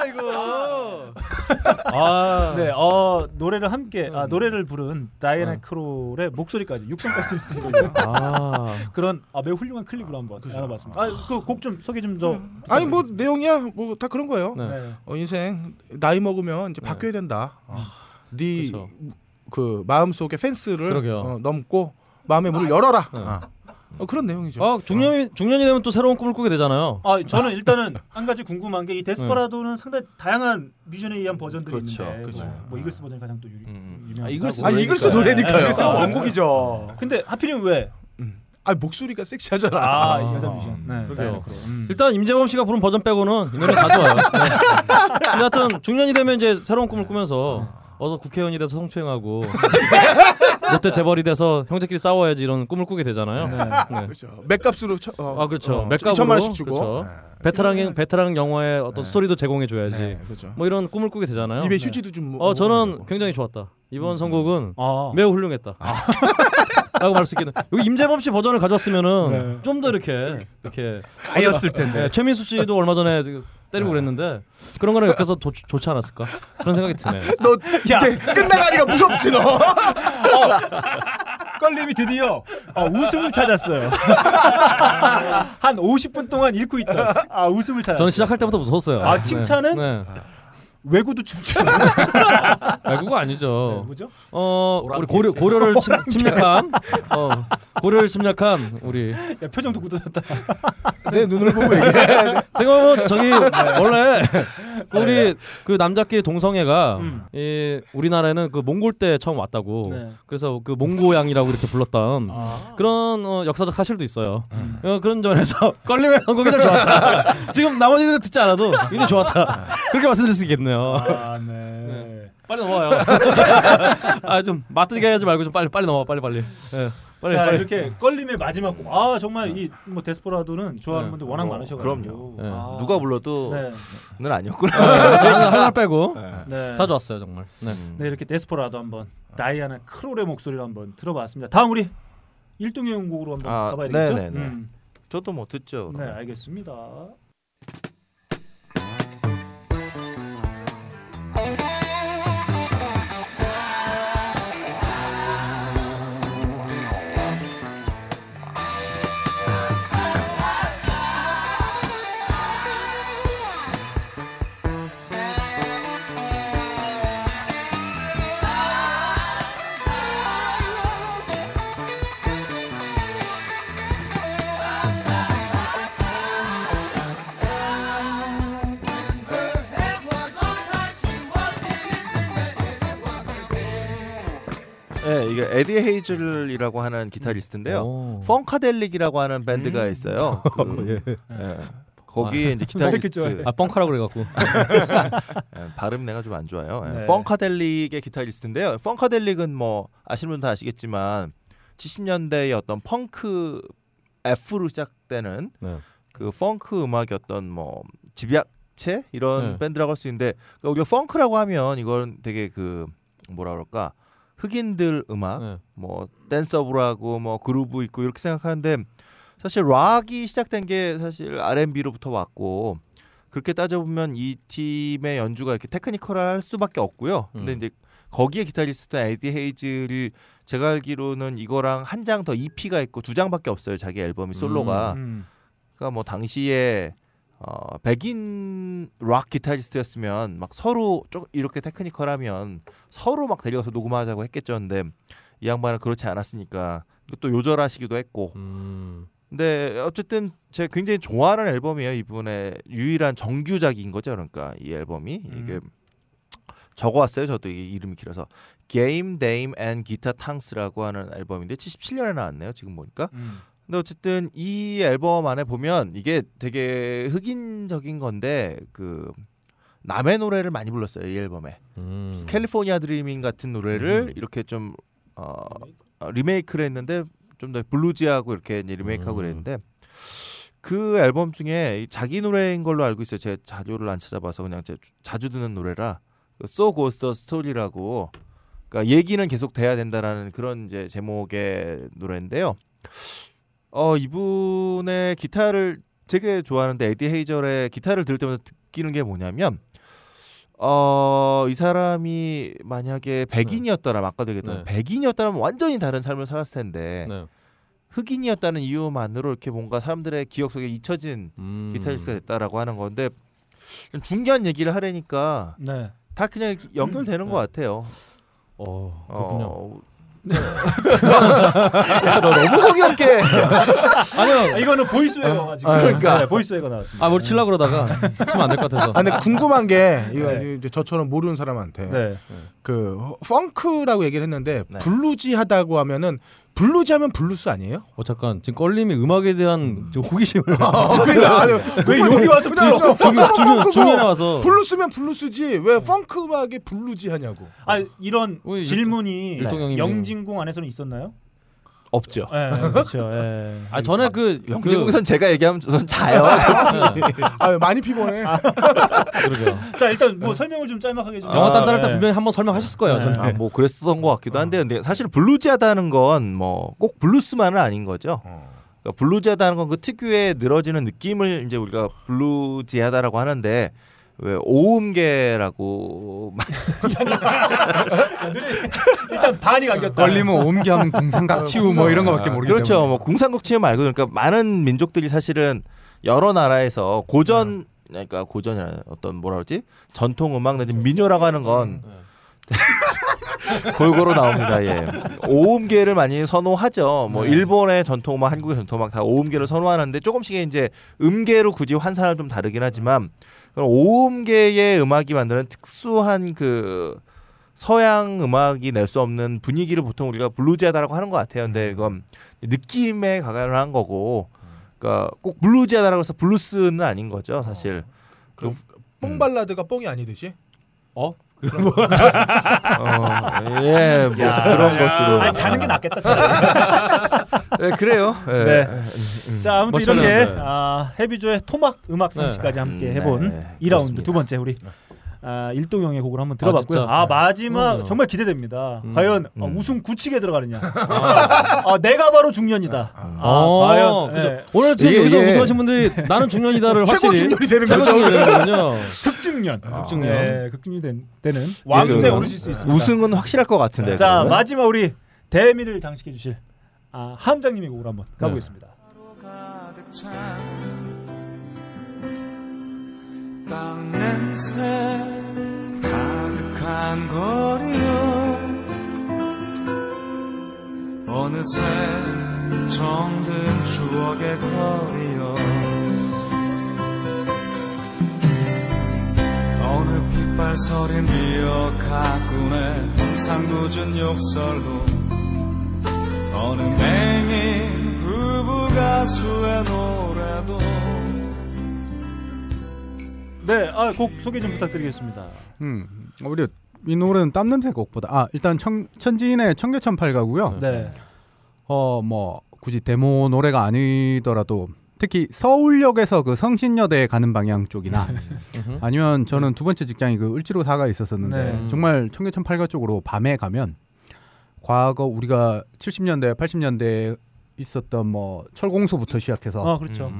Speaker 1: 아, 네, 어, 노래를 함께 아, 노래를 부른
Speaker 2: 어.
Speaker 1: 다이애나 크롤의 목소리까지 육성까지 들을 수 있는
Speaker 6: 아.
Speaker 1: 그런 아, 매우 훌륭한 클립으로 한번 알아봤습니다. 아, 그 곡 좀 소개 좀더
Speaker 5: 음.
Speaker 2: 아니 뭐
Speaker 6: 네.
Speaker 2: 내용이야 뭐 다 그런 거예요.
Speaker 1: 네.
Speaker 2: 어, 인생 나이 먹으면
Speaker 6: 네.
Speaker 2: 이제 바뀌어야 된다. 어, 네그 마음 속의 펜스를
Speaker 6: 아, 그러게요. 네.
Speaker 2: 어, 넘고 마음의 문을 열어라. 아. 어, 그런 내용이죠.
Speaker 6: 아 중년이 중년이 되면 또 새로운 꿈을 꾸게 되잖아요.
Speaker 1: 아, 저는 일단은 한 가지 궁금한 게 이
Speaker 2: 음.
Speaker 1: 데스퍼라도는 상당히 다양한 뮤전에 의한 버전들이
Speaker 2: 그렇죠.
Speaker 1: 있는데 뭐, 뭐 이글스 버전이 가장 또 유, 유명한
Speaker 2: 아, 이글스 아, 이글스 노래니까요.
Speaker 1: 네,
Speaker 2: 이글스가 원곡이죠.
Speaker 1: 근데 하필이면 왜?
Speaker 2: 아 목소리가 섹시하잖아.
Speaker 1: 아, 이 여자 뮤지션. 네,
Speaker 6: 그러게요.
Speaker 1: 다이애나 크롤.
Speaker 6: 일단 임재범 씨가 부른 버전 빼고는 이 노래 다 좋아요. 네. 근데 하여튼 중년이 되면 이제 새로운 꿈을 꾸면서 어서 국회의원이 돼서 성추행하고 롯데 재벌이 돼서 형제끼리 싸워야지 이런 꿈을 꾸게 되잖아요. 네.
Speaker 2: 맥값으로 처, 그렇죠. 어,
Speaker 6: 아 그렇죠.
Speaker 2: 어,
Speaker 6: 맥값으로
Speaker 2: 2천만 원씩 주고
Speaker 6: 그렇죠. 베테랑 베테랑 영화의 어떤 스토리도 제공해 줘야지.
Speaker 2: 그렇죠.
Speaker 6: 뭐 이런 꿈을 꾸게 되잖아요.
Speaker 2: 입에 휴지도 좀
Speaker 6: 어
Speaker 2: 먹-
Speaker 6: 저는 굉장히 좋았다. 이번 선곡은 매우 훌륭했다. 라고 말할 수 있겠네. 여기 임재범 씨 버전을 가져왔으면은 좀 더 이렇게 이렇게
Speaker 11: 가였을 텐데.
Speaker 6: 네, 최민수 씨도 얼마 전에 그 때리고 그랬는데 그런 거는 엮여서 도- 좋지 않았을까? 그런 생각이 드네.
Speaker 2: 너 이제 끝나가리가 무섭지 너.
Speaker 1: 어, 껄림이 드디어 어, 웃음을 찾았어요. 한 50분 동안 읽고 있다. 아 웃음을 찾았어요.
Speaker 6: 저는 시작할 때부터 무서웠어요.
Speaker 1: 아, 칭찬은?
Speaker 6: 네.
Speaker 1: 외구도 춤추는
Speaker 6: 외국어 아니죠.
Speaker 1: 네, 뭐죠?
Speaker 6: 어 우리 고려 고려를 침,
Speaker 1: 오랑캐.
Speaker 6: 침략한 어 고려를 침략한 우리
Speaker 1: 야 표정도 굳어졌다.
Speaker 2: 내 눈을 보고
Speaker 6: 생각해 네. 보면 저기 원래 그 우리 그 남자끼리 동성애가
Speaker 1: 음.
Speaker 6: 이 우리나라에는 그 몽골 때 처음 왔다고
Speaker 11: 네.
Speaker 6: 그래서 그 몽고양이라고 이렇게 불렀던
Speaker 1: 아.
Speaker 6: 그런 어, 역사적 사실도 있어요.
Speaker 1: 음.
Speaker 6: 어, 그런 점에서 껄림의 선곡이 좀 좋았다. 지금 나머지들은 듣지 않아도 이게 좋았다. 그렇게 말씀드릴 수 있겠네요.
Speaker 1: 아, 네.
Speaker 6: 빨리 넘어와요. 아좀 마뜨게 하지 말고 좀 빨리 빨리 넘어 빨리 빨리. 예. 빨리
Speaker 1: 자
Speaker 6: 빨리.
Speaker 1: 이렇게 껄림의 마지막 곡. 아 정말 이 뭐 데스포라도는 좋아하는
Speaker 6: 네.
Speaker 1: 분들 워낙
Speaker 6: 뭐,
Speaker 1: 많으셔가지고.
Speaker 6: 그럼요.
Speaker 3: 네.
Speaker 1: 아.
Speaker 3: 누가 불러도
Speaker 1: 네.
Speaker 3: 는 아니었구나.
Speaker 6: 네, 하나, 하나 빼고
Speaker 1: 네.
Speaker 6: 다 좋았어요 정말. 네.
Speaker 3: 음.
Speaker 1: 네 이렇게 데스포라도 한번 다이아나 크롤의 목소리를 한번 들어봤습니다. 다음 우리 일등의 영곡으로 한번
Speaker 3: 아,
Speaker 1: 가봐야겠죠?
Speaker 3: 네네네.
Speaker 1: 음.
Speaker 3: 저도 뭐 듣죠.
Speaker 1: 네 알겠습니다.
Speaker 3: 네, 이게 에디 헤이즐이라고 하는 기타리스트인데요. 펑카델릭이라고 하는 밴드가 있어요. 그, 예. 거기에 이제
Speaker 6: 음? 아. 왜 이렇게
Speaker 3: 기타리스트
Speaker 6: 좋아해? 아, 펑카라고 그래갖고.
Speaker 3: 예, 발음 내가 좀 안 좋아요. 예,
Speaker 6: 네.
Speaker 3: 펑카델릭의 기타리스트인데요. 펑카델릭은 뭐 아시는 분 다 아시겠지만 70년대의 어떤 펑크 F로 시작되는 그 펑크 음악이었던 뭐 집약체 이런
Speaker 6: 네.
Speaker 3: 밴드라고 할 수 있는데 그러니까 우리가 펑크라고 하면 이건 되게 그 뭐라 그럴까 흑인들 음악 뭐 댄서블하고 뭐 그루브 있고 이렇게 생각하는데 사실 락이 시작된 게 사실 R&B로부터 왔고 그렇게 따져보면 이 팀의 연주가 이렇게 테크니컬할 수밖에 없고요. 근데
Speaker 6: 음.
Speaker 3: 이제 거기에 기타리스트 에디 헤이즐이 제가 알기로는 이거랑 한 장 더 EP가 있고 두 장밖에 없어요. 자기 앨범이 솔로가.
Speaker 1: 음.
Speaker 3: 그러니까 뭐 당시에 어, 백인 락 기타리스트였으면 막 서로 쪽 이렇게 테크니컬하면 서로 막 데려가서 녹음하자고 했겠죠. 근데 이 양반은 그렇지 않았으니까 또 요절하시기도 했고. 근데 어쨌든 제가 굉장히 좋아하는 앨범이에요. 이분의 유일한 정규작인 거죠. 그러니까 이 앨범이 이게 적어왔어요. 저도 이게 이름이 길어서 Game, Dame and Guitar Tanks라고 하는 앨범인데 77년에 나왔네요. 지금 보니까.
Speaker 2: 음.
Speaker 3: 근데 어쨌든 이 앨범 안에 보면 이게 되게 흑인적인 건데 그 남의 노래를 많이 불렀어요. 이 앨범에 캘리포니아 드리밍 같은 노래를 이렇게 좀 어, 어, 리메이크를 했는데 좀 더 블루지하고 이렇게 이제 리메이크하고 그랬는데 그 앨범 중에 이 자기 노래인 걸로 알고 있어요. 제 자료를 안 찾아봐서 그냥 제 주- 자주 듣는 노래라 그 So Goes the Story라고 그러니까 얘기는 계속 돼야 된다라는 그런 이제 제목의 노래인데요. 어 이분의 기타를 되게 좋아하는데 에디 헤이절의 기타를 들을 때마다 느끼는 게 뭐냐면 어 이 사람이 만약에 백인이었더라면 아까도 얘기했던
Speaker 6: 네.
Speaker 3: 백인이었다면 완전히 다른 삶을 살았을 텐데
Speaker 6: 네.
Speaker 3: 흑인이었다는 이유만으로 이렇게 뭔가 사람들의 기억 속에 잊혀진 기타리스트가 됐다라고 하는 건데 좀 중요한 얘기를 하려니까
Speaker 1: 네.
Speaker 3: 다 그냥 연결되는 것 같아요.
Speaker 6: 어,
Speaker 3: 네. 그렇군요. 야, 너 너무 속이없게.
Speaker 6: 아니요.
Speaker 1: 이거는 보이스웨어가 지금.
Speaker 2: 그러니까.
Speaker 1: 네, 보이스웨어가 나왔습니다.
Speaker 6: 아, 뭘 칠라 그러다가 치면 안 될 것 같아서.
Speaker 2: 아, 근데 궁금한 게 이거
Speaker 1: 네.
Speaker 2: 이제 저처럼 모르는 사람한테
Speaker 1: 네.
Speaker 2: 그 어, 펑크라고 얘기를 했는데
Speaker 6: 네.
Speaker 2: 블루지하다고 하면은 블루지하면 블루스 아니에요?
Speaker 6: 어 잠깐 지금 껄림이 음악에 대한 좀 호기심을
Speaker 1: 아,
Speaker 2: 그러니까 아니, 궁금해. 그냥 저 펑크면 펑크고
Speaker 6: 중년에 와서
Speaker 2: 블루스면 블루스지 왜 펑크 음악에 블루지 하냐고.
Speaker 1: 아 이런
Speaker 6: 일-
Speaker 1: 질문이
Speaker 6: 어, 일동형이면-
Speaker 1: 영진공 안에서는 있었나요?
Speaker 3: 없죠.
Speaker 1: 네, 그렇죠. 예.
Speaker 6: 아 전에 그
Speaker 3: 영진공선 제가 얘기하면 전 자요.
Speaker 6: 네.
Speaker 2: 아 많이 피곤해.
Speaker 6: 그러게요.
Speaker 1: 자 일단 뭐 설명을 좀 짤막하게 좀.
Speaker 6: 영화 딴따라 할
Speaker 1: 네.
Speaker 6: 때 분명히 한번 설명하셨을 거예요.
Speaker 1: 네.
Speaker 6: 저는.
Speaker 3: 아, 뭐 그랬었던 것 같기도 한데 근데 사실 블루지하다는 건 뭐 꼭 블루스만은 아닌 거죠. 그러니까 블루지하다는 건 그 특유의 늘어지는 느낌을 이제 우리가 블루지하다라고 하는데 왜 오음계라고
Speaker 1: 일단 반이 감겼다. 네,
Speaker 7: 걸리면 옴기하면 공상각 치우 뭐 이런 거밖에 모르기
Speaker 3: 그렇죠.
Speaker 7: 때문에.
Speaker 3: 뭐 궁상국 치우 말고 그러니까 많은 민족들이 사실은 여러 나라에서 고전 그러니까 고전이라는 어떤 뭐라 그러지 전통 음악 내지 민요라고 하는 건 골고루 나옵니다. 예. 오음계를 많이 선호하죠. 뭐 일본의 전통 음악, 한국의 전통 음악 다 오음계를 선호하는데 조금씩 이제 음계로 굳이 환산을 좀 다르긴 하지만 그런 오음계의 음악이 만드는 특수한 그 서양 음악이 낼 수 없는 분위기를 보통 우리가 블루지하다라고 하는 것 같아요. 근데 이건 느낌에 가관을 한 거고, 그러니까 꼭 블루지하다라고 해서 블루스는 아닌 거죠, 사실. 그,
Speaker 2: 뽕 발라드가 뽕이 아니듯이.
Speaker 6: 어?
Speaker 3: 어, 예, 뭐 그런 것으로.
Speaker 1: 아 자는 게 낫겠다. 차라리.
Speaker 3: 예, 그래요. 예.
Speaker 1: 네.
Speaker 3: 음.
Speaker 1: 자 아무튼 이런
Speaker 3: 멋져요.
Speaker 1: 게
Speaker 3: 네.
Speaker 1: 아, 해비조의 토막 음악 상식까지
Speaker 3: 네.
Speaker 1: 함께
Speaker 3: 음,
Speaker 1: 해본
Speaker 3: 네,
Speaker 1: 2라운드
Speaker 3: 그렇습니다.
Speaker 1: 두 번째 우리 아, 일동형의 곡을 한번 들어봤고요.
Speaker 3: 아, 진짜?
Speaker 1: 아,
Speaker 6: 네.
Speaker 1: 마지막
Speaker 3: 그럼요.
Speaker 1: 정말 기대됩니다.
Speaker 3: 음.
Speaker 1: 과연 어,
Speaker 3: 음.
Speaker 1: 우승 구칙에 들어가느냐. 아, 내가 바로 중년이다. 아,
Speaker 6: 어,
Speaker 1: 과연
Speaker 6: 그죠.
Speaker 1: 예.
Speaker 6: 오늘 지금 여기서 우승하신 분들이 나는 중년이다를 확실히 최고 중년이 되는 거죠.
Speaker 1: 극중년.
Speaker 6: 아, 극중년.
Speaker 1: 예, 극중년 된- 되는 왕좌에
Speaker 3: 그
Speaker 1: 오르실 수 있습니다.
Speaker 3: 우승은 확실할 것 같은데.
Speaker 1: 자
Speaker 3: 그러면.
Speaker 1: 마지막 우리 대미를 장식해 주실 아, 함장님의 곡을
Speaker 6: 네.
Speaker 1: 한번 가보겠습니다.
Speaker 9: 땅 냄새 가득한 거리요 어느새 정든 추억의 거리요 어느 빗발 서린 미역 가꾼의 항상 늦은 욕설로 어느 맹인 부부 가수의 노래도
Speaker 1: 네, 아, 곡 소개 좀 부탁드리겠습니다.
Speaker 7: 음, 오히려 이 노래는 땀 냄새 곡보다 아 일단 청, 천진의 청계천 팔가고요.
Speaker 1: 네.
Speaker 7: 어 뭐 굳이 데모 노래가 아니더라도 특히 서울역에서 그 성신여대 가는 방향 쪽이나
Speaker 1: 네.
Speaker 3: 네.
Speaker 1: 음.
Speaker 7: 아니면 저는 두 번째 직장이 그 을지로 사가 있었었는데
Speaker 1: 네.
Speaker 7: 정말 청계천 팔가 쪽으로 밤에 가면 과거 우리가 70년대 80년대 있었던 뭐 철공소부터 시작해서
Speaker 1: 아, 그렇죠.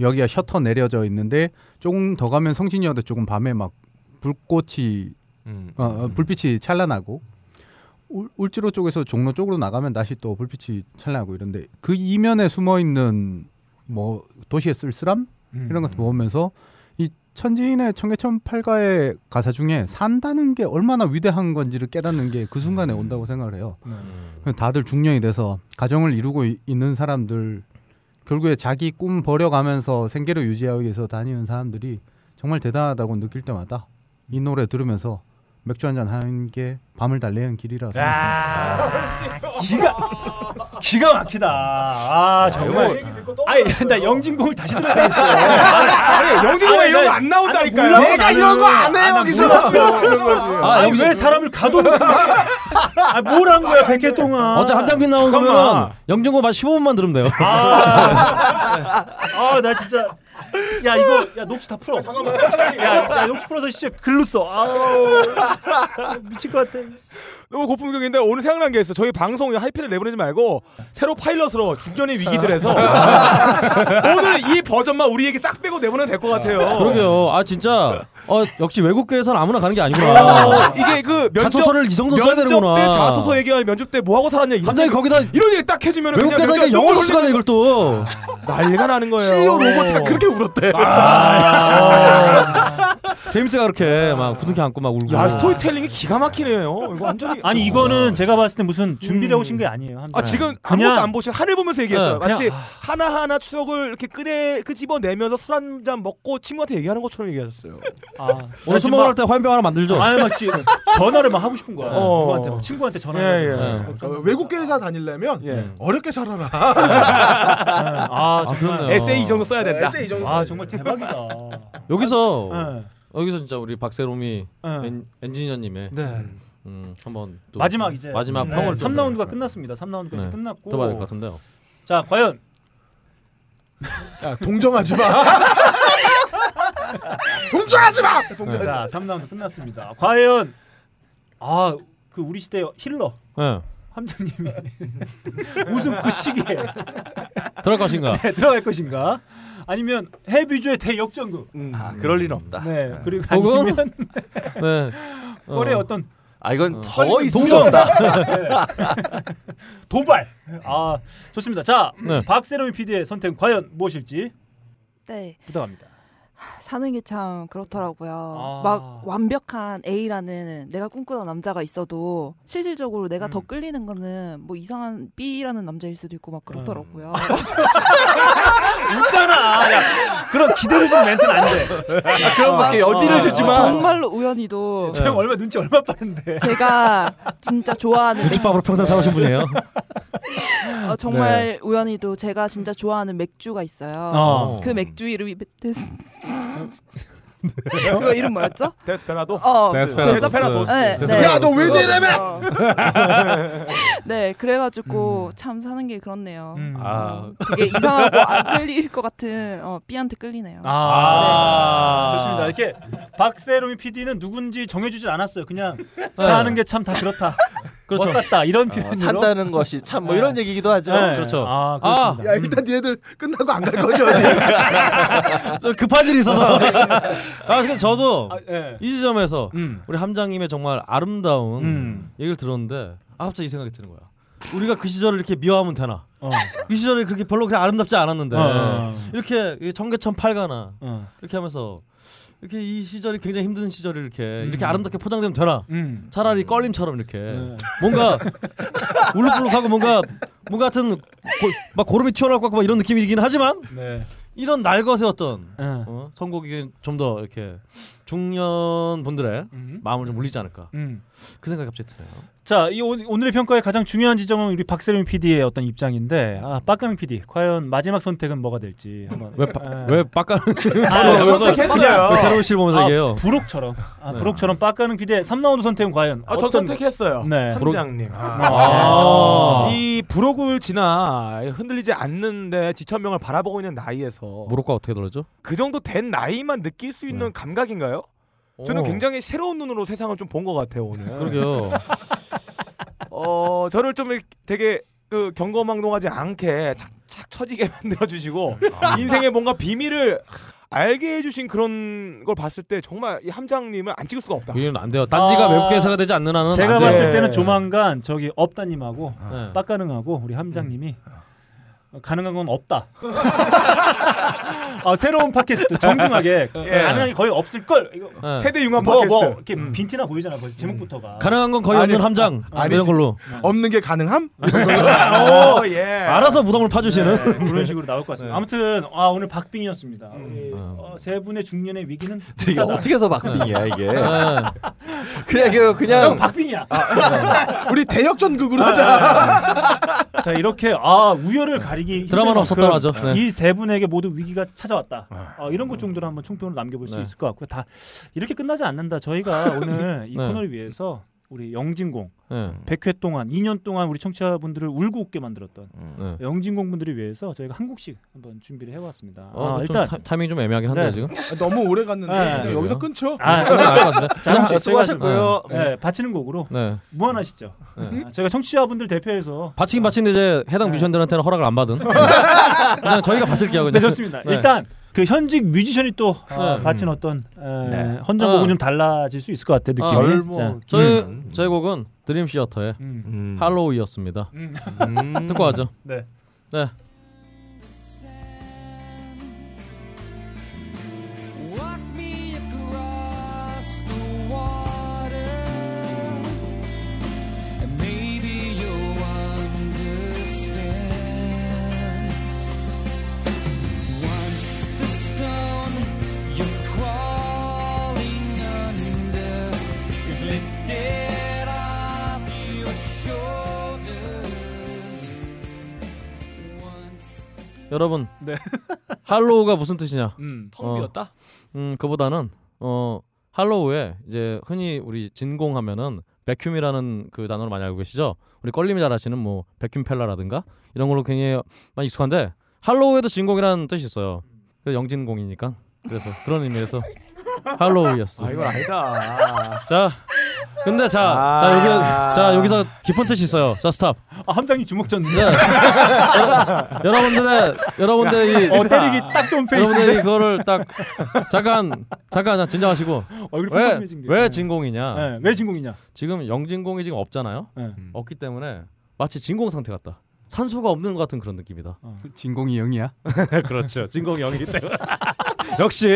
Speaker 7: 여기가 셔터 내려져 있는데 조금 더 가면 성진여대 조금 밤에 막 불꽃이
Speaker 1: 음.
Speaker 7: 어, 어, 불빛이 찬란하고 울- 울지로 쪽에서 종로 쪽으로 나가면 다시 또 불빛이 찬란하고 이런데 그 이면에 숨어 있는 뭐 도시의 쓸쓸함
Speaker 1: 음.
Speaker 7: 이런 것도 보면서 이 천지인의 청계천 팔가의 가사 중에 산다는 게 얼마나 위대한 건지를 깨닫는 게 그 순간에 온다고 생각을 해요.
Speaker 6: 음.
Speaker 7: 다들 중년이 돼서 가정을 이루고 이- 있는 사람들 결국에 자기 꿈 버려가면서 생계를 유지하기 위해서 다니는 사람들이 정말 대단하다고 느낄 때마다 이 노래 들으면서 맥주 한잔 하는 게 밤을 달래는 길이라서
Speaker 1: 아.
Speaker 6: 아.
Speaker 1: 기가 기가 막히다. 아 정말. 아니 나 영진공을 다시 들어야 되겠어.
Speaker 5: 아니, 영진공에 이런 거안 나온다니까요. 내가 이런 거안 해요, 여기서. 그런 거지.
Speaker 1: 아, 아니,
Speaker 5: 뭐.
Speaker 1: 왜 사람을 가둬놓는 거지? 아, 뭘 한 거야 백해 동안.
Speaker 6: 어차 한장빈 나온 거면 영진공 만 15분만 들으면 돼요.
Speaker 1: 아, 나 진짜. 야, 이거, 야, 녹취 다
Speaker 5: 아,
Speaker 1: 풀어. 잠깐만. 아, 야, 야, 녹취 풀어서 진짜 글로 써. 아우. 미칠 것 같아.
Speaker 5: 너무 고품격인데 오늘 생각난 게 있어. 저희 방송 이 하이피를 내보내지 말고 새로 파일럿으로 중년의 위기들에서 오늘 이 버전만 우리에게 싹 빼고 내보내면 될 것 같아요.
Speaker 1: 어.
Speaker 6: 그러게요. 아 진짜 어, 역시 외국계에서는 아무나 가는 게 아니구나.
Speaker 5: 어, 이게 그 면접
Speaker 6: 자소서를 이 정도 써야
Speaker 5: 면접
Speaker 6: 되는구나.
Speaker 5: 때 자소서 얘기하는 면접 때 뭐 하고 살았냐. 이런
Speaker 6: 갑자기
Speaker 5: 얘기-
Speaker 6: 거기다
Speaker 5: 이런 얘기 딱 해주면
Speaker 6: 외국계에서 이게 영어 소스가 돼 이걸 또.
Speaker 5: 난리가 나는 거예요. 네.
Speaker 6: CEO
Speaker 5: 로봇이가
Speaker 2: 그렇게 울었대.
Speaker 6: 제임스가 그렇게 막 부둥켜 안고 막 울고.
Speaker 5: 야 스토리텔링이 기가 막히네요. 이거 완전히
Speaker 1: 아니 이거는 제가 봤을 때 무슨 준비를 오신 게 아니에요.
Speaker 5: 아
Speaker 6: 네.
Speaker 5: 지금 아무것도 안 보신 하늘 보면서 얘기했어요. 마치
Speaker 6: 아.
Speaker 5: 하나 하나 추억을 이렇게 끄내 끄집어 내면서 술 한 잔 먹고 친구한테 얘기하는 것처럼 얘기하셨어요.
Speaker 1: 아,
Speaker 6: 오늘 술 먹을 때 화염병 하나 만들죠.
Speaker 1: 아니 막 지- 전화를 막 하고 싶은 거야.
Speaker 6: 어.
Speaker 1: 누구한테 막 친구한테 전화를.
Speaker 6: 예, 예.
Speaker 1: 해가지고. 뭐
Speaker 2: 어, 외국계 회사 다니려면
Speaker 1: 예.
Speaker 2: 어렵게 살아라.
Speaker 1: 아, 정말
Speaker 6: 그렇네요. 에세이 이 정도 써야 된다.
Speaker 2: 에세이 이 정도
Speaker 1: 아
Speaker 2: 써야
Speaker 1: 정말 대박이다.
Speaker 6: 여기서
Speaker 1: 네.
Speaker 6: 여기서 진짜 우리 박세롬이
Speaker 1: 네.
Speaker 6: 엔, 엔지니어님의
Speaker 1: 네.
Speaker 6: 음, 한번 또
Speaker 1: 마지막 이제 네.
Speaker 6: 마지막 평을
Speaker 1: 3라운드가 끝났습니다. 3라운드까지
Speaker 6: 네.
Speaker 1: 끝났고
Speaker 6: 들어봐야 될 것 같은데요.
Speaker 1: 자 과연
Speaker 2: 야, 동정하지 마. 동정하지 마. 동정.
Speaker 1: 자 3라운드 끝났습니다. 과연 아 그 우리 시대 힐러
Speaker 6: 네.
Speaker 1: 함장님이 웃음 그치기에
Speaker 6: 들어갈 것인가?
Speaker 1: 네, 들어갈 것인가? 아니면 해비조의 대역전극.
Speaker 3: 아, 그럴 리는 없다.
Speaker 1: 네 그리고
Speaker 3: 혹은?
Speaker 1: 아니면
Speaker 6: 네.
Speaker 1: 꼴의 어떤
Speaker 3: 아 이건
Speaker 1: 어.
Speaker 3: 더 있을 수
Speaker 1: 동정.
Speaker 3: 없다.
Speaker 1: 네. 도발. 아 좋습니다. 자
Speaker 6: 네.
Speaker 1: 박세롬 PD의 선택 은 과연 무엇일지
Speaker 4: 네.
Speaker 1: 부탁합니다.
Speaker 4: 사는 게 참 그렇더라고요.
Speaker 1: 아.
Speaker 4: 막 완벽한 A라는 내가 꿈꾸던 남자가 있어도 실질적으로 내가
Speaker 1: 음.
Speaker 4: 더 끌리는 거는 뭐 이상한 B라는 남자일 수도 있고 막 그렇더라고요.
Speaker 1: 음. 있잖아. 야, 그런 기대를 준 멘트는 안 돼.
Speaker 4: 아,
Speaker 3: 그런 밖에 여지를 주지 마.
Speaker 4: 정말로 우연히도
Speaker 1: 지금 얼마 눈치 얼마 빠른데.
Speaker 4: 제가 진짜 좋아하는
Speaker 6: 우쭈밥으로 평생 살아오신 분이에요.
Speaker 4: 어, 정말 우연히도 제가 진짜 좋아하는 맥주가 있어요.
Speaker 6: 어.
Speaker 4: 그 맥주 이름이 데스. 그거 이름 뭐였죠?
Speaker 5: 데스페라도.
Speaker 4: 어,
Speaker 6: 데스페라도스.
Speaker 4: 데스페라도스. 네,
Speaker 6: 데스페라도스.
Speaker 4: 네.
Speaker 6: 야, 너왜 이래며?
Speaker 4: 네, 그래가지고 참 사는 게 그렇네요. 음,
Speaker 6: 아.
Speaker 4: 되게 이상하고 안 끌릴 것 같은 어, 삐한테 끌리네요.
Speaker 1: 아, 좋습니다. 이렇게 박세롬이 PD는 누군지 정해주질 않았어요. 그냥 사는 게 참 다 그렇다.
Speaker 3: 네. 그렇죠.
Speaker 1: 다 이런 표현으로
Speaker 3: 산다는 것이 참 뭐 이런 얘기기도 하죠.
Speaker 1: 네. 그렇죠. 아, 그렇습니다.
Speaker 2: 야 일단 니네들 끝나고 안 갈 거죠?
Speaker 6: 저 급한 일이 있어서.
Speaker 1: 네.
Speaker 6: 아 근데 저도
Speaker 1: 예.
Speaker 6: 이 지점에서 우리 함장님의 정말 아름다운
Speaker 1: 음.
Speaker 6: 얘기를 들었는데 아, 갑자기 이 생각이 드는 거야. 우리가 그 시절을 이렇게 미워하면 되나? 이 시절이 그렇게 별로 그렇게 아름답지 않았는데
Speaker 1: 어.
Speaker 6: 이렇게 이 청계천 팔가나
Speaker 1: 어.
Speaker 6: 이렇게 하면서 이렇게 이 시절이 굉장히 힘든 시절을 이렇게 이렇게 아름답게 포장되면 되나?
Speaker 1: 음. 네.
Speaker 6: 차라리 껄림처럼 이렇게 뭔가 울룩불룩하고 뭔가 뭔가 같은 고, 막 고름이 튀어나올 것 같고 막 이런 느낌이긴 하지만
Speaker 1: 네.
Speaker 6: 이런 날것의 어떤
Speaker 1: 예.
Speaker 6: 어, 선곡이 좀 더 이렇게 중년 분들의 마음을 좀 울리지 않을까
Speaker 1: 음.
Speaker 6: 그 생각이 갑자기 드네요.
Speaker 1: 자, 이 오- 오늘의 평가의 가장 중요한 지점은 우리 박세롬 PD의 어떤 입장인데, 아, 빡가는 PD 과연 마지막 선택은 뭐가 될지 한번. 예.
Speaker 6: 왜 빡- 왜 빡가는
Speaker 1: 아,
Speaker 6: 왜 그냥
Speaker 1: 선택했어요.
Speaker 6: 왜 새로운 시를 보면서 얘기해요?
Speaker 1: 부록처럼, 아,
Speaker 6: 네.
Speaker 1: 부록처럼 빡가는 PD의 3라운드 선택은 과연?
Speaker 5: 아, 전
Speaker 1: 어떤-
Speaker 5: 선택했어요.
Speaker 1: 네.
Speaker 5: 함장님.
Speaker 1: 아.
Speaker 5: 이 부록을 지나 흔들리지 않는데 지천명을 바라보고 있는 나이에서
Speaker 6: 무릎과 어떻게 돌아죠? 네.
Speaker 5: 그 정도 된 나이만 느낄 수 있는 감각인가요? 저는
Speaker 6: 오.
Speaker 5: 굉장히 새로운 눈으로 세상을 좀 본 것 같아요 오늘.
Speaker 6: 그러게요.
Speaker 5: 어 저를 좀 이렇게 되게 그 경거망동하지 않게 착착 처지게 만들어 주시고
Speaker 6: 아.
Speaker 5: 인생의 뭔가 비밀을 알게 해주신 그런 걸 봤을 때 정말 이 함장님을 안 찍을 수가 없다.
Speaker 6: 이건 안 돼요. 딴지가
Speaker 1: 아,
Speaker 6: 외국 회사가 되지 않는 한은
Speaker 1: 제가
Speaker 6: 안 돼요.
Speaker 1: 봤을 때는 조만간 저기 업다님하고
Speaker 6: 네. 음.
Speaker 1: 빡가능하고 우리 함장님이 어, 가능한 건 없다. 아, 새로운 팟캐스트 정중하게
Speaker 5: 예.
Speaker 1: 가능한 게 거의 없을 걸. 이거
Speaker 6: 네.
Speaker 5: 세대 융합
Speaker 1: 뭐, 뭐
Speaker 5: 팟캐스트. 음.
Speaker 1: 이렇게 빈티나 보이잖아. 벌써 제목부터가.
Speaker 6: 가능한 건 거의 없는 함장
Speaker 5: 아,
Speaker 1: 아,
Speaker 6: 아, 이런 걸로
Speaker 2: 없는 게 가능함?
Speaker 1: 오,
Speaker 5: 예.
Speaker 6: 알아서 무덤을 파주시는
Speaker 1: 네, 그런 식으로 나올 것 같습니다. 아무튼 아, 오늘 박빙이었습니다.
Speaker 6: 음.
Speaker 1: 우리, 어, 세 분의 중년의 위기는
Speaker 3: 이게
Speaker 1: 비슷하다.
Speaker 3: 어떻게 해서 박빙이야 이게.
Speaker 6: 네.
Speaker 3: 그냥 이거
Speaker 1: 형
Speaker 3: 그냥
Speaker 1: 박빙이야.
Speaker 2: 아,
Speaker 1: 아,
Speaker 2: 우리 대역전극으로
Speaker 1: 자 이렇게 아 우열을 가리기
Speaker 6: 드라마는
Speaker 1: 힘들 만큼
Speaker 6: 없었더라죠. 네.
Speaker 1: 이세 분에게 모두 위기가
Speaker 2: 네.
Speaker 1: 찾아왔다. 어, 이런 것 정도로 한번 총평을 남겨볼 수
Speaker 6: 네.
Speaker 1: 있을 것 같고요. 다 이렇게 끝나지 않는다. 저희가 오늘 이
Speaker 6: 네.
Speaker 1: 코너를 위해서 우리 영진공
Speaker 6: 네.
Speaker 1: 100회 동안 2년 동안 우리 청취자분들을 울고 웃게 만들었던
Speaker 2: 음.
Speaker 6: 네.
Speaker 1: 영진공 분들을 위해서 저희가 한국식 한번 준비를 해봤습니다. 아,
Speaker 6: 어, 좀 타- 타이밍이 좀 애매하긴 한데요, 지금?
Speaker 2: 아, 너무 오래 갔는데
Speaker 1: 네.
Speaker 2: 그냥 여기서 끊죠.
Speaker 1: 아,
Speaker 2: 그건 알것 같습니다.
Speaker 1: 잠시
Speaker 2: 아, 수고하셨고요.
Speaker 1: 저희가, 네, 바치는 곡으로
Speaker 6: 네.
Speaker 1: 무한하시죠.
Speaker 6: 네.
Speaker 1: 아, 저희가 청취자분들 대표해서
Speaker 6: 바치긴 바치는데 이제
Speaker 1: 네.
Speaker 6: 해당 뮤지션들한테는 허락을 안 받은. 그냥 저희가 바칠게요. 그냥.
Speaker 1: 네, 좋습니다.
Speaker 6: 네.
Speaker 1: 일단 그 현직 뮤지션이 또 어,
Speaker 6: 네.
Speaker 1: 바친
Speaker 6: 음.
Speaker 1: 어떤 에,
Speaker 6: 네.
Speaker 1: 헌정곡은
Speaker 6: 어.
Speaker 1: 좀 달라질 수 있을 것 같아
Speaker 6: 아,
Speaker 1: 느낌이. 자,
Speaker 6: 뭐, 저희 저희 곡은 드림 시어터의 할로우이였습니다.
Speaker 1: 음.
Speaker 6: 듣고 가죠.
Speaker 1: 네.
Speaker 6: 네.
Speaker 12: Walk me across the water, and maybe you'll understand. Once the stone you're crawling under is lifted off your shoulders. Once
Speaker 6: 여러분.
Speaker 11: 네.
Speaker 6: 할로우가 무슨 뜻이냐?
Speaker 1: 음.
Speaker 6: 어,
Speaker 12: 비었다?
Speaker 6: 음, 그보다는 어 할로우에 이제 흔히 우리 진공 하면은 백큐이라는 그 단어를 많이 알고 계시죠? 우리 껄림이 잘 아시는 뭐 백큐 펠라라든가 이런 걸로 굉장히 많이 익숙한데 할로우에도 진공이라는 뜻이 있어요. 그래서 영진공이니까. 그래서 그런 의미에서 할로우였어.
Speaker 11: 아, 이건 아니다.
Speaker 6: 자, 근데 자, 자 여기 자 여기서 깊은 뜻이 있어요. 자 스탑.
Speaker 1: 아, 함장님 주먹 쳤는데.
Speaker 6: 네, 여러분들의 여러분들의 이
Speaker 1: 어, 때리기 딱좀
Speaker 6: 여러분들이
Speaker 1: 페이스인데.
Speaker 6: 그거를 딱 잠깐 잠깐 진정하시고
Speaker 1: 얼굴이
Speaker 6: 왜,
Speaker 1: 펑펑해진 게.
Speaker 6: 왜 진공이냐?
Speaker 1: 네, 왜 진공이냐?
Speaker 6: 지금 영진공이 지금 없잖아요.
Speaker 1: 네.
Speaker 6: 없기 때문에 마치 진공 상태 같다. 산소가 없는 것 같은 그런 느낌이다.
Speaker 1: 어.
Speaker 7: 진공이 영이야?
Speaker 6: 그렇죠. 진공이 영이기 때문에. 역시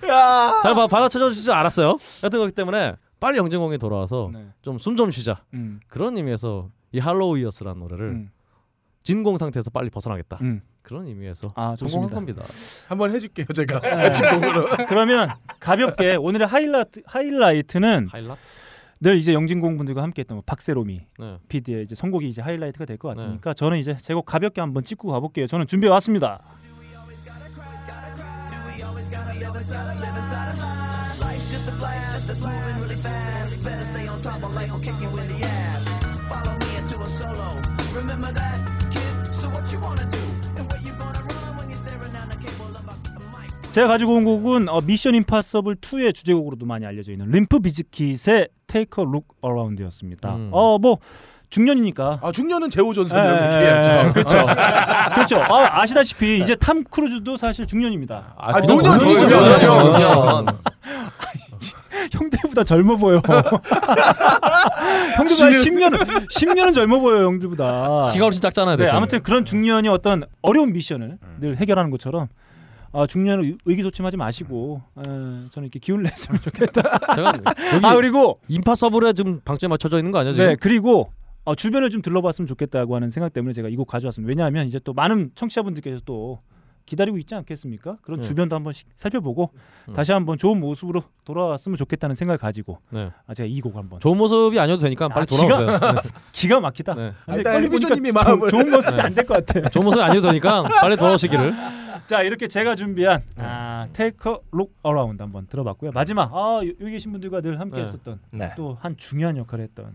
Speaker 6: 잘 봐, 받아쳐져 주지 않았어요. 하여튼 그렇기 때문에 빨리 영진공이 돌아와서 좀 숨 좀 쉬자.
Speaker 1: 네. 음.
Speaker 6: 그런 의미에서 이 할로우이어스라는 노래를 진공 상태에서 빨리 벗어나겠다.
Speaker 1: 음.
Speaker 6: 그런 의미에서
Speaker 1: 아,
Speaker 6: 성공한
Speaker 1: 좋습니다.
Speaker 6: 겁니다.
Speaker 2: 한번 해줄게요 제가
Speaker 1: 네.
Speaker 2: 진공으로.
Speaker 1: 그러면 가볍게 오늘의 하이라이트 하이라이트는
Speaker 6: 하일라?
Speaker 1: 늘 이제 영진공 분들과 함께했던 뭐 박세롬이
Speaker 6: 네.
Speaker 1: PD의 이제 선곡이 이제 하이라이트가 될 것 같으니까 저는 이제 제곡 가볍게 한번 찍고 가볼게요. 저는 준비해 왔습니다.
Speaker 12: Life's just a flash, just that's moving really fast. Better stay on top or life will kick you in the ass. Follow me into a solo. Remember that, kid? So what you wanna do? And where you gonna run when you're staring down the cable of a a mic?
Speaker 1: 제가 가지고 온 곡은 어, 미션 임파서블 2의 주제곡으로도 많이 알려져 있는 림프 비즈킷의 Take a Look Around였습니다.
Speaker 2: 음.
Speaker 1: 어 뭐 중년이니까.
Speaker 2: 아 중년은 제호 존슨 이렇게
Speaker 1: 예,
Speaker 2: 얘기해야죠.
Speaker 1: 예, 그렇죠. 그렇죠. 아, 시다시피 이제 탐 크루즈도 사실 중년입니다.
Speaker 2: 아, 아, 노년이죠, 노년. 노년.
Speaker 1: 형들보다 젊어 보여. 형들보다
Speaker 6: 지금-
Speaker 1: 10년은 10년은 젊어 보여 형들보다.
Speaker 6: 키가 훨씬 작잖아요,
Speaker 1: 네,
Speaker 6: 대신에.
Speaker 1: 아무튼 그런 중년이 어떤 어려운 미션을 늘 해결하는 것처럼 아, 중년을 의- 의기소침하지 마시고 에, 저는 이렇게 기운 을 냈으면 좋겠다.
Speaker 6: 제가 여기
Speaker 1: 아 그리고
Speaker 6: 임파서블에 지금 방점이 맞춰져 있는 거 아니야 지금?
Speaker 1: 네 그리고 어, 주변을 좀 둘러봤으면 좋겠다고 하는 생각 때문에 제가 이 곡 가져왔습니다. 왜냐하면 이제 또 많은 청취자분들께서 또 기다리고 있지 않겠습니까? 그런
Speaker 6: 네.
Speaker 1: 주변도 한번 씩 살펴보고
Speaker 6: 음.
Speaker 1: 다시 한번 좋은 모습으로 돌아왔으면 좋겠다는 생각을 가지고
Speaker 6: 네.
Speaker 1: 아, 제가 이 곡 한번
Speaker 6: 좋은 모습이 아니어도 되니까 빨리 돌아오세요.
Speaker 1: 기가,
Speaker 6: 네.
Speaker 1: 기가 막히다. 근데
Speaker 2: 일단
Speaker 1: 빨리 보니까
Speaker 2: 혜빈조님이
Speaker 1: 아, 좋-
Speaker 2: 마음을-
Speaker 1: 좋은 모습이
Speaker 2: 네.
Speaker 1: 안 될 것 같아요.
Speaker 6: 좋은 모습이 아니어도 되니까 빨리 돌아오시기를.
Speaker 1: 자 이렇게 제가 준비한
Speaker 6: 네.
Speaker 1: 아, 테이크 록 어라운드 한번 들어봤고요. 마지막 아, 여- 여기 계신 분들과 늘 함께
Speaker 6: 네.
Speaker 1: 했었던
Speaker 6: 네.
Speaker 1: 또 한 중요한 역할을 했던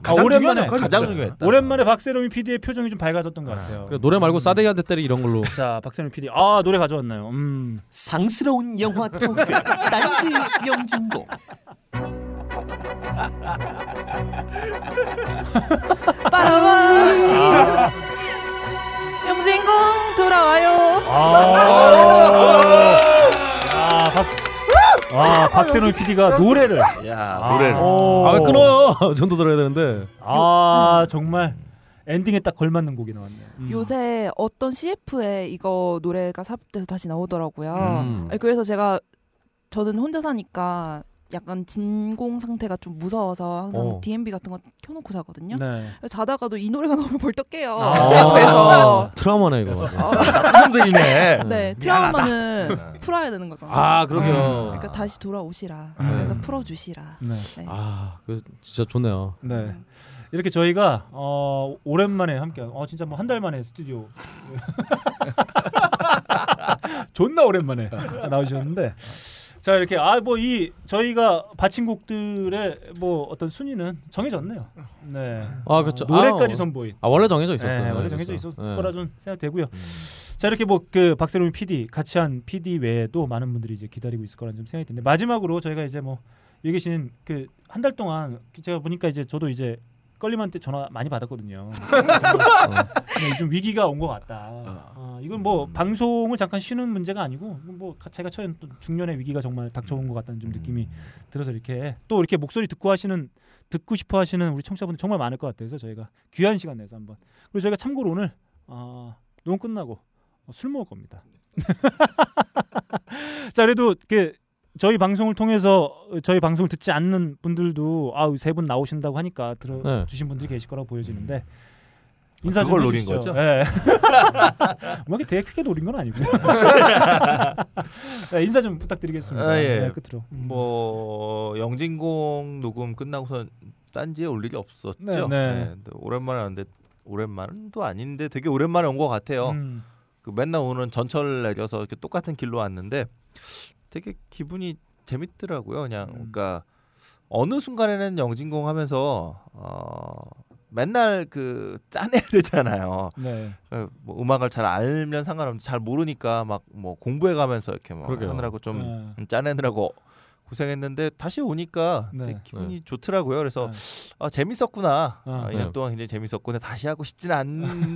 Speaker 6: 가장
Speaker 1: 아,
Speaker 6: 중요한 역할이죠. 네. 가장 중요했다.
Speaker 1: 오랜만에 박세롬이 PD의 표정이 좀 밝아졌던 것 같아요.
Speaker 6: 그래, 노래 말고 싸대기한테 때리 이런 걸로.
Speaker 1: 자 박세롬 PD 아 노래 가져왔나요? 음.
Speaker 13: 상스러운 영화 토크 딴지 영진공
Speaker 4: 빠라바 영진공 돌아와요.
Speaker 1: 아, 아, 박, 아 박세롬 PD가 노래를
Speaker 3: 야
Speaker 6: 노래를.
Speaker 1: 아,
Speaker 6: 아왜 끊어요? 전도 들어야 되는데.
Speaker 1: 아 정말 엔딩에 딱 걸맞는 곡이 나왔네요.
Speaker 6: 음.
Speaker 4: 요새 어떤 CF에 이거 노래가 삽입돼서 다시 나오더라고요.
Speaker 1: 음.
Speaker 4: 아니, 그래서 제가 저는 혼자 사니까 약간 진공 상태가 좀 무서워서 항상
Speaker 1: 어.
Speaker 4: DMB 같은 거 켜놓고 자거든요.
Speaker 1: 네.
Speaker 4: 그래서 자다가도 이 노래가 너무 벌떡해요. 어.
Speaker 6: 아, 트라우마네 이거.
Speaker 3: 사람들이네.
Speaker 4: 네, 트라우마는 풀어야 되는 거잖아요.
Speaker 6: 네. 아, 그러게요.
Speaker 4: 그러니까 다시 돌아오시라.
Speaker 6: 음.
Speaker 4: 그래서 풀어주시라.
Speaker 1: 네.
Speaker 6: 아, 그 진짜 좋네요.
Speaker 1: 네. 이렇게 저희가 어, 오랜만에 함께 어 진짜 뭐 한 달 만에 스튜디오 존나 오랜만에 나오셨는데 자 이렇게 아 뭐 이 저희가 바친 곡들의 뭐 어떤 순위는 정해졌네요. 네.
Speaker 6: 아 그렇죠.
Speaker 1: 노래까지
Speaker 6: 아,
Speaker 1: 선보인.
Speaker 6: 아 원래 정해져 있었어요.
Speaker 1: 네, 원래
Speaker 6: 그래서.
Speaker 1: 정해져 있었을
Speaker 6: 네.
Speaker 1: 거라 좀 생각되고요. 자 이렇게 뭐 그 박세롬 PD 같이 한 PD 외에도 많은 분들이 이제 기다리고 있을 거라는 좀 생각이 드는데 마지막으로 저희가 이제 뭐 여기 계신 그 한 달 동안 제가 보니까 이제 저도 이제 껄림한테 전화 많이 받았거든요. 어, 좀 위기가 온 것 같다. 어, 이건 뭐 방송을 잠깐 쉬는 문제가 아니고 이건 뭐 가- 제가 처한 또 중년의 위기가 정말 닥쳐온 것 같다는 좀 느낌이 들어서 이렇게 또 이렇게 목소리 듣고 하시는 듣고 싶어 하시는 우리 청취자분들 정말 많을 것 같아서 저희가 귀한 시간 내서 한번 그리고 저희가 참고로 오늘 어, 녹음 끝나고 술 먹을 겁니다. 자 그래도 그 저희 방송을 통해서 저희 방송을 듣지 않는 분들도 아세 분 나오신다고 하니까 들어
Speaker 6: 네.
Speaker 1: 주신 분들이 계실 거라고 보여지는데 인사 좀
Speaker 3: 그걸 노린
Speaker 1: 해주시죠.
Speaker 3: 거죠?
Speaker 1: 예. 뭐 이렇게 되게 크게 노린 건 아니고. 네, 인사 좀 부탁드리겠습니다.
Speaker 3: 아, 예.
Speaker 1: 네, 끝으로.
Speaker 3: 뭐 영진공 녹음 끝나고선 딴지에 올 일이 없었죠.
Speaker 1: 네, 네.
Speaker 3: 근데 오랜만에 왔는데 오랜만도 아닌데 되게 오랜만에 온 것 같아요.
Speaker 1: 음.
Speaker 3: 그 맨날 오는 전철 내려서 이렇게 똑같은 길로 왔는데 되게 기분이 재밌더라고요.
Speaker 1: 음.
Speaker 3: 그냥 그러니까 어느 순간에는 영진공 하면서 어 맨날 그 짜내야 되잖아요.
Speaker 6: 음.
Speaker 1: 네.
Speaker 3: 어, 뭐 음악을 잘 알면 상관없는데 잘 모르니까 막 뭐 공부해 가면서 이렇게 막
Speaker 6: 그러게요. 네.
Speaker 3: 하느라고 좀 음, 짜내느라고 고생했는데 다시 오니까
Speaker 6: 네.
Speaker 3: 되게 기분이 좋더라고요. 그래서 아, 재밌었구나.
Speaker 6: 아.
Speaker 3: 아, 2년
Speaker 6: 네.
Speaker 3: 동안 굉장히 재밌었고 근데 다시 하고 싶지는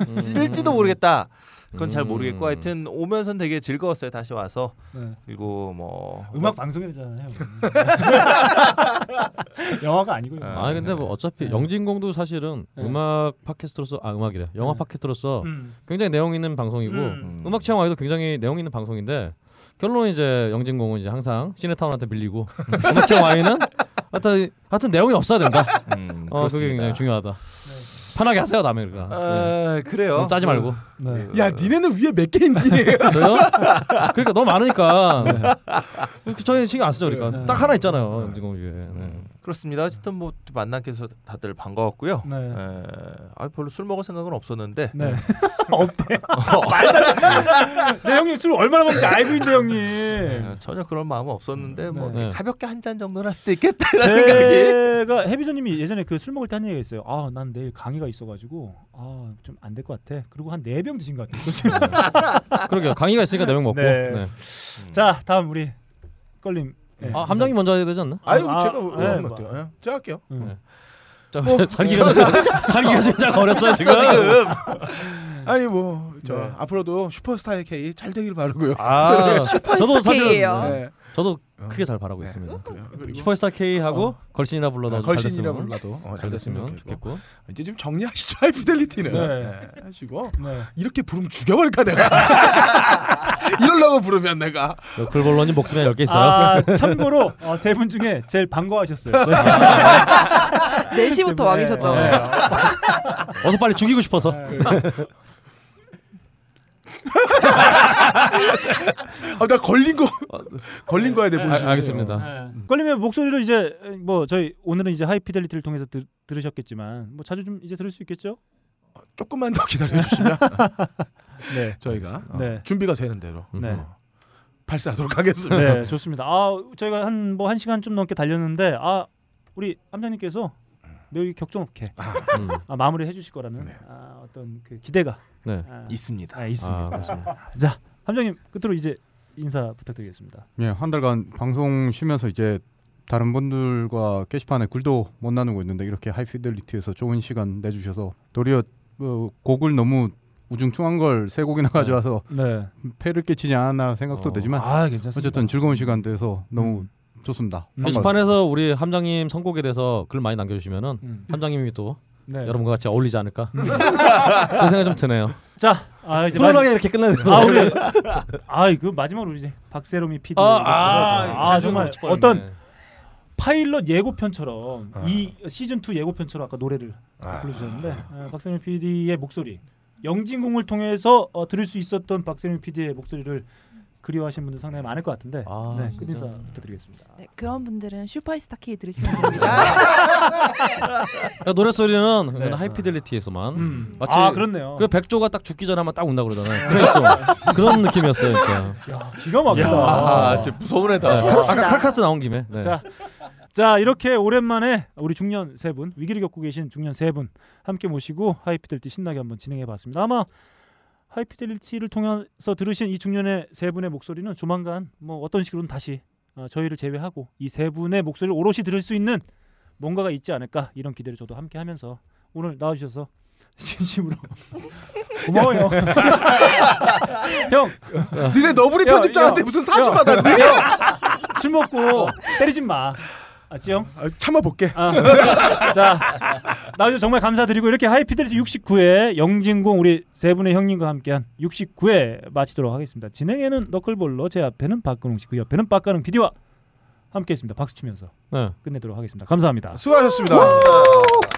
Speaker 3: 않을지도 모르겠다. 그건 잘 모르겠고 하여튼 오면선 되게 즐거웠어요. 다시 와서
Speaker 1: 네.
Speaker 3: 그리고 뭐
Speaker 1: 음악 방송이잖아요. 영화가 아니고요.
Speaker 3: 네.
Speaker 1: 네.
Speaker 6: 아 근데 뭐 어차피 영진공도 사실은 음악 팟캐스트로서 아 음악이래 영화 팟캐스트로서
Speaker 1: 네. 음.
Speaker 6: 굉장히 내용 있는 방송이고
Speaker 1: 음.
Speaker 6: 음. 악 취향 와이도 굉장히 내용 있는 방송인데 결론은 이제 영진공은 이제 항상 시네타운한테 밀리고 음악 취향 와이는 하여튼 하여튼 내용이 없어야 된다. 어
Speaker 3: 음, 그렇습니다.
Speaker 6: 그게 굉장히 중요하다. 편하게 하세요 남의 그러니까.
Speaker 3: 아, 그래요. 예.
Speaker 6: 너무 짜지 말고.
Speaker 1: 네.
Speaker 2: 야 니네는 위에 몇 개인지
Speaker 6: 저요? 그러니까 너무 많으니까 저희 신경 안 쓰죠 그러니까 딱 하나 있잖아요 영진공 위에. 네.
Speaker 3: 그렇습니다. 어쨌든 뭐 만나게 해서 다들 반가웠고요.
Speaker 1: 네.
Speaker 3: 에, 아 별로 술 먹을 생각은 없었는데. 음.
Speaker 1: 네. 없대. 네 형님 술 얼마나 먹는지 알고 있는데 형님.
Speaker 3: 네, 전혀 그런 마음은 없었는데 뭐
Speaker 1: 네.
Speaker 3: 가볍게 한 잔 정도는 할 수도 있겠다라는 생각이.
Speaker 1: 제가 해비조님이 예전에 그 술 먹을 때 한 얘기가 있어요. 아, 난 내일 강의가 있어가지고 아, 좀 안 될 것 같아. 그리고 한 네 병 드신 것 같아요. 지금.
Speaker 6: 그러게요 강의가 있으니까 내용 먹고.
Speaker 1: 네.
Speaker 6: 네.
Speaker 1: 자, 다음 우리 걸림. 네,
Speaker 6: 아 함장이 먼저 해야 되지 않나?
Speaker 2: 아유
Speaker 1: 아,
Speaker 2: 제가 왜
Speaker 1: 네,
Speaker 2: 하는
Speaker 1: 뭐.
Speaker 2: 것 같아요. 예, 제가 할게요.
Speaker 6: 자,
Speaker 2: 뭐,
Speaker 6: 살기가 살기가 진짜 어렸어요 지금.
Speaker 2: 아니 뭐 저
Speaker 6: 네.
Speaker 2: 앞으로도 슈퍼스타의 K 잘 되길 바라고요.
Speaker 6: 아, 저도 사실
Speaker 2: K예요.
Speaker 6: 네. 저도 크게 잘 바라고 있습니다. 슈퍼스타 K 하고 걸신이라 불러도
Speaker 2: 아,
Speaker 6: 잘
Speaker 2: 걸신이라
Speaker 6: 됐으면-
Speaker 2: 불러도 어,
Speaker 6: 잘 됐으면 좋겠고.
Speaker 2: 이제 좀 정리하시죠 하이피델리티는
Speaker 6: 네.
Speaker 2: 네, 하시고
Speaker 1: 네.
Speaker 2: 이렇게 부르면 죽여버릴까 내가 이럴라고 부르면 내가
Speaker 6: 글벌러님 목숨에 10개 있어요.
Speaker 1: 아, 참고로 어, 세분 중에 제일 반가워하셨어요.
Speaker 6: 음.
Speaker 4: 4시부터 와 계셨잖아요.
Speaker 6: 네. 어서 빨리 죽이고 싶어서.
Speaker 2: 아, 나 걸린 거 걸린 거야 내
Speaker 6: 네,
Speaker 2: 본심이.
Speaker 6: 알- 알겠습니다.
Speaker 1: 걸림의 목소리를 이제 뭐 저희 오늘은 이제 하이피델리티를 통해서 들, 들으셨겠지만 뭐 자주 좀 이제 들을 수 있겠죠?
Speaker 2: 아, 조금만 더 기다려 주시면
Speaker 1: 네.
Speaker 2: 저희가 어,
Speaker 1: 네.
Speaker 2: 준비가 되는 대로
Speaker 1: 네.
Speaker 2: 어, 발사하도록 하겠습니다.
Speaker 1: 네, 좋습니다. 아, 저희가 한 뭐 한 시간 좀 넘게 달렸는데 아, 우리 함장님께서 매우 격정 없게
Speaker 6: 음.
Speaker 1: 아, 마무리 해주실 거라는 아, 어떤 그 기대가
Speaker 6: 네.
Speaker 1: 아,
Speaker 3: 있습니다.
Speaker 1: 아, 있습니다.
Speaker 6: 아, 그렇습니다.
Speaker 1: 자, 함장님 끝으로 이제 인사 부탁드리겠습니다.
Speaker 7: 예, 한 달간 방송 쉬면서 이제 다른 분들과 게시판에 글도 못 나누고 있는데 이렇게 하이피델리티에서 좋은 시간 내주셔서 도리어 어, 곡을 너무 우중충한 걸 세 곡이나 가져와서
Speaker 1: 네.
Speaker 7: 패를 끼치지 않았나 생각도
Speaker 1: 어.
Speaker 7: 되지만
Speaker 1: 아, 괜찮습니다. 음.
Speaker 7: 어쨌든 즐거운 시간 돼서 너무 좋습니다.
Speaker 6: 게시판에서 우리 함장님 선곡에 대해서 글 많이 남겨주시면은 함장님이 또
Speaker 1: 네. 음.
Speaker 6: 여러분과 같이 어울리지 않을까 음. 그런 생각이 좀 드네요.
Speaker 1: 자, 아, 이제
Speaker 6: 훈훈하게
Speaker 1: 마지-
Speaker 6: 이렇게 끝내야 되나?
Speaker 1: 아, 우리 아, 그 마지막으로 이제 박세롬이 PD.
Speaker 6: 아,
Speaker 1: 아,
Speaker 6: 아,
Speaker 1: 아, 정말
Speaker 6: 자주 놓칠
Speaker 1: 어떤
Speaker 6: 뻔했네.
Speaker 1: 파일럿 예고편처럼
Speaker 6: 아.
Speaker 1: 이 시즌 2 예고편처럼 아까 노래를 불러주셨는데 아, 박세롬 PD의 목소리 영진공을 통해서 어, 들을 수 있었던 박세롬 PD의 목소리를 그리워하시는 분들 상당히 많을 것 같은데
Speaker 6: 아,
Speaker 1: 네, 끝 인사 부탁드리겠습니다.
Speaker 4: 네, 그런 분들은 슈퍼스타 K 들으시면 됩니다.
Speaker 6: 그러니까 노래 소리는 하이피델리티에서만. 마치
Speaker 1: 네. 아, 그렇네요.
Speaker 6: 그 백조가 딱 죽기 전에 한번 딱 운다 그러잖아요. 그랬어. 그런 느낌이었어요, 진짜.
Speaker 1: 야, 기가 막히다.
Speaker 6: 야, 진짜 무서운 애다.
Speaker 1: 자,
Speaker 6: 아까 칼카스 나온 김에. 네.
Speaker 1: 자, 자 이렇게 오랜만에 우리 중년 세 분 위기를 겪고 계신 중년 세 분 함께 모시고 하이피델리티 신나게 한번 진행해봤습니다. 아마 하이피델리티를 통해서 들으신 이 중년의 세 분의 목소리는 조만간 뭐 어떤 식으로든 다시 어, 저희를 제외하고 이 세 분의 목소리를 오롯이 들을 수 있는 뭔가가 있지 않을까 이런 기대를 저도 함께 하면서 오늘 나와주셔서 진심으로 고마워요. 형,
Speaker 2: 니네 너브리
Speaker 1: 형,
Speaker 2: 편집자한테
Speaker 1: 형,
Speaker 2: 무슨 사주
Speaker 1: 형,
Speaker 2: 받았니?
Speaker 1: 형, 술 먹고 때리지 마. 아지 형? 어.
Speaker 2: 참아볼게.
Speaker 1: 자, 나와주 정말 감사드리고 이렇게 하이피델리티 69회 영진공 우리 세 분의 형님과 함께한 69회 마치도록 하겠습니다. 진행에는 너클볼로 제 앞에는 박근홍 씨, 그 옆에는 박가능 PD와 함께했습니다. 박수 치면서
Speaker 6: 네.
Speaker 1: 끝내도록 하겠습니다. 감사합니다.
Speaker 2: 수고하셨습니다.
Speaker 1: 우!